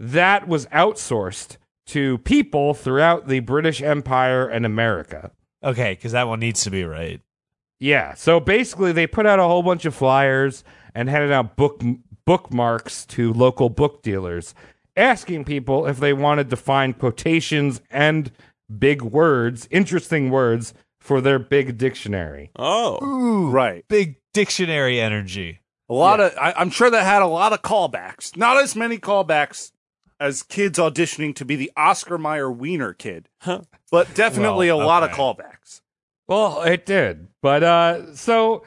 B: That was outsourced to people throughout the British Empire and America.
H: Okay, because that one needs to be right.
B: Yeah. So basically, they put out a whole bunch of flyers and handed out book bookmarks to local book dealers, asking people if they wanted to find quotations and big words, interesting words for their big dictionary.
I: Oh.
H: Ooh,
G: Right.
H: big dictionary energy.
G: A lot of I, I'm sure that had a lot of callbacks. Not as many callbacks as kids auditioning to be the Oscar Mayer Wiener kid,
I: Huh.
G: but definitely
H: Well,
G: a lot
H: okay.
G: of callbacks.
B: Well, it did, but uh, so.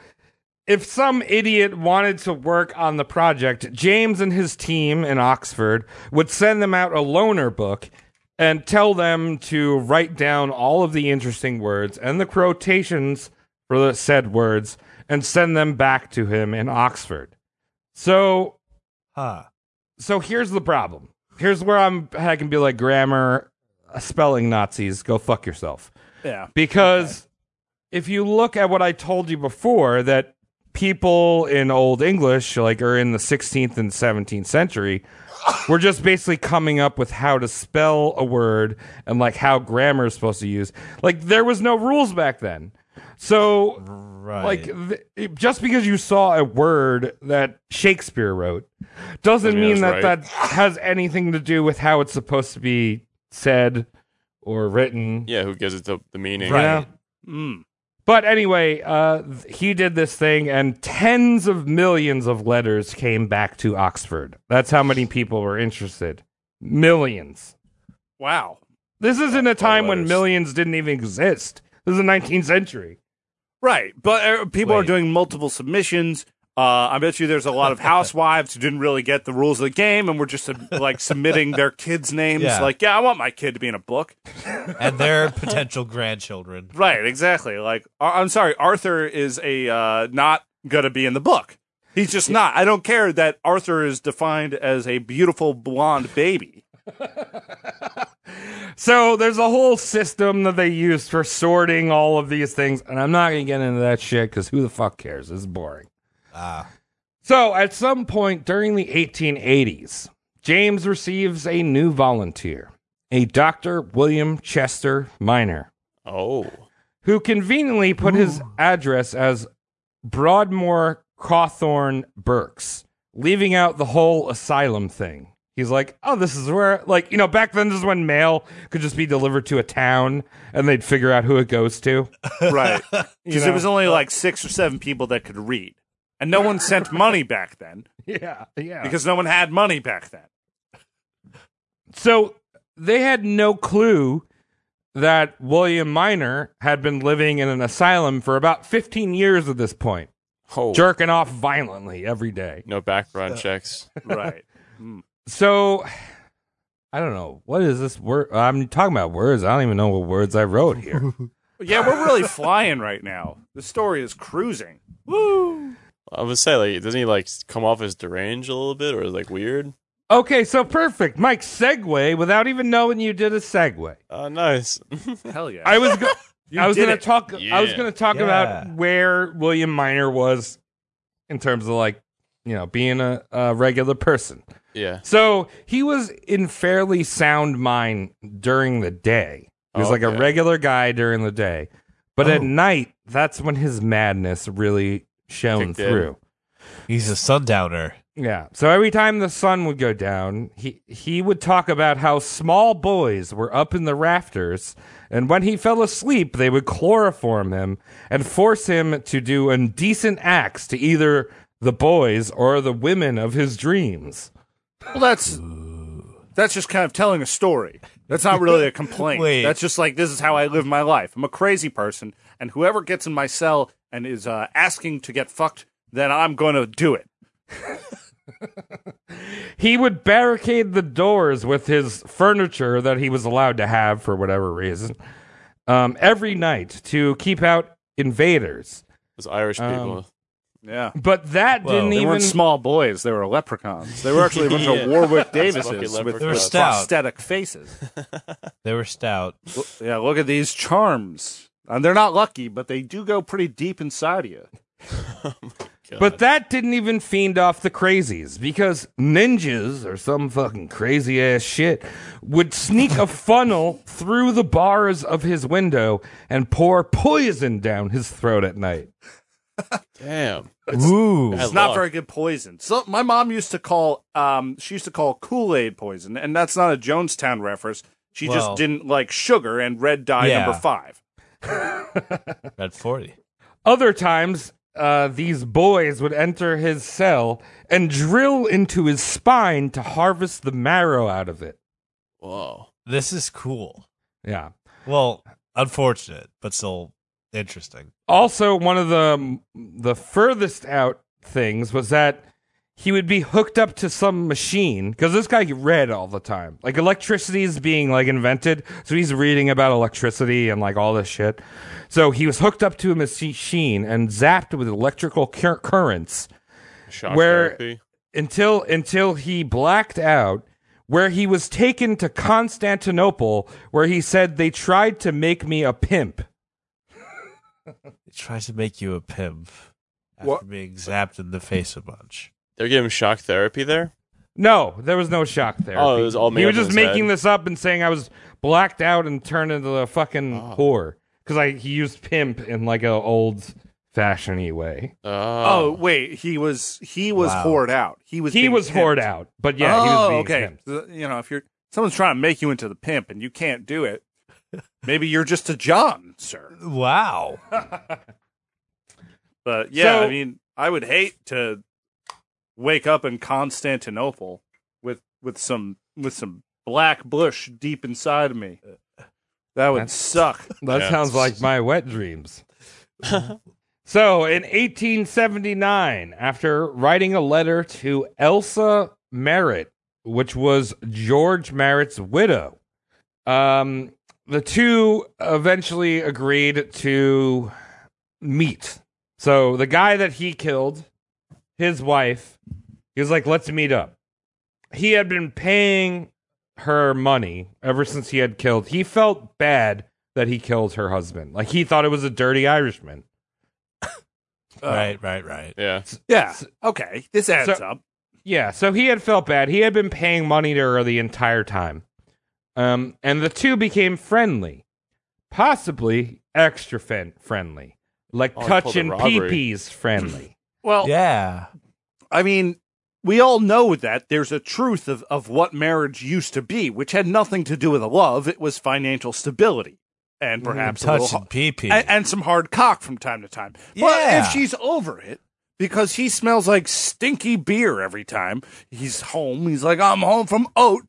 B: if some idiot wanted to work on the project, James and his team in Oxford would send them out a loner book and tell them to write down all of the interesting words and the quotations for the said words and send them back to him in Oxford. So
H: Huh.
B: so here's the problem. Here's where I'm I can be like grammar uh, spelling Nazis, go fuck yourself.
G: Yeah.
B: Because if you look at what I told you before, that people in Old English, like, or in the 16th and 17th century, were just basically coming up with how to spell a word and like how grammar is supposed to use. Like, there was no rules back then. So,
H: Right.
B: like, th- it- just because you saw a word that Shakespeare wrote doesn't
I: mean,
B: mean that
I: Oh, that's right.
B: that has anything to do with how it's supposed to be said or written.
I: Yeah, who gives it the, the meaning?
H: Right.
B: Yeah.
G: Mm.
B: But anyway, uh, th- he did this thing, and tens of millions of letters came back to Oxford. That's how many people were interested. Millions.
G: Wow.
B: This isn't a time when
I: letters.
B: millions didn't even exist. This is the 19th century.
G: Right, but uh, people are
H: Wait.
G: doing multiple submissions. Uh, I bet you there's a lot of housewives who didn't really get the rules of the game and were just uh, like submitting their kids' names.
H: Yeah.
G: Like, yeah, I want my kid to be in a book.
H: and their potential grandchildren.
G: Right, exactly. Like, Ar- I'm sorry, Arthur is a uh, not gonna be in the book. He's just not. I don't care that Arthur is defined as a beautiful blonde baby.
B: So there's a whole system that they use for sorting all of these things, and I'm not going to get into that shit because who the fuck cares? It's boring.
H: Ah.
B: So at some point during the 1880s, James receives a new volunteer, a Dr. William Chester Minor,
I: Oh.
B: who conveniently put his address as Broadmoor Cawthorne Burks, leaving out the whole asylum thing. He's like, oh, this is where, like, you know, back then this is when mail could just be delivered to a town and they'd figure out who it goes to.
G: Right, because
B: You
G: there
B: know.
G: was only like six or seven people that could read, and no one sent money back then
B: Yeah, yeah.
G: because no one had money back then.
B: so they had no clue that William Minor had been living in an asylum for about 15 years at this point,
I: Oh.
B: jerking off violently every day.
I: No background checks.
G: Right.
B: So I don't know what is this word. I'm talking about words. I don't even know what words I wrote here.
G: Yeah, we're really flying right now. The story is cruising.
I: I would say, like, doesn't he, like, come off as deranged a little bit or, like, weird?
B: okay, so perfect, Mike. Segue without even knowing you did a segue.
I: Uh, nice.
G: Hell yeah.
B: I was. Go- I was
G: did
B: gonna
G: it.
B: talk. I was
I: Yeah.
B: gonna talk
H: Yeah.
B: about where William Minor was in terms of like you know being a, a regular person.
I: yeah.
B: So he was in fairly sound mind during the day. He was like a
I: Okay.
B: regular guy during the day. But at
H: Oh.
B: night, that's when his madness really shone
I: Kicked in.
B: through.
H: He's a sundowner.
B: Yeah. So every time the sun would go down, he he would talk about how small boys were up in the rafters, and when he fell asleep, they would chloroform him and force him to do indecent acts to either the boys or the women of his dreams.
G: well, that's that's just kind of telling a story. That's not really a complaint.
H: Wait.
G: That's just like this is how I live my life. I'm a crazy person, and whoever gets in my cell and is uh, asking to get fucked, then I'm going to do it.
B: he would barricade the doors with his furniture that he was allowed to have for whatever reason um, every night to keep out invaders.
I: Those Irish people.
G: Yeah.
B: But that
H: Whoa.
B: didn't
H: They
G: They
B: even
G: weren't small boys. They were leprechauns. They were actually a bunch
I: Yeah.
G: of Warwick
I: fucking
G: Davises with,
I: leprechaun.
H: They were
G: with
H: stout.
G: prosthetic faces.
H: They were stout.
G: L- yeah, look at these charms. And they're not lucky, but they do go pretty deep inside of you.
B: but that didn't even fiend off the crazies because ninjas or some fucking crazy ass shit would sneak a funnel through the bars of his window and pour poison down his throat at night.
I: Damn.
H: Ooh.
I: Bad
G: It's not
I: luck.
G: very good poison. So my mom used to call um she used to call Kool-Aid poison, and that's not a Jonestown reference. She
H: Well-
G: just didn't like sugar and red dye
H: Yeah.
G: number five.
H: Red 40.
B: Other times, uh, these boys would enter his cell and drill into his spine to harvest the marrow out of it.
I: Whoa.
H: This is cool.
B: Yeah.
H: Well, unfortunate, but still Interesting.
B: also one of the the furthest out things was that he would be hooked up to some machine because this guy read all the time like electricity is being like invented so he's reading about electricity and like all this shit so he was hooked up to a machine and zapped with electrical cur- currents
I: Shock
B: Where-
I: therapy.
B: until until he blacked out where he was taken to Constantinople where he said they tried to make me a pimp
H: It tries to make you a pimp after
G: What?
H: being zapped in the face a bunch.
I: They're giving him shock therapy there.
B: No, there was no shock therapy.
I: Oh, it was all made
B: He
I: up
B: was
I: in his
B: just making
I: head.
B: this up and saying I was blacked out and turned into a fucking
I: Oh.
B: whore because I he used pimp in like a old fashioned way.
G: Oh,
I: Oh,
G: wait, he was he was
H: Wow.
G: whored out. He was
B: He
G: being
B: was
G: pimped.
B: whored out, but yeah, he was
G: oh,
B: being
G: okay.
B: pimped.
G: So, You know, if you're someone's trying to make you into the pimp and you can't do it, maybe you're just a John, sir.
H: Wow.
G: Uh. But yeah,
B: So-
G: I mean, I would hate to wake up in Constantinople with with some with some black bush deep inside of me. That would
B: That's-
G: suck.
B: That
I: Yeah.
B: sounds like my wet dreams. so, in 1879, after writing a letter to Elsa Merritt, which was George Merritt's widow, um, the two eventually agreed to meet. So, the guy that he killed, his wife, he was like, let's meet up. He had been paying her money ever since he had killed. He felt bad that he killed her husband. Like he thought it was a dirty Irishman.
H: right, right, right.
I: yeah.
G: Yeah. Okay. This adds
B: So-
G: up.
B: Yeah, so he had felt bad. He had been paying money to her the entire time. Um, and the two became friendly, possibly extra fin- friendly, like
I: Oh,
B: touch
I: called a
B: and
I: robbery.
B: peepees friendly.
G: Well,
H: Yeah.
G: I mean, we all know that there's a truth of, of what marriage used to be, which had nothing to do with love. It was financial stability and
B: Mm-hmm.
G: perhaps a
H: Touch
G: little,
H: and pee pee.
G: and, and some hard cock from time to time. But
H: Yeah.
G: if she's over it, because he smells like stinky beer every time he's home, he's like, I'm home from oat,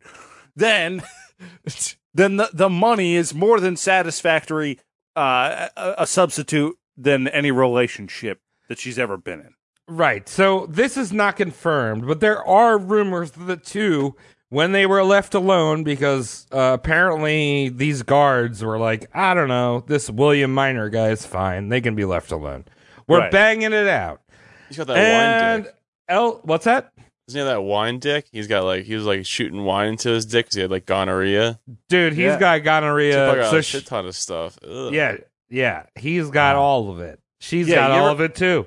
G: then then the, the money is more than satisfactory uh, a, a substitute than any relationship that she's ever been in.
B: Right. So this is not confirmed, but there are rumors that the two, when they were left alone, because uh, apparently these guards were like, I don't know, this William Minor guy is fine. They can be left alone. We're
G: Right.
B: banging it out.
I: He's got that wine
B: and
I: dick.
B: El- what's that?
I: Isn't he that wine dick? He's got like he was like shooting wine into his dick because he had like gonorrhea.
B: Dude, he's
G: Yeah.
B: got
I: He's
B: gonorrhea.
I: got
B: So
I: a
B: she-
I: shit ton of stuff. Ugh.
B: yeah, yeah. He's got all of it. She's
G: Yeah,
B: got
G: you
B: all
G: ever-
B: of it too.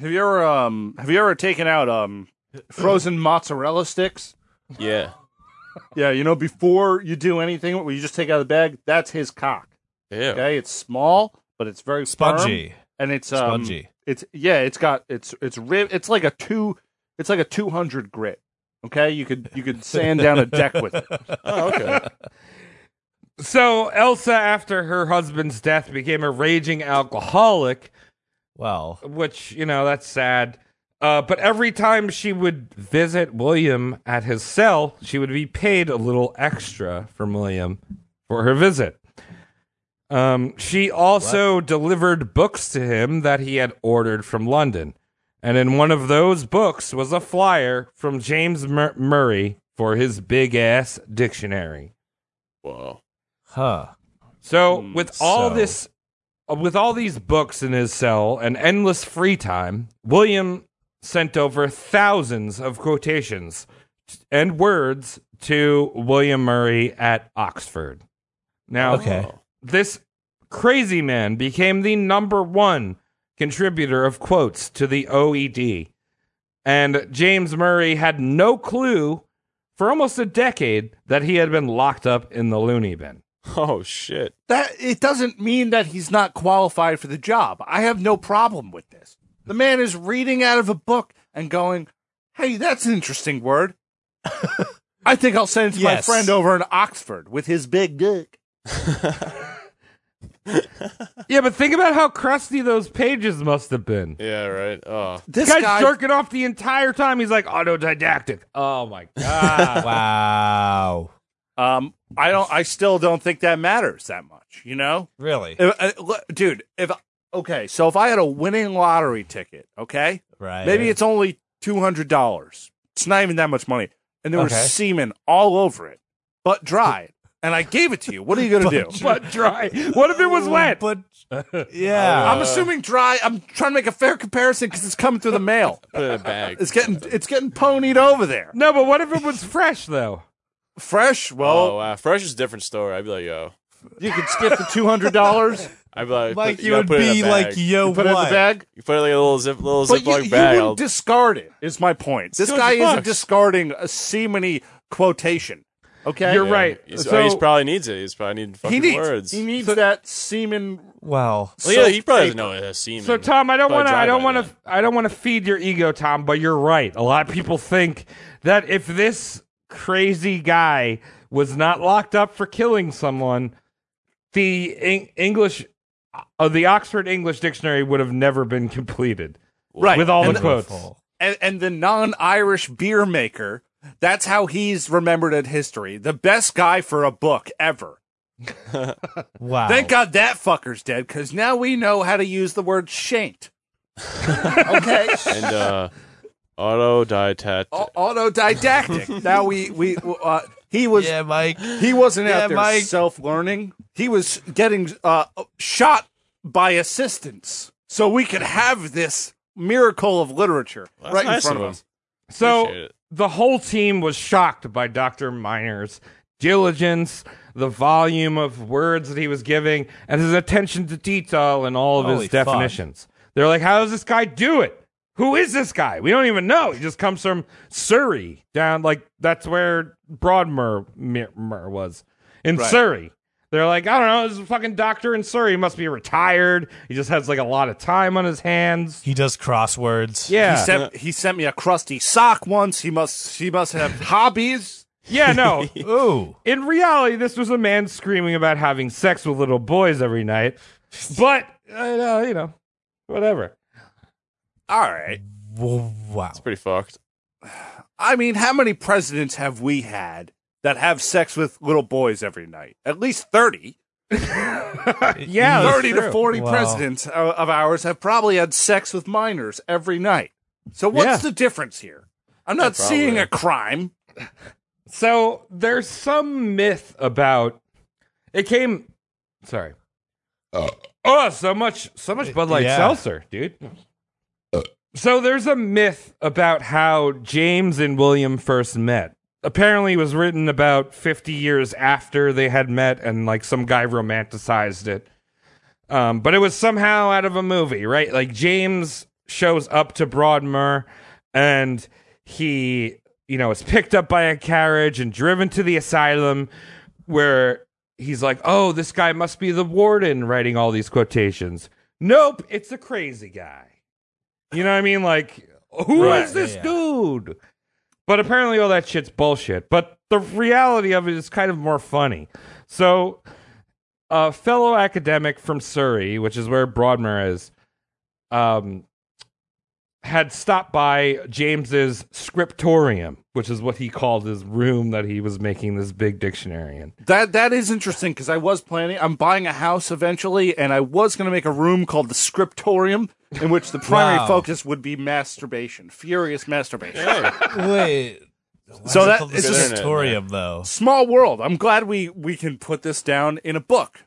G: Have you ever um have you ever taken out um frozen mozzarella sticks?
I: yeah,
G: Yeah, you know, before you do anything, where you just take out of the bag, that's his cock.
I: yeah.
G: Okay, it's small, but it's very firm,
H: Spongy.
G: and it's um,
H: Spongy.
G: It's yeah, it's got it's it's rib. It's like a two. It's like a two hundred grit. Okay, you could you could sand down a deck with it.
I: Oh, okay.
B: So Elsa, after her husband's death, became a raging alcoholic
H: Well,
B: which you know that's sad. Uh, but every time she would visit William at his cell, she would be paid a little extra from William for her visit. Um, she also delivered books to him that he had ordered from London, and in one of those books was a flyer from James Mur- Murray for his big ass dictionary.
I: Whoa.
H: huh.
B: So with all
H: Hmm, so-
B: this, uh, with all these books in his cell and endless free time, William sent over thousands of quotations and words to William Murray at Oxford. Now,
H: Okay.
B: this crazy man became the number one contributor of quotes to the OED. And James Murray had no clue for almost a decade that he had been locked up in the loony bin.
I: Oh shit.
G: That it doesn't mean that he's not qualified for the job. I have no problem with this. The man is reading out of a book and going, "Hey, that's an interesting word." I think I'll send it to
H: Yes.
G: my friend over in Oxford with his big dick.
B: Yeah, but think about how crusty those pages must have been.
I: Yeah. Right. Oh.
G: This
B: guy's
G: guy,
B: jerking off the entire time. He's like autodidactic. Oh my god.
H: Wow.
G: Um, I don't. I still don't think that matters that much. You know,
H: Really?
G: If- uh, look, dude. If okay, so if I had a winning lottery ticket, okay,
H: Right.
G: maybe it's only two hundred dollars. It's not even that much money, and there
H: Okay.
G: was semen all over it, but dry. and I gave it to you. What are you gonna do?
B: But dry. What if it was wet?
H: But yeah.
G: I'm assuming dry. I'm trying to make a fair comparison because it's coming through the mail.
I: Put it in a bag.
G: It's getting it's getting ponied over there.
B: No, but what if it was fresh though?
G: Fresh. Well,
I: Oh, wow. Fresh is a different story. I'd be like, yo.
G: you could skip the two hundred dollars.
I: I'd be like,
H: like
I: put-
H: you
I: gotta
H: would
I: put it in a
H: be
I: bag.
H: like, yo,
G: Put
H: what?
G: it in the bag.
I: You put it like a little zip, little
G: But you,
I: ziploc
G: you
I: bag. I'll-
G: wouldn't discard it. Is my point. This guy isn't
B: bucks.
G: discarding a semeny quotation. Okay,
B: You're right.
I: He's,
B: So-
I: he's probably needs it. He's probably needing fucking
G: He needs
I: words.
G: he needs that semen.
H: Wow.
I: Well, yeah, he probably doesn't know it has semen.
B: So Tom, I don't
I: Probably
B: want to.
I: dry
B: I don't
I: by
B: want to.
I: then.
B: I don't want to feed your ego, Tom. But you're right. A lot of people think that if this crazy guy was not locked up for killing someone, the Eng- English, uh, the Oxford English Dictionary would have never been completed.
G: Right.
B: With all
G: And
B: the
G: the-
B: quotes.
G: and, and the non-Irish beer maker. That's how he's remembered in history. The best guy for a book ever.
H: Wow.
G: Thank God that fucker's dead, because now we know how to use the word shaint. okay,
I: and uh, autodidact.
G: A- autodidactic. now we we uh, he was
H: Yeah, Mike.
G: He wasn't
H: Yeah,
G: out there
H: Mike.
G: self-learning. He was getting uh, shot by assistants, so we could have this miracle of literature
I: That's
G: right in
I: nice
G: front
I: of
G: of
I: him.
G: us.
B: So
I: Appreciate it.
B: the whole team was shocked by Dr. Miner's diligence, the volume of words that he was giving, and his attention to detail and all of
H: Holy
B: his
H: fuck.
B: definitions. They're like, how does this guy do it? Who is this guy? We don't even know. He just comes from Surrey, down like that's where Broadmoor Mir- Mur was in Surrey. They're like, I don't know, this is a fucking doctor in Surrey. He must be retired. He just has like a lot of time on his hands.
H: He does crosswords.
B: Yeah.
G: He sent, he sent me a crusty sock once. He must he must have hobbies.
B: yeah, no.
H: Ooh.
B: In reality, this was a man screaming about having sex with little boys every night. But, uh, you know, whatever.
G: All right.
H: W- Wow.
I: It's pretty fucked.
G: I mean, how many presidents have we had that have sex with little boys every night? At least thirty.
B: Yeah, that's
G: Thirty to
B: true.
G: forty
H: Wow.
G: presidents o- of ours have probably had sex with minors every night. So what's
B: Yeah.
G: the difference here? I'm not seeing a crime.
B: So there's some myth about it came. Sorry. Oh, so much, so much Bud Light
H: Yeah.
B: Seltzer, dude. So there's a myth about how James and William first met. Apparently, it was written about 50 years after they had met, and like some guy romanticized it. Um, but it was somehow out of a movie, right? Like James shows up to Broadmoor and he, you know, is picked up by a carriage and driven to the asylum where he's like, oh, this guy must be the warden writing all these quotations. Nope, it's a crazy guy. You know what I mean? Like, who is
H: Right, yeah,
B: this
H: yeah.
B: dude? But apparently, all that shit's bullshit. But the reality of it is kind of more funny. So a fellow academic from Surrey, which is where Broadmoor is, um, had stopped by James's scriptorium, which is what he called his room that he was making this big dictionary in.
G: That that is interesting because I was planning. I'm buying a house eventually, and I was going to make a room called the scriptorium, in which the primary
H: Wow.
G: focus would be masturbation, furious masturbation.
H: Wait.
G: So that-
H: it's
G: it's
H: just
I: just-
H: Torium, though.
G: Small world. I'm glad we we can put this down in a book.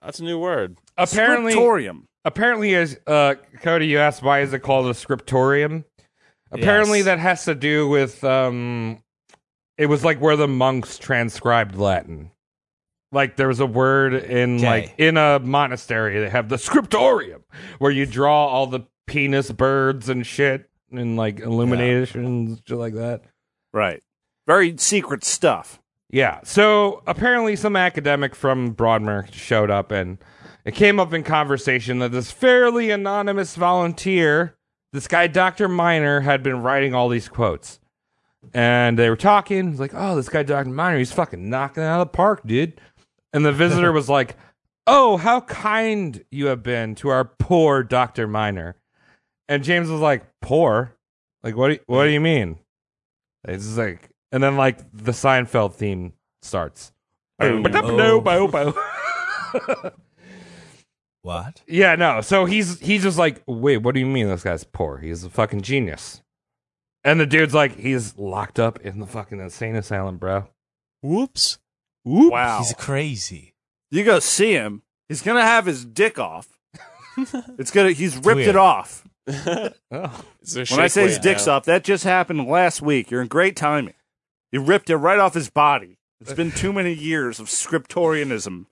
I: That's a new word.
B: Apparently,
G: scriptorium.
B: apparently, as uh, Cody, you asked why is it called a scriptorium? Apparently,
H: Yes.
B: that has to do with um, it was like where the monks transcribed Latin. Like there was a word in
H: Okay.
B: like in a monastery they have the scriptorium where you draw all the penis birds and shit and like illuminations shit like that.
G: Right. Very secret stuff.
B: Yeah. So apparently, some academic from Broadmoor showed up, and it came up in conversation that this fairly anonymous volunteer, this guy, Dr. Miner, had been writing all these quotes. And they were talking. He's like, oh, this guy, Dr. Miner, he's fucking knocking it out of the park, dude. And the visitor was like, oh, how kind you have been to our poor Dr. Miner. And James was like, poor? Like, what do you, what do you mean? It's just like, and then like the Seinfeld theme starts. Ba-dum-ba-dum, ba-dum-ba-dum.
H: What?
B: Yeah, no. So he's he's just like, wait, what do you mean this guy's poor? He's a fucking genius. And the dude's like, he's locked up in the fucking insane asylum, bro.
H: Whoops.
G: Wow.
H: He's crazy.
G: you go see him. He's gonna have his dick off. it's gonna. He's ripped
H: weird.
G: it off.
H: Oh.
I: It's a
G: When I
I: shake
G: say his
I: weight
G: dick's
I: now.
G: off, that just happened last week. You're in great timing. You ripped it right off his body. It's been too many years of scriptorianism.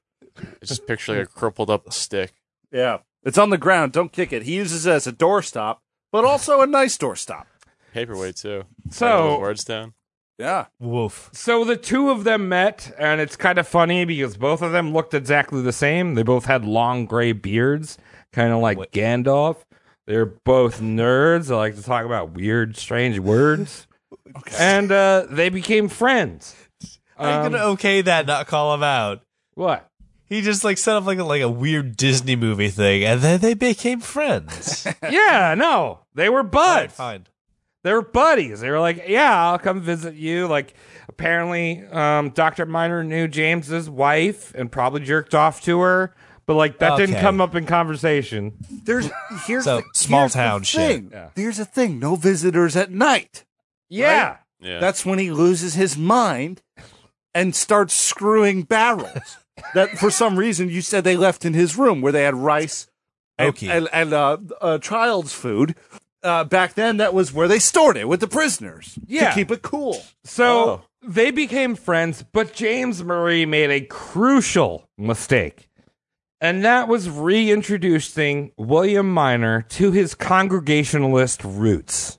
I: It's just picture like a crippled up stick.
G: Yeah. It's on the ground. Don't kick it. He uses it as a doorstop, but also a nice doorstop.
I: Paperweight too. Write those
B: So
I: words down.
G: Yeah.
H: Woof.
B: so the two of them met, and it's kind of funny because both of them looked exactly the same. They both had long gray beards, kind of like Gandalf. They're both nerds. They like to talk about weird, strange words. And uh, they became friends.
H: How you
B: Um,
H: gonna okay that? Not call him out.
B: What?
H: He just like set up like a, like a weird Disney movie thing, and then they became friends.
B: yeah, no. They were
H: Alright,
B: buds.
H: fine.
B: they were buddies. They were like, "Yeah, I'll come visit you." Like, apparently, um, Doctor Miner knew James's wife and probably jerked off to her, but like that didn't
H: Okay.
B: come up in conversation.
G: There's here's
H: So,
G: the,
H: small
G: here's the
H: town shit.
G: thing.
B: Yeah.
G: There's a thing. No visitors at night.
B: Yeah,
I: Yeah.
G: That's when he loses his mind and starts screwing barrels that for some reason you said they left in his room where they had rice and,
H: Okay.
G: and, and, uh, uh, child's food. Uh, back then, that was where they stored it with the prisoners
B: Yeah.
G: to keep it cool.
B: so they became friends, but James Murray made a crucial mistake, and that was reintroducing William Miner to his Congregationalist roots.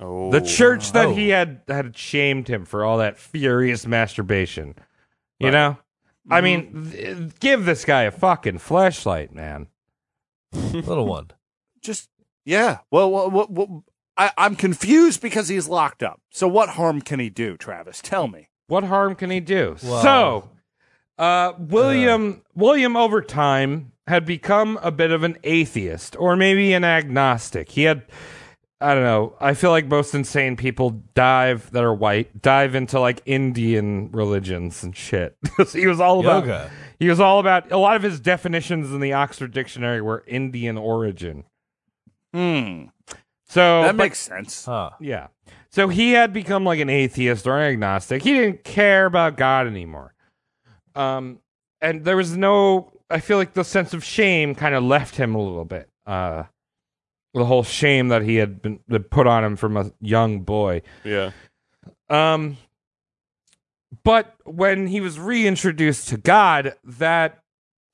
I: oh.
B: The church that
H: Oh.
B: he had had shamed him for all that furious masturbation. You know? I mean, th- give this guy a fucking flashlight, man.
H: Little one.
G: Just yeah. Well, well, well, well, I, I'm confused because he's locked up. So what harm can he do, Travis? Tell me.
B: What harm can he do?
H: Wow.
B: So, uh, William William over time had become a bit of an atheist or maybe an agnostic. He had I don't know. I feel like most insane people dive that are white dive into like Indian religions and shit. he was all about
H: Yoga.
B: He was all about a lot of his definitions in the Oxford Dictionary were Indian origin.
G: Hmm.
B: So
G: that
B: Oh, but- uh,
G: makes sense.
H: Huh.
B: yeah. So he had become like an atheist or an agnostic. He didn't care about God anymore. Um, and there was no. I feel like the sense of shame kind of left him a little bit. Uh, the whole shame that he had been that put on him from a young boy.
I: Yeah.
B: Um, but when he was reintroduced to God, that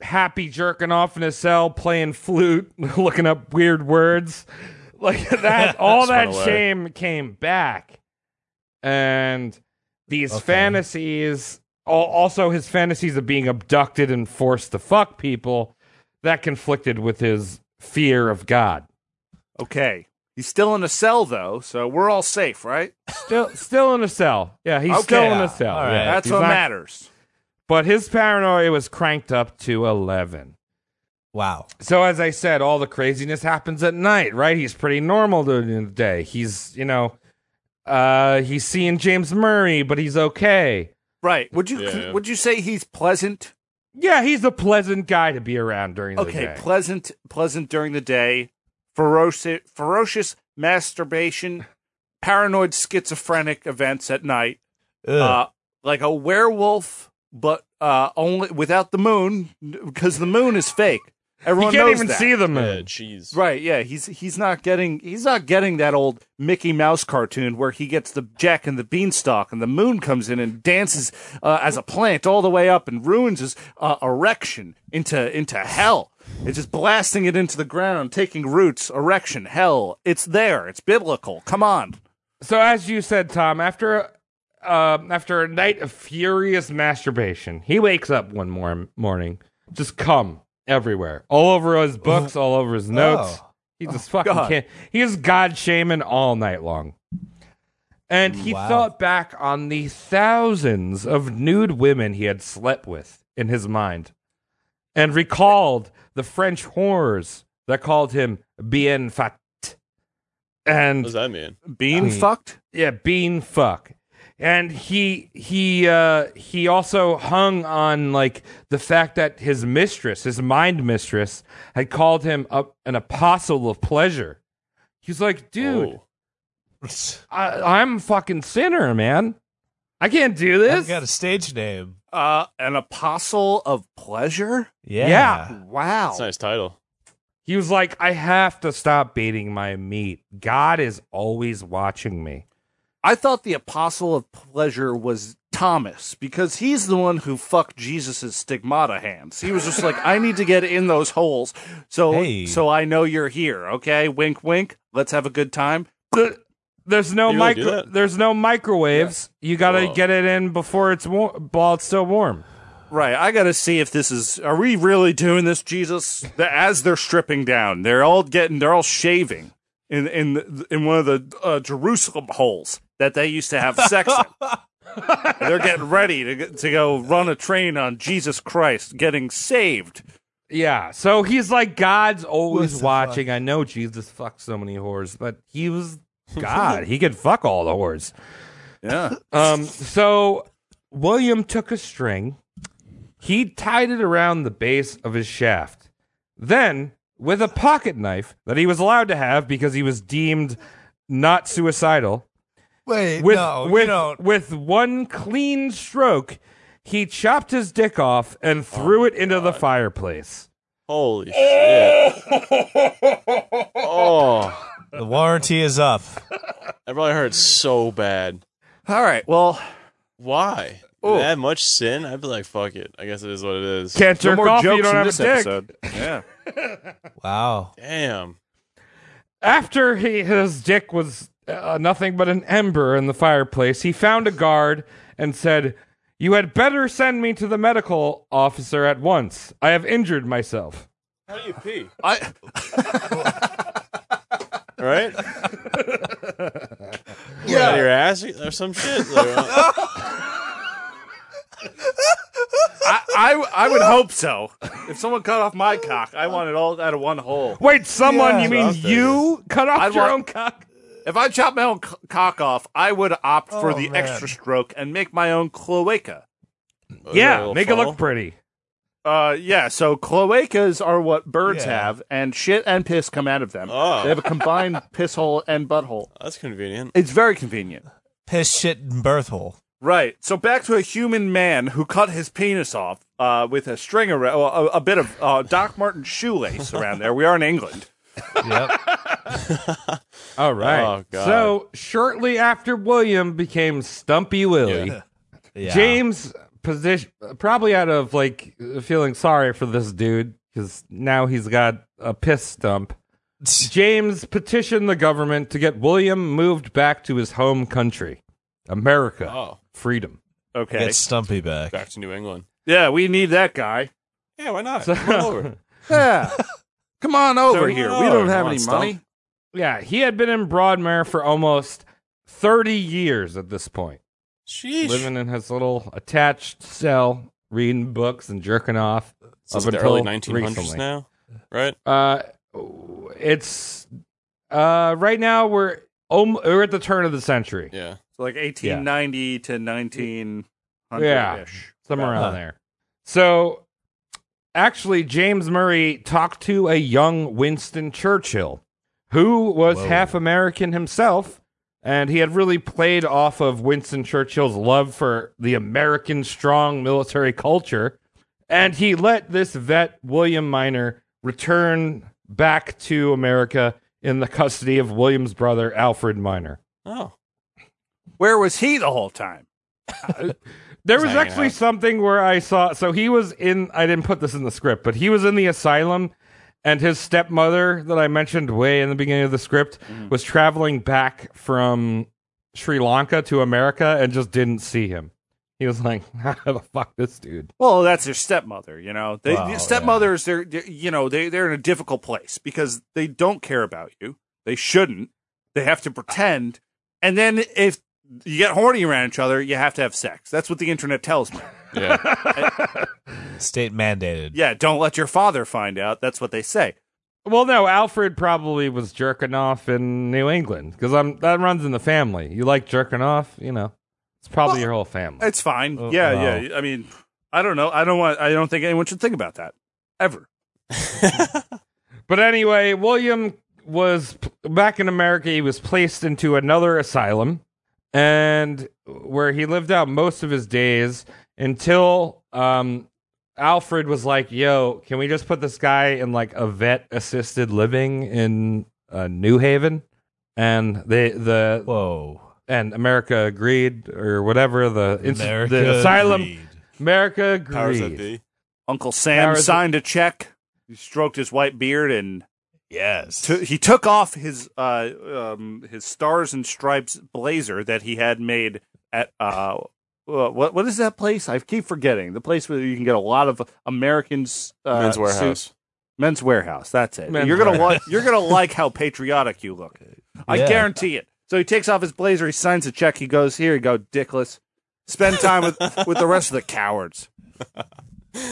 B: happy jerking off in his cell, playing flute, looking up weird words, like that, all
I: Spun
B: that
I: away.
B: shame came back, and these
H: Okay.
B: fantasies, al- also his fantasies of being abducted and forced to fuck people, that conflicted with his fear of God.
G: Okay. He's still in a cell though, so we're all safe, right?
B: Still, still in a cell. Yeah, he's
G: Okay.
B: still in a cell.
H: All right.
B: Yeah,
G: That's
B: he's
G: what
B: not-
G: matters.
B: but his paranoia was cranked up to 11.
H: Wow.
B: So as I said, all the craziness happens at night, right? He's pretty normal during the day. He's, you know, uh he's seeing James Murray, but he's okay.
G: Right. Would you
I: Yeah.
G: would you say he's pleasant?
B: Yeah, he's a pleasant guy to be around during the
G: okay,
B: day.
G: pleasant pleasant during the day, ferocious ferocious masturbation, paranoid schizophrenic events at night,
H: Ugh.
G: uh like a werewolf but uh only without the moon because the moon is fake.
B: he
G: Everyone
B: can't
G: knows
B: even
G: that.
B: see the
I: Yeah.
B: moon.
I: Jeez.
G: Right, yeah, he's he's not getting he's not getting that old Mickey Mouse cartoon where he gets the Jack and the Beanstalk and the moon comes in and dances uh, as a plant all the way up and ruins his uh, erection into into hell. It's just blasting it into the ground, taking roots, erection, hell. It's there. It's biblical. Come on.
B: So as you said, Tom, after um after a night of furious masturbation, he wakes up one more morning, just cum everywhere, all over his books, all over his notes.
H: Oh.
B: He just fucking
G: God.
B: can't. He is God shaming all night long. And he
H: Wow.
B: thought back on the thousands of nude women he had slept with in his mind and recalled the French whores that called him bien fat.
I: What
B: And
I: does that mean?
G: Being fucked?
B: yeah, bean fuck. and he he uh he also hung on like the fact that his mistress his mind mistress had called him up an apostle of pleasure he's like
I: Oh.
B: dude I, i'm a fucking sinner man i can't do
H: I've
B: this
H: got a stage name.
G: Uh, an apostle of pleasure.
H: Yeah.
B: Yeah.
G: Wow.
I: That's a nice title.
B: he was like i have to stop beating my meat god is always watching me
G: I thought the apostle of pleasure was Thomas because he's the one who fucked Jesus's stigmata hands. He was just like, I need to get in those holes, so
H: Hey.
G: so I know you're here. Okay, wink, wink. Let's have a good time.
B: Th- there's no
I: You really do
B: micro
I: that?
B: there's no microwaves you gotta
I: Whoa.
B: get it in before it's warm while it's still warm
G: Right, I gotta see if this is. Are we really doing this, Jesus? The, as they're stripping down, they're all getting, they're all shaving in in the- in one of the uh, Jerusalem holes that they used to have sex in. they're getting ready to get- to go run a train on Jesus Christ, getting saved.
B: Yeah, so he's like God's always
H: the
B: watching. I know Jesus fucked so many whores, but he was God. he could fuck all the whores.
G: Yeah,
B: Um, so William took a string, he tied it around the base of his shaft. Then, with a pocket knife that he was allowed to have because he was deemed not suicidal,
H: Wait,
B: with
H: no, you
B: with
H: don't.
B: with one clean stroke, he chopped his dick off and threw it into the fireplace.
I: Holy shit. oh,
H: The warranty is up.
I: that probably hurt so bad.
G: all right. Well,
I: Why? That much sin? I'd be like, fuck it. I guess it is what it is.
B: Oh. Can't
G: no
B: jerk
G: more
B: off if
G: jokes
B: you don't
G: in
B: have
G: this
B: a dick.
G: episode. Yeah,
H: Wow.
I: Damn.
B: After he, his dick was uh, nothing but an ember in the fireplace, he found a guard and said, "You had better send me to the medical officer at once. I have injured myself."
I: How do you pee?
G: I
I: All right? yeah. Out of your ass or some shit? Like,
G: I, I I would hope so. If someone cut off my cock, I want it all out of one hole.
B: Wait, someone?
H: Yeah.
B: you mean
I: Something.
B: you cut off
G: I
B: your
G: want-
B: own cock?
G: If I chop my own c- cock off, I would opt for
H: Oh,
G: the
H: man.
G: extra stroke and make my own cloaca.
B: Yeah, make it
I: fall?
B: look pretty.
G: Uh, yeah. So cloacas are what birds
H: Yeah.
G: have, and shit and piss come out of them.
I: Oh.
G: They have a combined piss hole and butthole.
I: That's convenient.
G: It's very convenient.
H: Piss shit and birth hole.
G: Right. So back to a human man who cut his penis off uh, with a string around, a, a bit of uh, Doc Martin shoelace around there. We are in England.
H: Yep.
B: All right.
I: Oh, God.
B: So shortly after William became Stumpy Willie,
I: Yeah.
H: Yeah.
B: James position probably out of like feeling sorry for this dude because now he's got a piss stump. James petitioned the government to get William moved back to his home country, America,
I: Oh,
B: freedom.
G: Okay.
H: Get Stumpy back.
I: back to New England.
G: Yeah, we need that guy.
I: Yeah, why not?
B: So-
I: Come on over.
G: Yeah. Come on oh. over
I: So-
G: here. We don't have
I: Come on,
G: any
I: Stump.
G: money.
B: Yeah, he had been in Broadmere for almost thirty years at this point,
I: Sheesh.
B: living in his little attached cell, reading books and jerking off.
I: Since
B: up
I: the
B: until
I: early 1900s
B: recently.
I: now, right?
B: Uh, it's uh right now we're om- we're at the turn of the century,
I: Yeah.
G: So like 1890 to 1900 ish.
B: somewhere around
H: Huh.
B: there. So, actually, James Murray talked to a young Winston Churchill, who was
H: Whoa.
B: half American himself, and he had really played off of Winston Churchill's love for the American strong military culture, and he let this vet William Minor return back to America in the custody of William's brother Alfred Minor.
I: Oh.
G: Where was he the whole time?
B: There
I: Just
B: was
I: hanging
B: actually
I: out.
B: something where I saw. So he was in. I didn't put this in the script, but he was in the asylum, and his stepmother that I mentioned way in the beginning of the script was traveling back from Sri Lanka to America and just didn't see him. He was like, "How the fuck this dude?"
G: Well, that's their stepmother, you know. They,
H: Wow,
G: stepmothers, they're, they're- you know they they're in a difficult place because they don't care about you. They shouldn't. They have to pretend, and then if you get horny around each other, you have to have sex. That's what the internet tells me.
I: Yeah.
H: State mandated.
G: Yeah, don't let your father find out. That's what they say.
B: Well, no, Alfred probably was jerking off in New England because I'm that runs in the family. You like jerking off, you know. It's It's probably your whole family.
G: It's fine. yeah,
H: wow.
G: yeah. I mean, I don't know. I don't want. I don't think anyone should think about that ever.
B: But anyway, William was back in America. He was placed into another asylum, and where he lived out most of his days until um, Alfred was like, "Yo, can we just put this guy in like a vet assisted living in uh, New Haven?" And they the
H: Whoa.
B: and America agreed or whatever the inst- the
H: America
B: asylum
H: agreed.
B: America
I: Powers that
B: agreed.
I: be.
G: Uncle Sam
B: Powers-
G: signed a check. He stroked his white beard and
H: Yes.
G: t- he took off his uh, um, his stars and stripes blazer that he had made at uh, uh, what what is that place? I keep forgetting the place where you can get a lot of Americans uh,
I: Men's
G: suits-
I: Warehouse.
G: Men's Warehouse. That's it.
B: Men's
G: you're gonna like
B: Warehouse.
G: you're gonna like how patriotic you look. I
H: Yeah.
G: guarantee it. So he takes off his blazer. He signs a check. He goes here. You go, dickless. Spend time with with the rest of the cowards.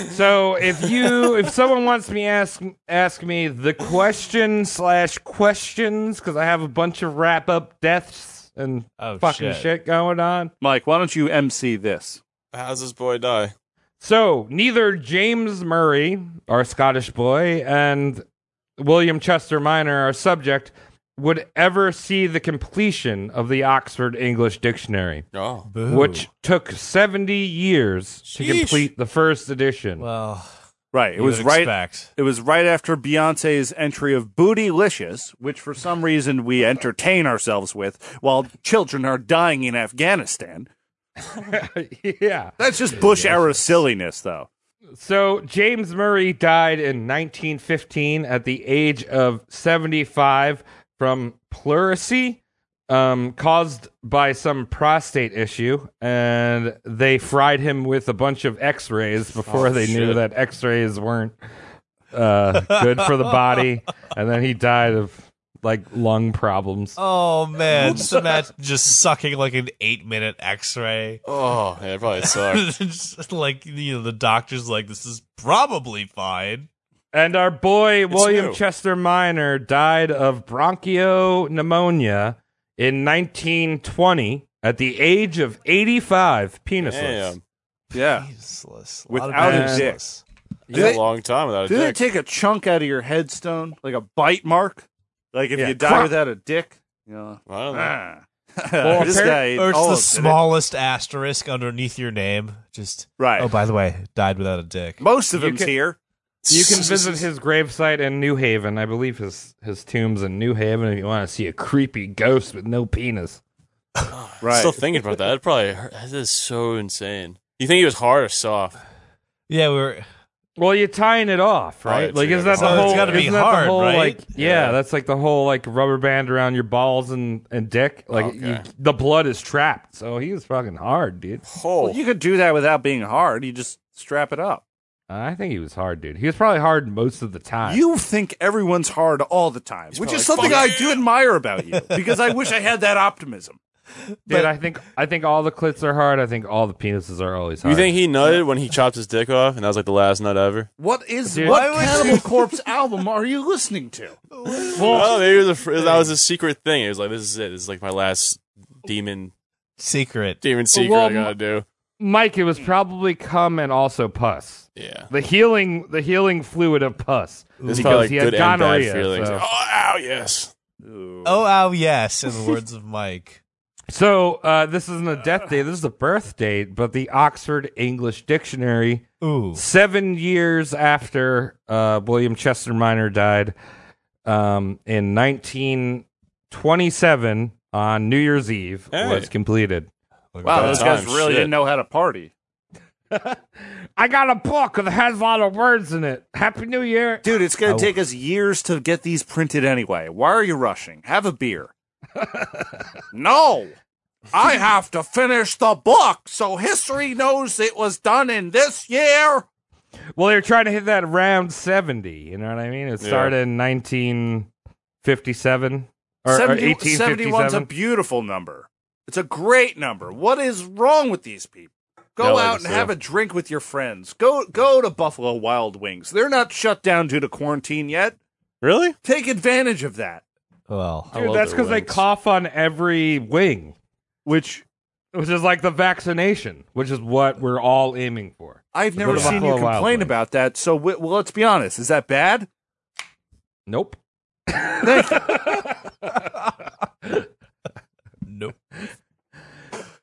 B: So if you if someone wants me ask ask me the question slash questions because I have a bunch of wrap up deaths and
H: Oh,
B: fucking shit.
H: shit.
B: going on.
G: Mike, why don't you MC this?
I: How's this boy die?
B: So neither James Murray, our Scottish boy, and William Chester Minor, our subject, would ever see the completion of the Oxford English Dictionary,
I: Oh,
H: Boo.
B: which took seventy years to
I: Sheesh.
B: complete the first edition.
H: well,
G: Right. It
H: you
G: was
H: would
G: right.
H: expect.
G: It was right after Beyonce's entry of Bootylicious, which for some reason we entertain ourselves with while children are dying in Afghanistan.
B: yeah.
G: That's just Bush era silliness, though.
B: So James Murray died in 1915 at the age of 75 from pleurisy um, caused by some prostate issue, and they fried him with a bunch of X-rays before
I: Oh,
B: they knew
I: shit.
B: that X-rays weren't uh, good for the body, and then he died of like lung problems.
H: Oh man, just imagine just sucking like an eight-minute X-ray.
I: oh, yeah, it probably sucked.
H: Just, like you know, the doctor's like, "This is probably fine."
B: And our boy William
I: new.
B: Chester Minor died of bronchio pneumonia in 1920 at the age of 85, penisless.
I: Damn,
G: Yeah.
H: Useless. A lot of
G: Without
B: a
H: useless.
G: dick.
I: It's been a long time without a
G: Do they
I: dick.
G: take a chunk out of your headstone, like a bite mark? Like if
B: Yeah.
G: you die without a dick? You know,
I: I don't know.
G: ah.
B: Well,
G: this
B: apparent-
G: guy
H: Or it's
G: all
H: the
G: of it.
H: smallest asterisk underneath your name. Just
G: Right.
H: oh, by the way, died without a dick.
G: Most of
B: You
G: them's
B: can-
G: here.
B: You can visit his gravesite in New Haven. I believe his, his tomb's in New Haven if you want to see a creepy ghost with no penis.
G: Right.
I: Still thinking about that. That probably hurt. that is so insane. You think he was hard or soft?
H: Yeah, we were.
B: Well, you're tying it off, right?
I: Right,
B: like,
I: so
B: isn't that
I: Oh, it's
B: the
I: gotta be
H: hard. It's gotta
B: whole?
H: be
B: isn't that the
H: hard,
B: whole,
H: right?
B: Like, yeah,
I: Yeah.
B: that's like the whole like rubber band around your balls and and dick. Like, you,
I: Okay.
B: the blood is trapped, so he was fucking hard, dude.
I: Oh,
G: Well, you could do that without being hard. You just strap it up.
B: I think he was hard, dude. He was probably hard most of the time.
G: You think everyone's hard all the time, which is something
I: probably like,
G: I do admire about you because I wish I had that optimism.
B: Dude, I think I think all the clits are hard. I think all the penises are always hard.
I: you think he nutted when he chopped his dick off, and that was like the last nut ever?
G: What is
B: Dude.
G: what
B: Why would
G: Cannibal Corpse album are you listening to?
I: Well, Oh, maybe it was a, fr- that was a secret thing. It was like this is it. This is like my last demon
H: Secret.
I: demon secret
B: well,
I: I gotta do.
B: Mike? It was probably cum and also pus.
I: Yeah,
B: The healing, the healing fluid of pus.
I: this is
B: because
I: probably like
B: he had
I: good and bad
B: gonorrhea.
I: feelings.
B: so-
I: Oh, ow, yes.
H: Oh, ow, yes. In the words of Mike.
B: So uh, this isn't a death date. This is a birth date. But the Oxford English Dictionary,
H: Ooh.
B: seven years after uh, William Chester Minor died, um, in 1927 on New Year's Eve,
I: Hey.
B: was completed.
G: Wow,
I: Bad
G: those guys
I: times,
G: really
I: shit.
G: didn't know how to party.
B: I got a book that has a lot of words in it. Happy New Year.
G: Dude, it's going
H: Oh.
G: to take us years to get these printed anyway. Why are you rushing? Have a beer. no. I have to finish the book so history knows it was done in this year.
B: Well, they're trying to hit that round 70. You know what I mean? It
I: Yeah.
B: started in 1957 or, or
G: 71's a
B: 1857.
G: beautiful number. It's a great number. What is wrong with these people?
I: Yeah,
G: Go
I: like
G: out
I: I
G: and
I: said.
G: have a drink with your friends. Go go to Buffalo Wild Wings. They're not shut down due to quarantine yet.
I: Really?
G: Take advantage of that.
H: Well,
I: I
B: Dude,
I: love
B: that's
I: their
B: because they
I: wings.
B: cough on every wing.
G: Which
B: which is like the vaccination, which is what we're all aiming for.
G: I've never
B: What about
G: seen you
B: Buffalo Wild
G: complain
B: Wings?
G: about that. So, w- well, let's be honest. Is that bad?
B: Nope.
H: Nope.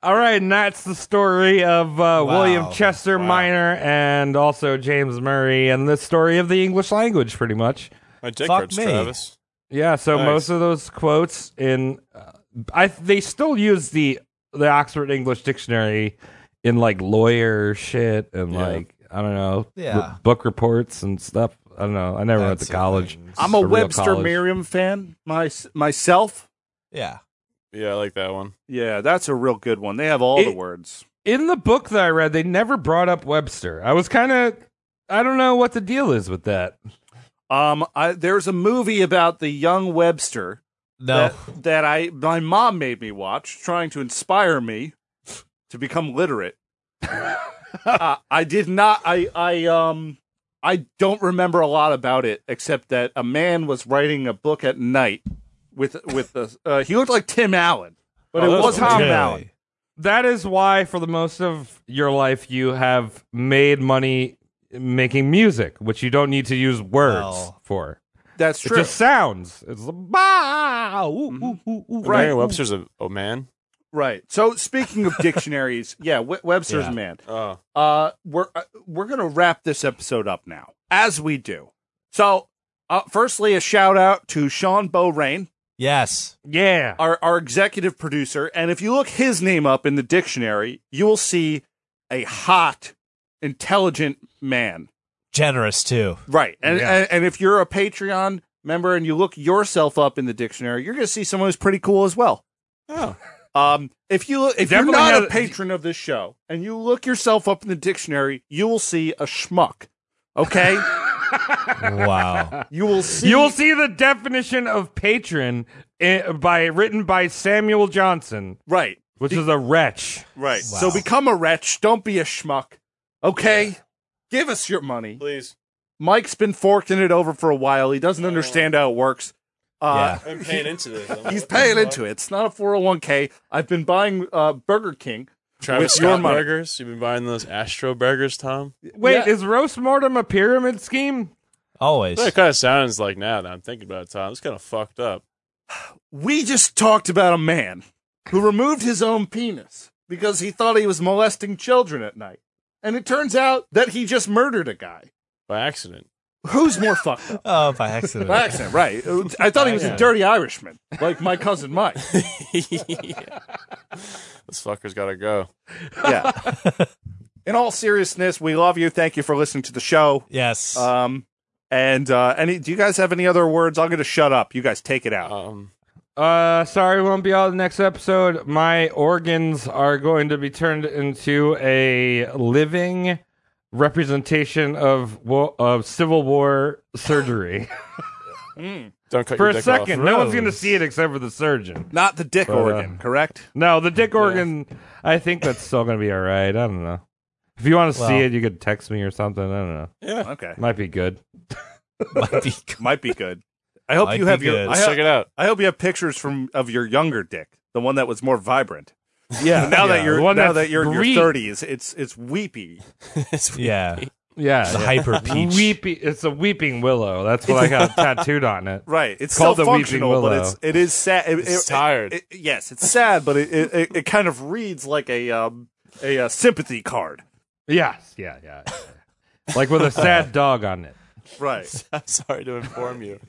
B: All right, and that's the story of uh, William Chester
H: Wow.
B: Minor and also James Murray, and the story of the English language, pretty much.
I: My dick
H: Fuck
I: hurts,
H: me.
I: Travis.
B: Yeah. So
I: Nice.
B: most of those quotes in, uh, I they still use the the Oxford English Dictionary in like lawyer shit and
I: Yeah.
B: like I don't know,
H: Yeah.
B: re- book reports and stuff. I don't know. I never went to
H: That's
B: college.
H: things.
G: I'm a,
B: real
G: Webster
B: college.
G: Merriam fan my, myself.
H: Yeah.
I: Yeah, I like that one.
G: Yeah, that's a real good one. They have all the
B: It-
G: words.
B: In the book that I read, they never brought up Webster. I was kind of, I don't know what the deal is with that.
G: Um, I, there's a movie about the young Webster
H: No.
G: that, that I my mom made me watch, trying to inspire me to become literate. Uh, I did not. I I um I don't remember a lot about it except that a man was writing a book at night with with a uh, he looked like Tim Allen, but
I: Oh,
G: it
I: that's
G: wasn't Tim
H: Really?
G: Allen.
B: That is why, for the most of your life, you have made money making music, which you don't need to use words
H: Well.
B: for.
G: That's true. Mm-hmm.
B: It just sounds. It's a bah, ooh, ooh, ooh, ooh,
G: Right.
I: Merriam Webster's a oh man.
G: Right. So speaking of dictionaries, yeah, we- Webster's
H: Yeah.
G: man.
I: Oh,
G: Uh, we're uh, we're gonna wrap this episode up now, as we do. So, uh, firstly, a shout out to Sean Beaurain,
H: Yes.
B: Yeah.
G: our our executive producer, and if you look his name up in the dictionary, you will see a hot, intelligent man.
H: Generous too.
G: Right. And
B: Yeah.
G: and, and if you're a Patreon member and you look yourself up in the dictionary, you're gonna see someone who's pretty cool as well.
I: oh,
G: Um, if you if
B: Definitely
G: you're not
B: has-
G: a patron of this show and you look yourself up in the dictionary, you will see a schmuck. Okay,
H: Wow.
G: you will see.
B: You'll see the definition of patron eh, by written by Samuel Johnson,
G: right,
B: which is a wretch.
G: right.
H: Wow.
G: So become a wretch. Don't be a schmuck. Okay, give us your money.
I: please.
G: Mike's been forking it over for a while. He doesn't understand how it works. Uh,
I: I'm paying into this. I'm
G: He's
I: like,
G: paying
I: what the
G: into it. It's not a 401k. I've been buying uh, Burger King.
I: fuck? Travis
G: with your
I: Scott
G: money.
I: burgers. You've been buying those Astro burgers, Tom.
B: Wait,
G: Yeah.
B: is roast mortem a pyramid scheme?
H: Always.
I: That kind of sounds like now that I'm thinking about it, Tom. It's kind of fucked up.
G: We just talked about a man who removed his own penis because he thought he was molesting children at night. And it turns out that he just murdered a guy.
I: By accident.
G: Who's more fucked up?
H: Oh, by accident.
G: By accident, right. I thought he was a dirty Irishman, like my cousin Mike.
I: This fucker's got to go.
G: Yeah. In all seriousness, we love you. Thank you for listening to the show.
H: yes.
I: Uh,
G: Um, and uh, any, do you guys have any other words? I'm going to shut up. You guys take it out.
I: Um,
B: Uh, sorry, won't be on the next episode. My organs are going to be turned into a living representation of wo- of Civil War surgery.
I: don't cut
B: for
I: your
B: a
I: dick
B: second,
I: off.
B: no one's going to see it except for the surgeon.
G: Not the dick
B: But, uh,
G: organ, correct?
B: No, the dick organ. I think that's still going to be all right. I don't know. If you want to see
H: Well.
B: it, you could text me or something. I don't know.
G: Okay.
B: Might be good.
H: Might be-
G: Might be good. I hope
H: Might
G: you
H: be
G: have your.
H: good.
G: I
I: Let's
G: ho-
I: check it out.
G: I hope you have pictures from of your younger dick, the one that was more vibrant. Yeah, now that
B: Yeah,
G: you're
B: the one
G: now
B: that's
G: that you're in
B: green.
G: your thirties, it's it's weepy.
H: yeah.
B: Yeah,
H: The
B: yeah.
H: hyper peach.
B: Weepy. It's a weeping willow. That's what I got tattooed on it.
G: Right, it's
B: Called
G: still
B: the weeping
G: functional, but
B: willow.
G: it's it is sad. It,
I: It's
G: it-
I: tired.
G: it- yes, it's sad, but it, it, it, it kind of reads like a um, a uh, sympathy card.
B: Yes, yeah, yeah. yeah. like with a sad dog on it.
G: Right,
I: I'm sorry to inform you.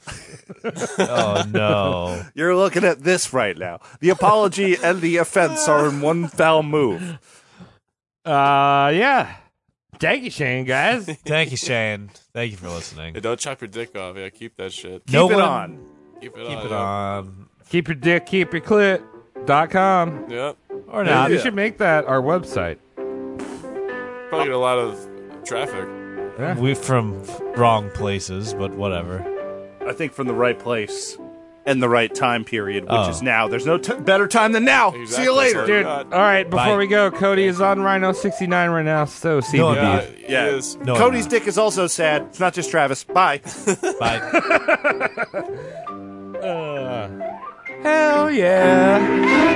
H: Oh no.
G: you're looking at this right now. The apology and the offense are in one foul move.
B: Uh, yeah. Thank you, Shane, guys.
H: Thank you, Shane. Thank you for listening.
I: Hey, don't chop your dick off. Yeah, keep that shit.
G: Keep
H: No
G: it
H: one-
G: on.
I: Keep it on.
H: Keep it
I: yeah.
H: on.
B: keep your dick, keep your clit. Dot com.
I: Yep.
H: Or
B: Nah,
H: not.
B: we should make that our website.
I: Probably get a lot of traffic.
H: We from wrong places, but whatever.
G: I think from the right place and the right time period, which
H: Oh.
G: is now. There's no t- better time than now. See
I: Exactly,
G: you later.
I: so-
B: Dude, all
I: God.
B: right, before
H: Bye.
B: we go, Cody is on Rhino69 right now, so see
H: No,
B: you.
H: I'm
I: Yeah.
H: Indeed.
I: yeah. It is.
H: No, I'm
G: Cody's
H: not.
G: dick is also sad. It's not just Travis. Bye.
H: Bye.
B: Uh, Hell yeah.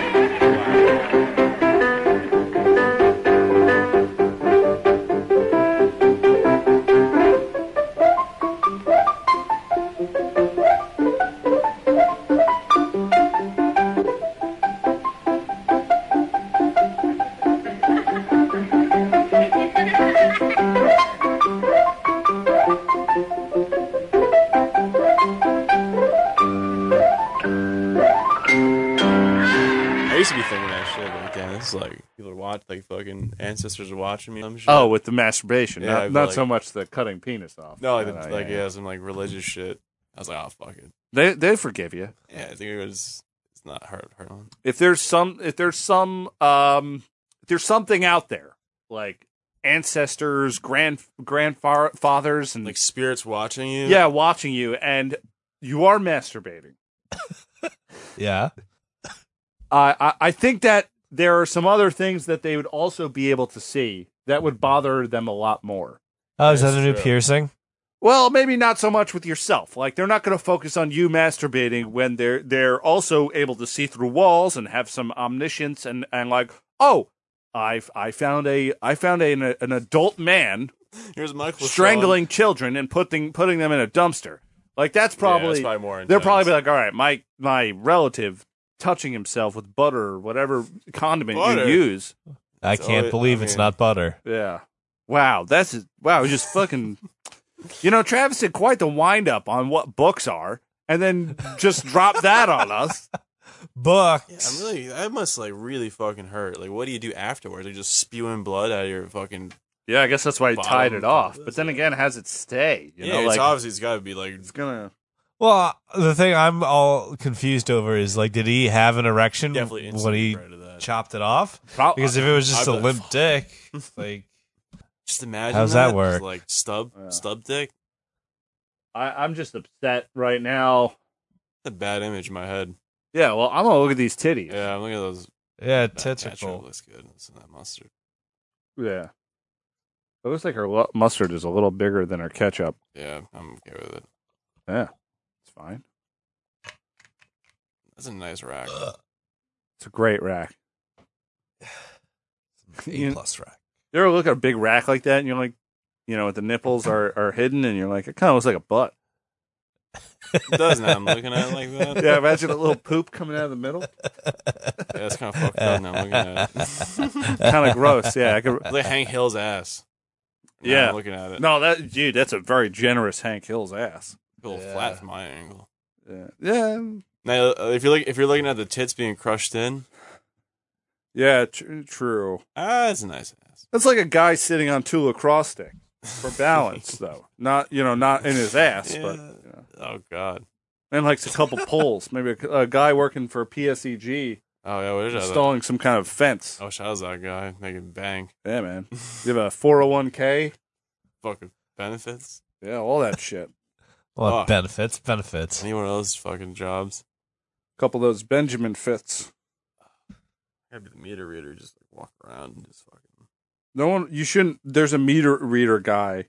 I: It's like people would watch, like fucking ancestors are watching me. Some shit.
G: Oh, with the masturbation,
I: Yeah,
G: not,
I: but
G: not
I: like-
G: so much the cutting penis off.
I: no, like,
G: No,
I: the,
G: no,
I: like
G: Oh, yeah,
I: yeah,
G: yeah.
I: some like religious shit. I was like, oh fuck it.
G: They they forgive you
I: Yeah, I think it was. It's not hard. Hard on.
G: if there's some if there's some um if there's something out there like ancestors, grand grandfathers, and
I: Like spirits watching you.
G: yeah, watching you, and you are masturbating.
H: Yeah.
G: I I, I think that there are some other things that they would also be able to see that would bother them a lot more.
H: Oh, is that
I: That's
H: a new
I: true.
H: piercing?
G: Well, maybe not so much with yourself. Like they're not going to focus on you masturbating when they're they're also able to see through walls and have some omniscience and and like, "Oh, I I found a I found a, an, an adult man
I: Here's Michael
G: strangling children and putting putting them in a dumpster." Like that's
I: Sean.
G: probably,
I: Yeah, it's probably more.
G: they're
I: Intense.
G: probably be like, "All right, my my relative touching himself with butter or whatever condiment
I: Butter?
G: you use."
H: I
I: It's
H: can't
I: always-
H: believe
I: I
H: it's
I: mean-
H: not butter.
G: Yeah. Wow, that's wow, just fucking You know, Travis did quite the wind up on what books are and then just drop that on us.
H: Books.
I: Yeah, I'm really. That must like really fucking hurt. Like, what do you do afterwards? Like, just spewing blood out of your fucking.
G: Yeah, I guess that's why he
I: Bottom
G: tied it off.
I: of
G: But
I: this,
G: then
I: yeah.
G: again, how's it stay? You
I: yeah,
G: know,
I: it's
G: like
I: obviously it's got to be like.
G: it's gonna
H: Well, the thing I'm all confused over is like, did he have an erection
I: Definitely
H: when
I: instantly
H: he
I: prior to that.
H: chopped it off?
G: Pro-
H: Because if it was just
I: I
H: a
I: bet-
H: limp dick, like
I: Just imagine.
H: How's that
I: Just,
H: work?
I: like stub,
G: Yeah.
I: stub dick.
G: I, I'm just upset right now.
I: That's a bad image in my head.
G: Yeah, well I'm gonna look at these titties.
I: Yeah, I'm looking at those.
H: yeah,
I: That
H: tits are
I: natural
H: cool.
I: looks good. It's in that mustard.
G: Yeah. It looks like her lu- mustard is a little bigger than her ketchup.
I: Yeah, I'm okay with it.
G: Yeah. It's fine.
I: That's a nice rack.
G: It's a great rack.
H: A plus rack.
G: You ever look at a big rack like that and you're like, you know, the nipples are, are hidden and you're like, it kind of looks like a butt.
I: It does now. I'm looking at it like that.
G: Yeah, imagine a little poop coming out of the middle.
I: Yeah, that's kind of fucked up now. I'm looking at it.
G: kind of gross. Yeah, I could.
I: It's like Hank Hill's ass. Now
G: Yeah.
I: I'm looking at it.
G: No, that dude, that's a very generous Hank Hill's ass.
I: It's a little
H: Yeah.
I: flat from my angle.
G: Yeah, yeah,
I: Now, uh, if you look, if you're looking at the tits being crushed in,
G: yeah tr- true.
I: ah, it's a nice ass.
G: That's like a guy sitting on two lacrosse sticks for balance, though. Not you know, not in his ass, but you
I: Yeah.
G: know.
I: Oh God. and
G: and like a couple poles. Maybe a, a guy working for PSEG
I: Oh yeah, what is that?
G: installing some kind of fence.
I: I wish I was that guy making bank.
G: Yeah, man. You have a four hundred one k.
I: Fucking benefits.
G: Yeah, all that shit.
H: Well,
I: Oh.
H: benefits, benefits.
I: Any one of those fucking jobs.
G: couple of those Benjamin Fits.
I: I'd be the meter reader, just like walk around and just fucking.
G: No one, you shouldn't. There's a meter reader guy.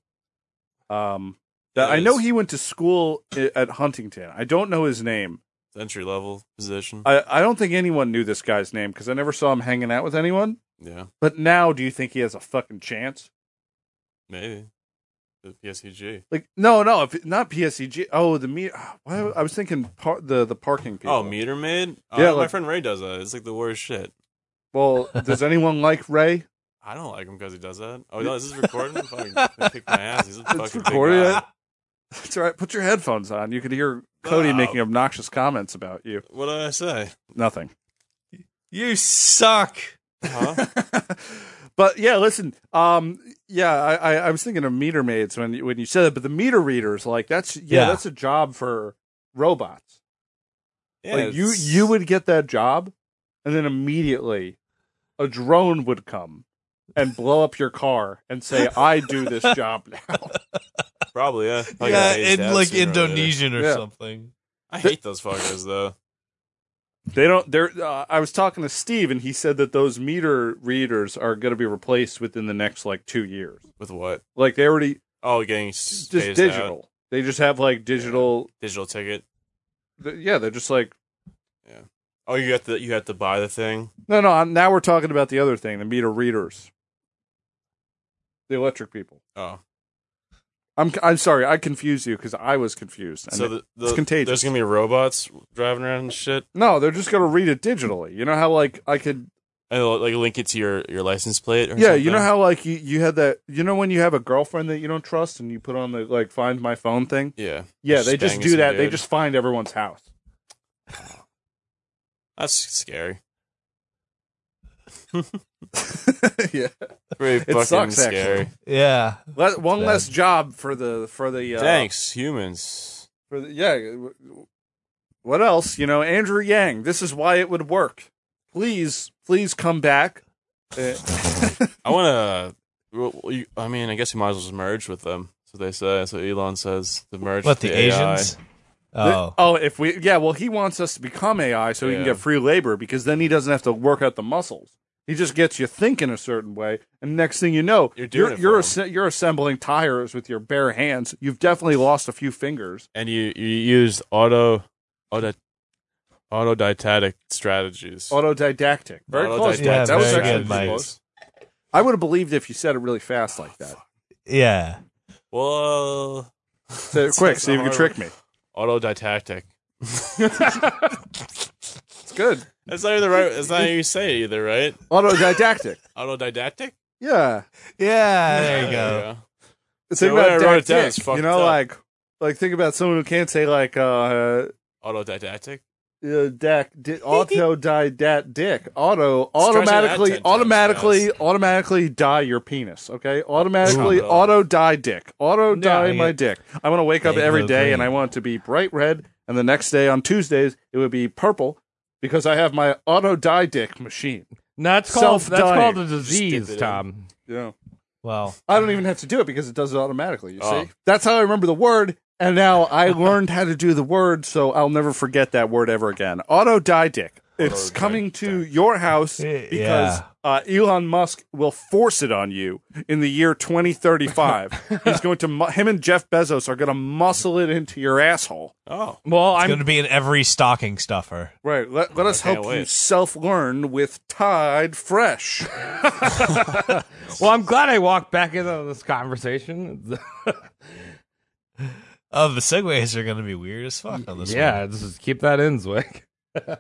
G: Um, that
I: There
G: I know
I: is.
G: he went to school i- at Huntington. I don't know his name.
I: Entry level position.
G: I, I don't think anyone knew this guy's name because I never saw him hanging out with anyone.
I: yeah,
G: But now, do you think he has a fucking chance?
I: maybe. The PSEG.
G: Like, no, no, if not PSEG. Oh, the meter. Why, I was thinking par, the the parking people.
I: Oh, meter maid. Oh,
G: Yeah,
I: my
G: like-
I: friend Ray does that. It's like the worst shit.
G: Well, does anyone like Ray?
I: I don't like him because he does that. Oh no, is this recording? fucking kick my ass. He's a fucking big
G: recorded.
I: guy.
G: That's all right. Put your headphones on. You could hear Cody
I: Wow.
G: making obnoxious comments about you.
I: What did I say?
G: Nothing.
H: You suck.
I: Huh?
G: but yeah, listen. Um, yeah, I, I, I was thinking of meter maids when you, when you said it, but the meter readers, like that's yeah,
H: Yeah.
G: that's a job for robots.
I: Yeah,
G: like you
I: it's-
G: you would get that job, and then immediately a drone would come and blow up your car and say, "I do this job now."
I: probably yeah. Probably
H: yeah,
I: got phased
H: in
I: out
H: like
I: sooner or later.
H: Indonesian or
G: Yeah.
H: something.
I: I hate those fuckers though.
G: They don't. They're. Uh, I was talking to Steve, and he said that those meter readers are going to be replaced within the next like two years.
I: With what?
G: Like they already
I: Oh, getting
G: just
I: just
G: digital.
I: digital
G: They just have like digital
I: digital ticket.
G: Th- yeah, they're just like
I: Oh, you have to you have to buy the thing.
G: no, no. I'm, now we're talking about the other thing, the meter readers, the electric people.
I: Oh,
G: I'm I'm sorry, I confused you because I was confused. And
I: so
G: it-
I: the, the
G: it's contagious.
I: There's gonna be robots driving around and shit,
G: no, they're just gonna read it digitally. You know how like I could
I: and they'll, like link it to your your license plate. Or
G: yeah, you know
I: something?
G: how like you you had that you know when you have a girlfriend that you don't trust and you put on the like find my phone thing.
I: Yeah,
G: Yeah,
I: Just
G: they just
I: banging
G: do
I: some
G: that. They
I: dude.
G: just find everyone's house.
I: that's scary.
G: yeah.
I: Pretty fucking
G: sucks, actually.
I: scary.
H: Yeah.
G: Le- one
H: Bad.
G: less job for the for the uh,
I: Thanks, humans.
G: for the, yeah. w- w- What else? You know, Andrew Yang. This is why it would work. Please, please come back. Uh,
I: I want to. I mean, I guess you might as well just merge with them. That's what they say. That's what Elon says. The merge.
H: What, the
I: with AI.
H: Asians? Oh.
G: oh, if we yeah. Well, he wants us to become AI so he can
I: Yeah.
G: get free labor because then he doesn't have to work out the muscles. He just gets you thinking a certain way, and next thing you know,
I: You're doing
G: you're
I: it for
G: you're,
I: him.
G: asse- you're assembling tires with your bare hands. You've definitely lost a few fingers.
I: And you you used auto auto autodidactic strategies.
G: Autodidactic. Very close.
I: Autodidactic
G: Mike. that was
H: very
G: actually
H: good,
G: pretty
H: Mike.
G: close. I would have believed if you said it really fast like that.
H: Yeah.
I: Well,
G: Say it quick, see if you can
I: hard
G: trick me.
I: autodidactic.
G: It's good.
I: That's not even the right. That's not how you say it either, right?
G: Autodidactic.
I: Autodidactic.
G: Yeah.
H: Yeah, Ah, there you go.
G: Think
I: the way I
G: about
I: wrote it down
G: didactic,
I: is fucked
G: You know,
I: up.
G: like, like think about someone who can't say like uh,
I: Autodidactic.
G: uh dac, di, autodidact dick. Auto automatically
I: ten times
G: automatically
I: fast.
G: automatically die your penis. Okay, automatically
I: Ooh.
G: auto die dick. Auto die
H: yeah.
G: my dick. I want to wake up
H: They
G: every
H: go
G: day and
H: green.
G: I want it to be bright red, and the next day on Tuesdays it would be purple because I have my auto die dick machine.
B: No, that's called that's
G: Self-dying.
B: called a
I: Just dip it
B: disease,
I: in.
B: Tom.
G: Yeah.
H: Well,
G: I don't even have to do it because it does it automatically. You
I: Oh.
G: see, that's how I remember the word, and now I learned how to do the word, so I'll never forget that word ever again. Autodidact. It's coming to your house
H: Eh,
G: because
H: yeah.
G: uh, Elon Musk will force it on you in the year 2035. He's going to mu- him and Jeff Bezos are going to muscle it into your asshole.
I: Oh,
B: Well,
H: it's
B: I'm
H: going to be in every stocking stuffer.
G: Right. Let, let us
I: I can't
G: help you
I: wait.
G: self learn with Tide Fresh.
B: well. I'm glad I walked back into this conversation.
H: Oh, the segues are going to be weird as fuck on this one.
B: yeah, just keep that in, Zwick.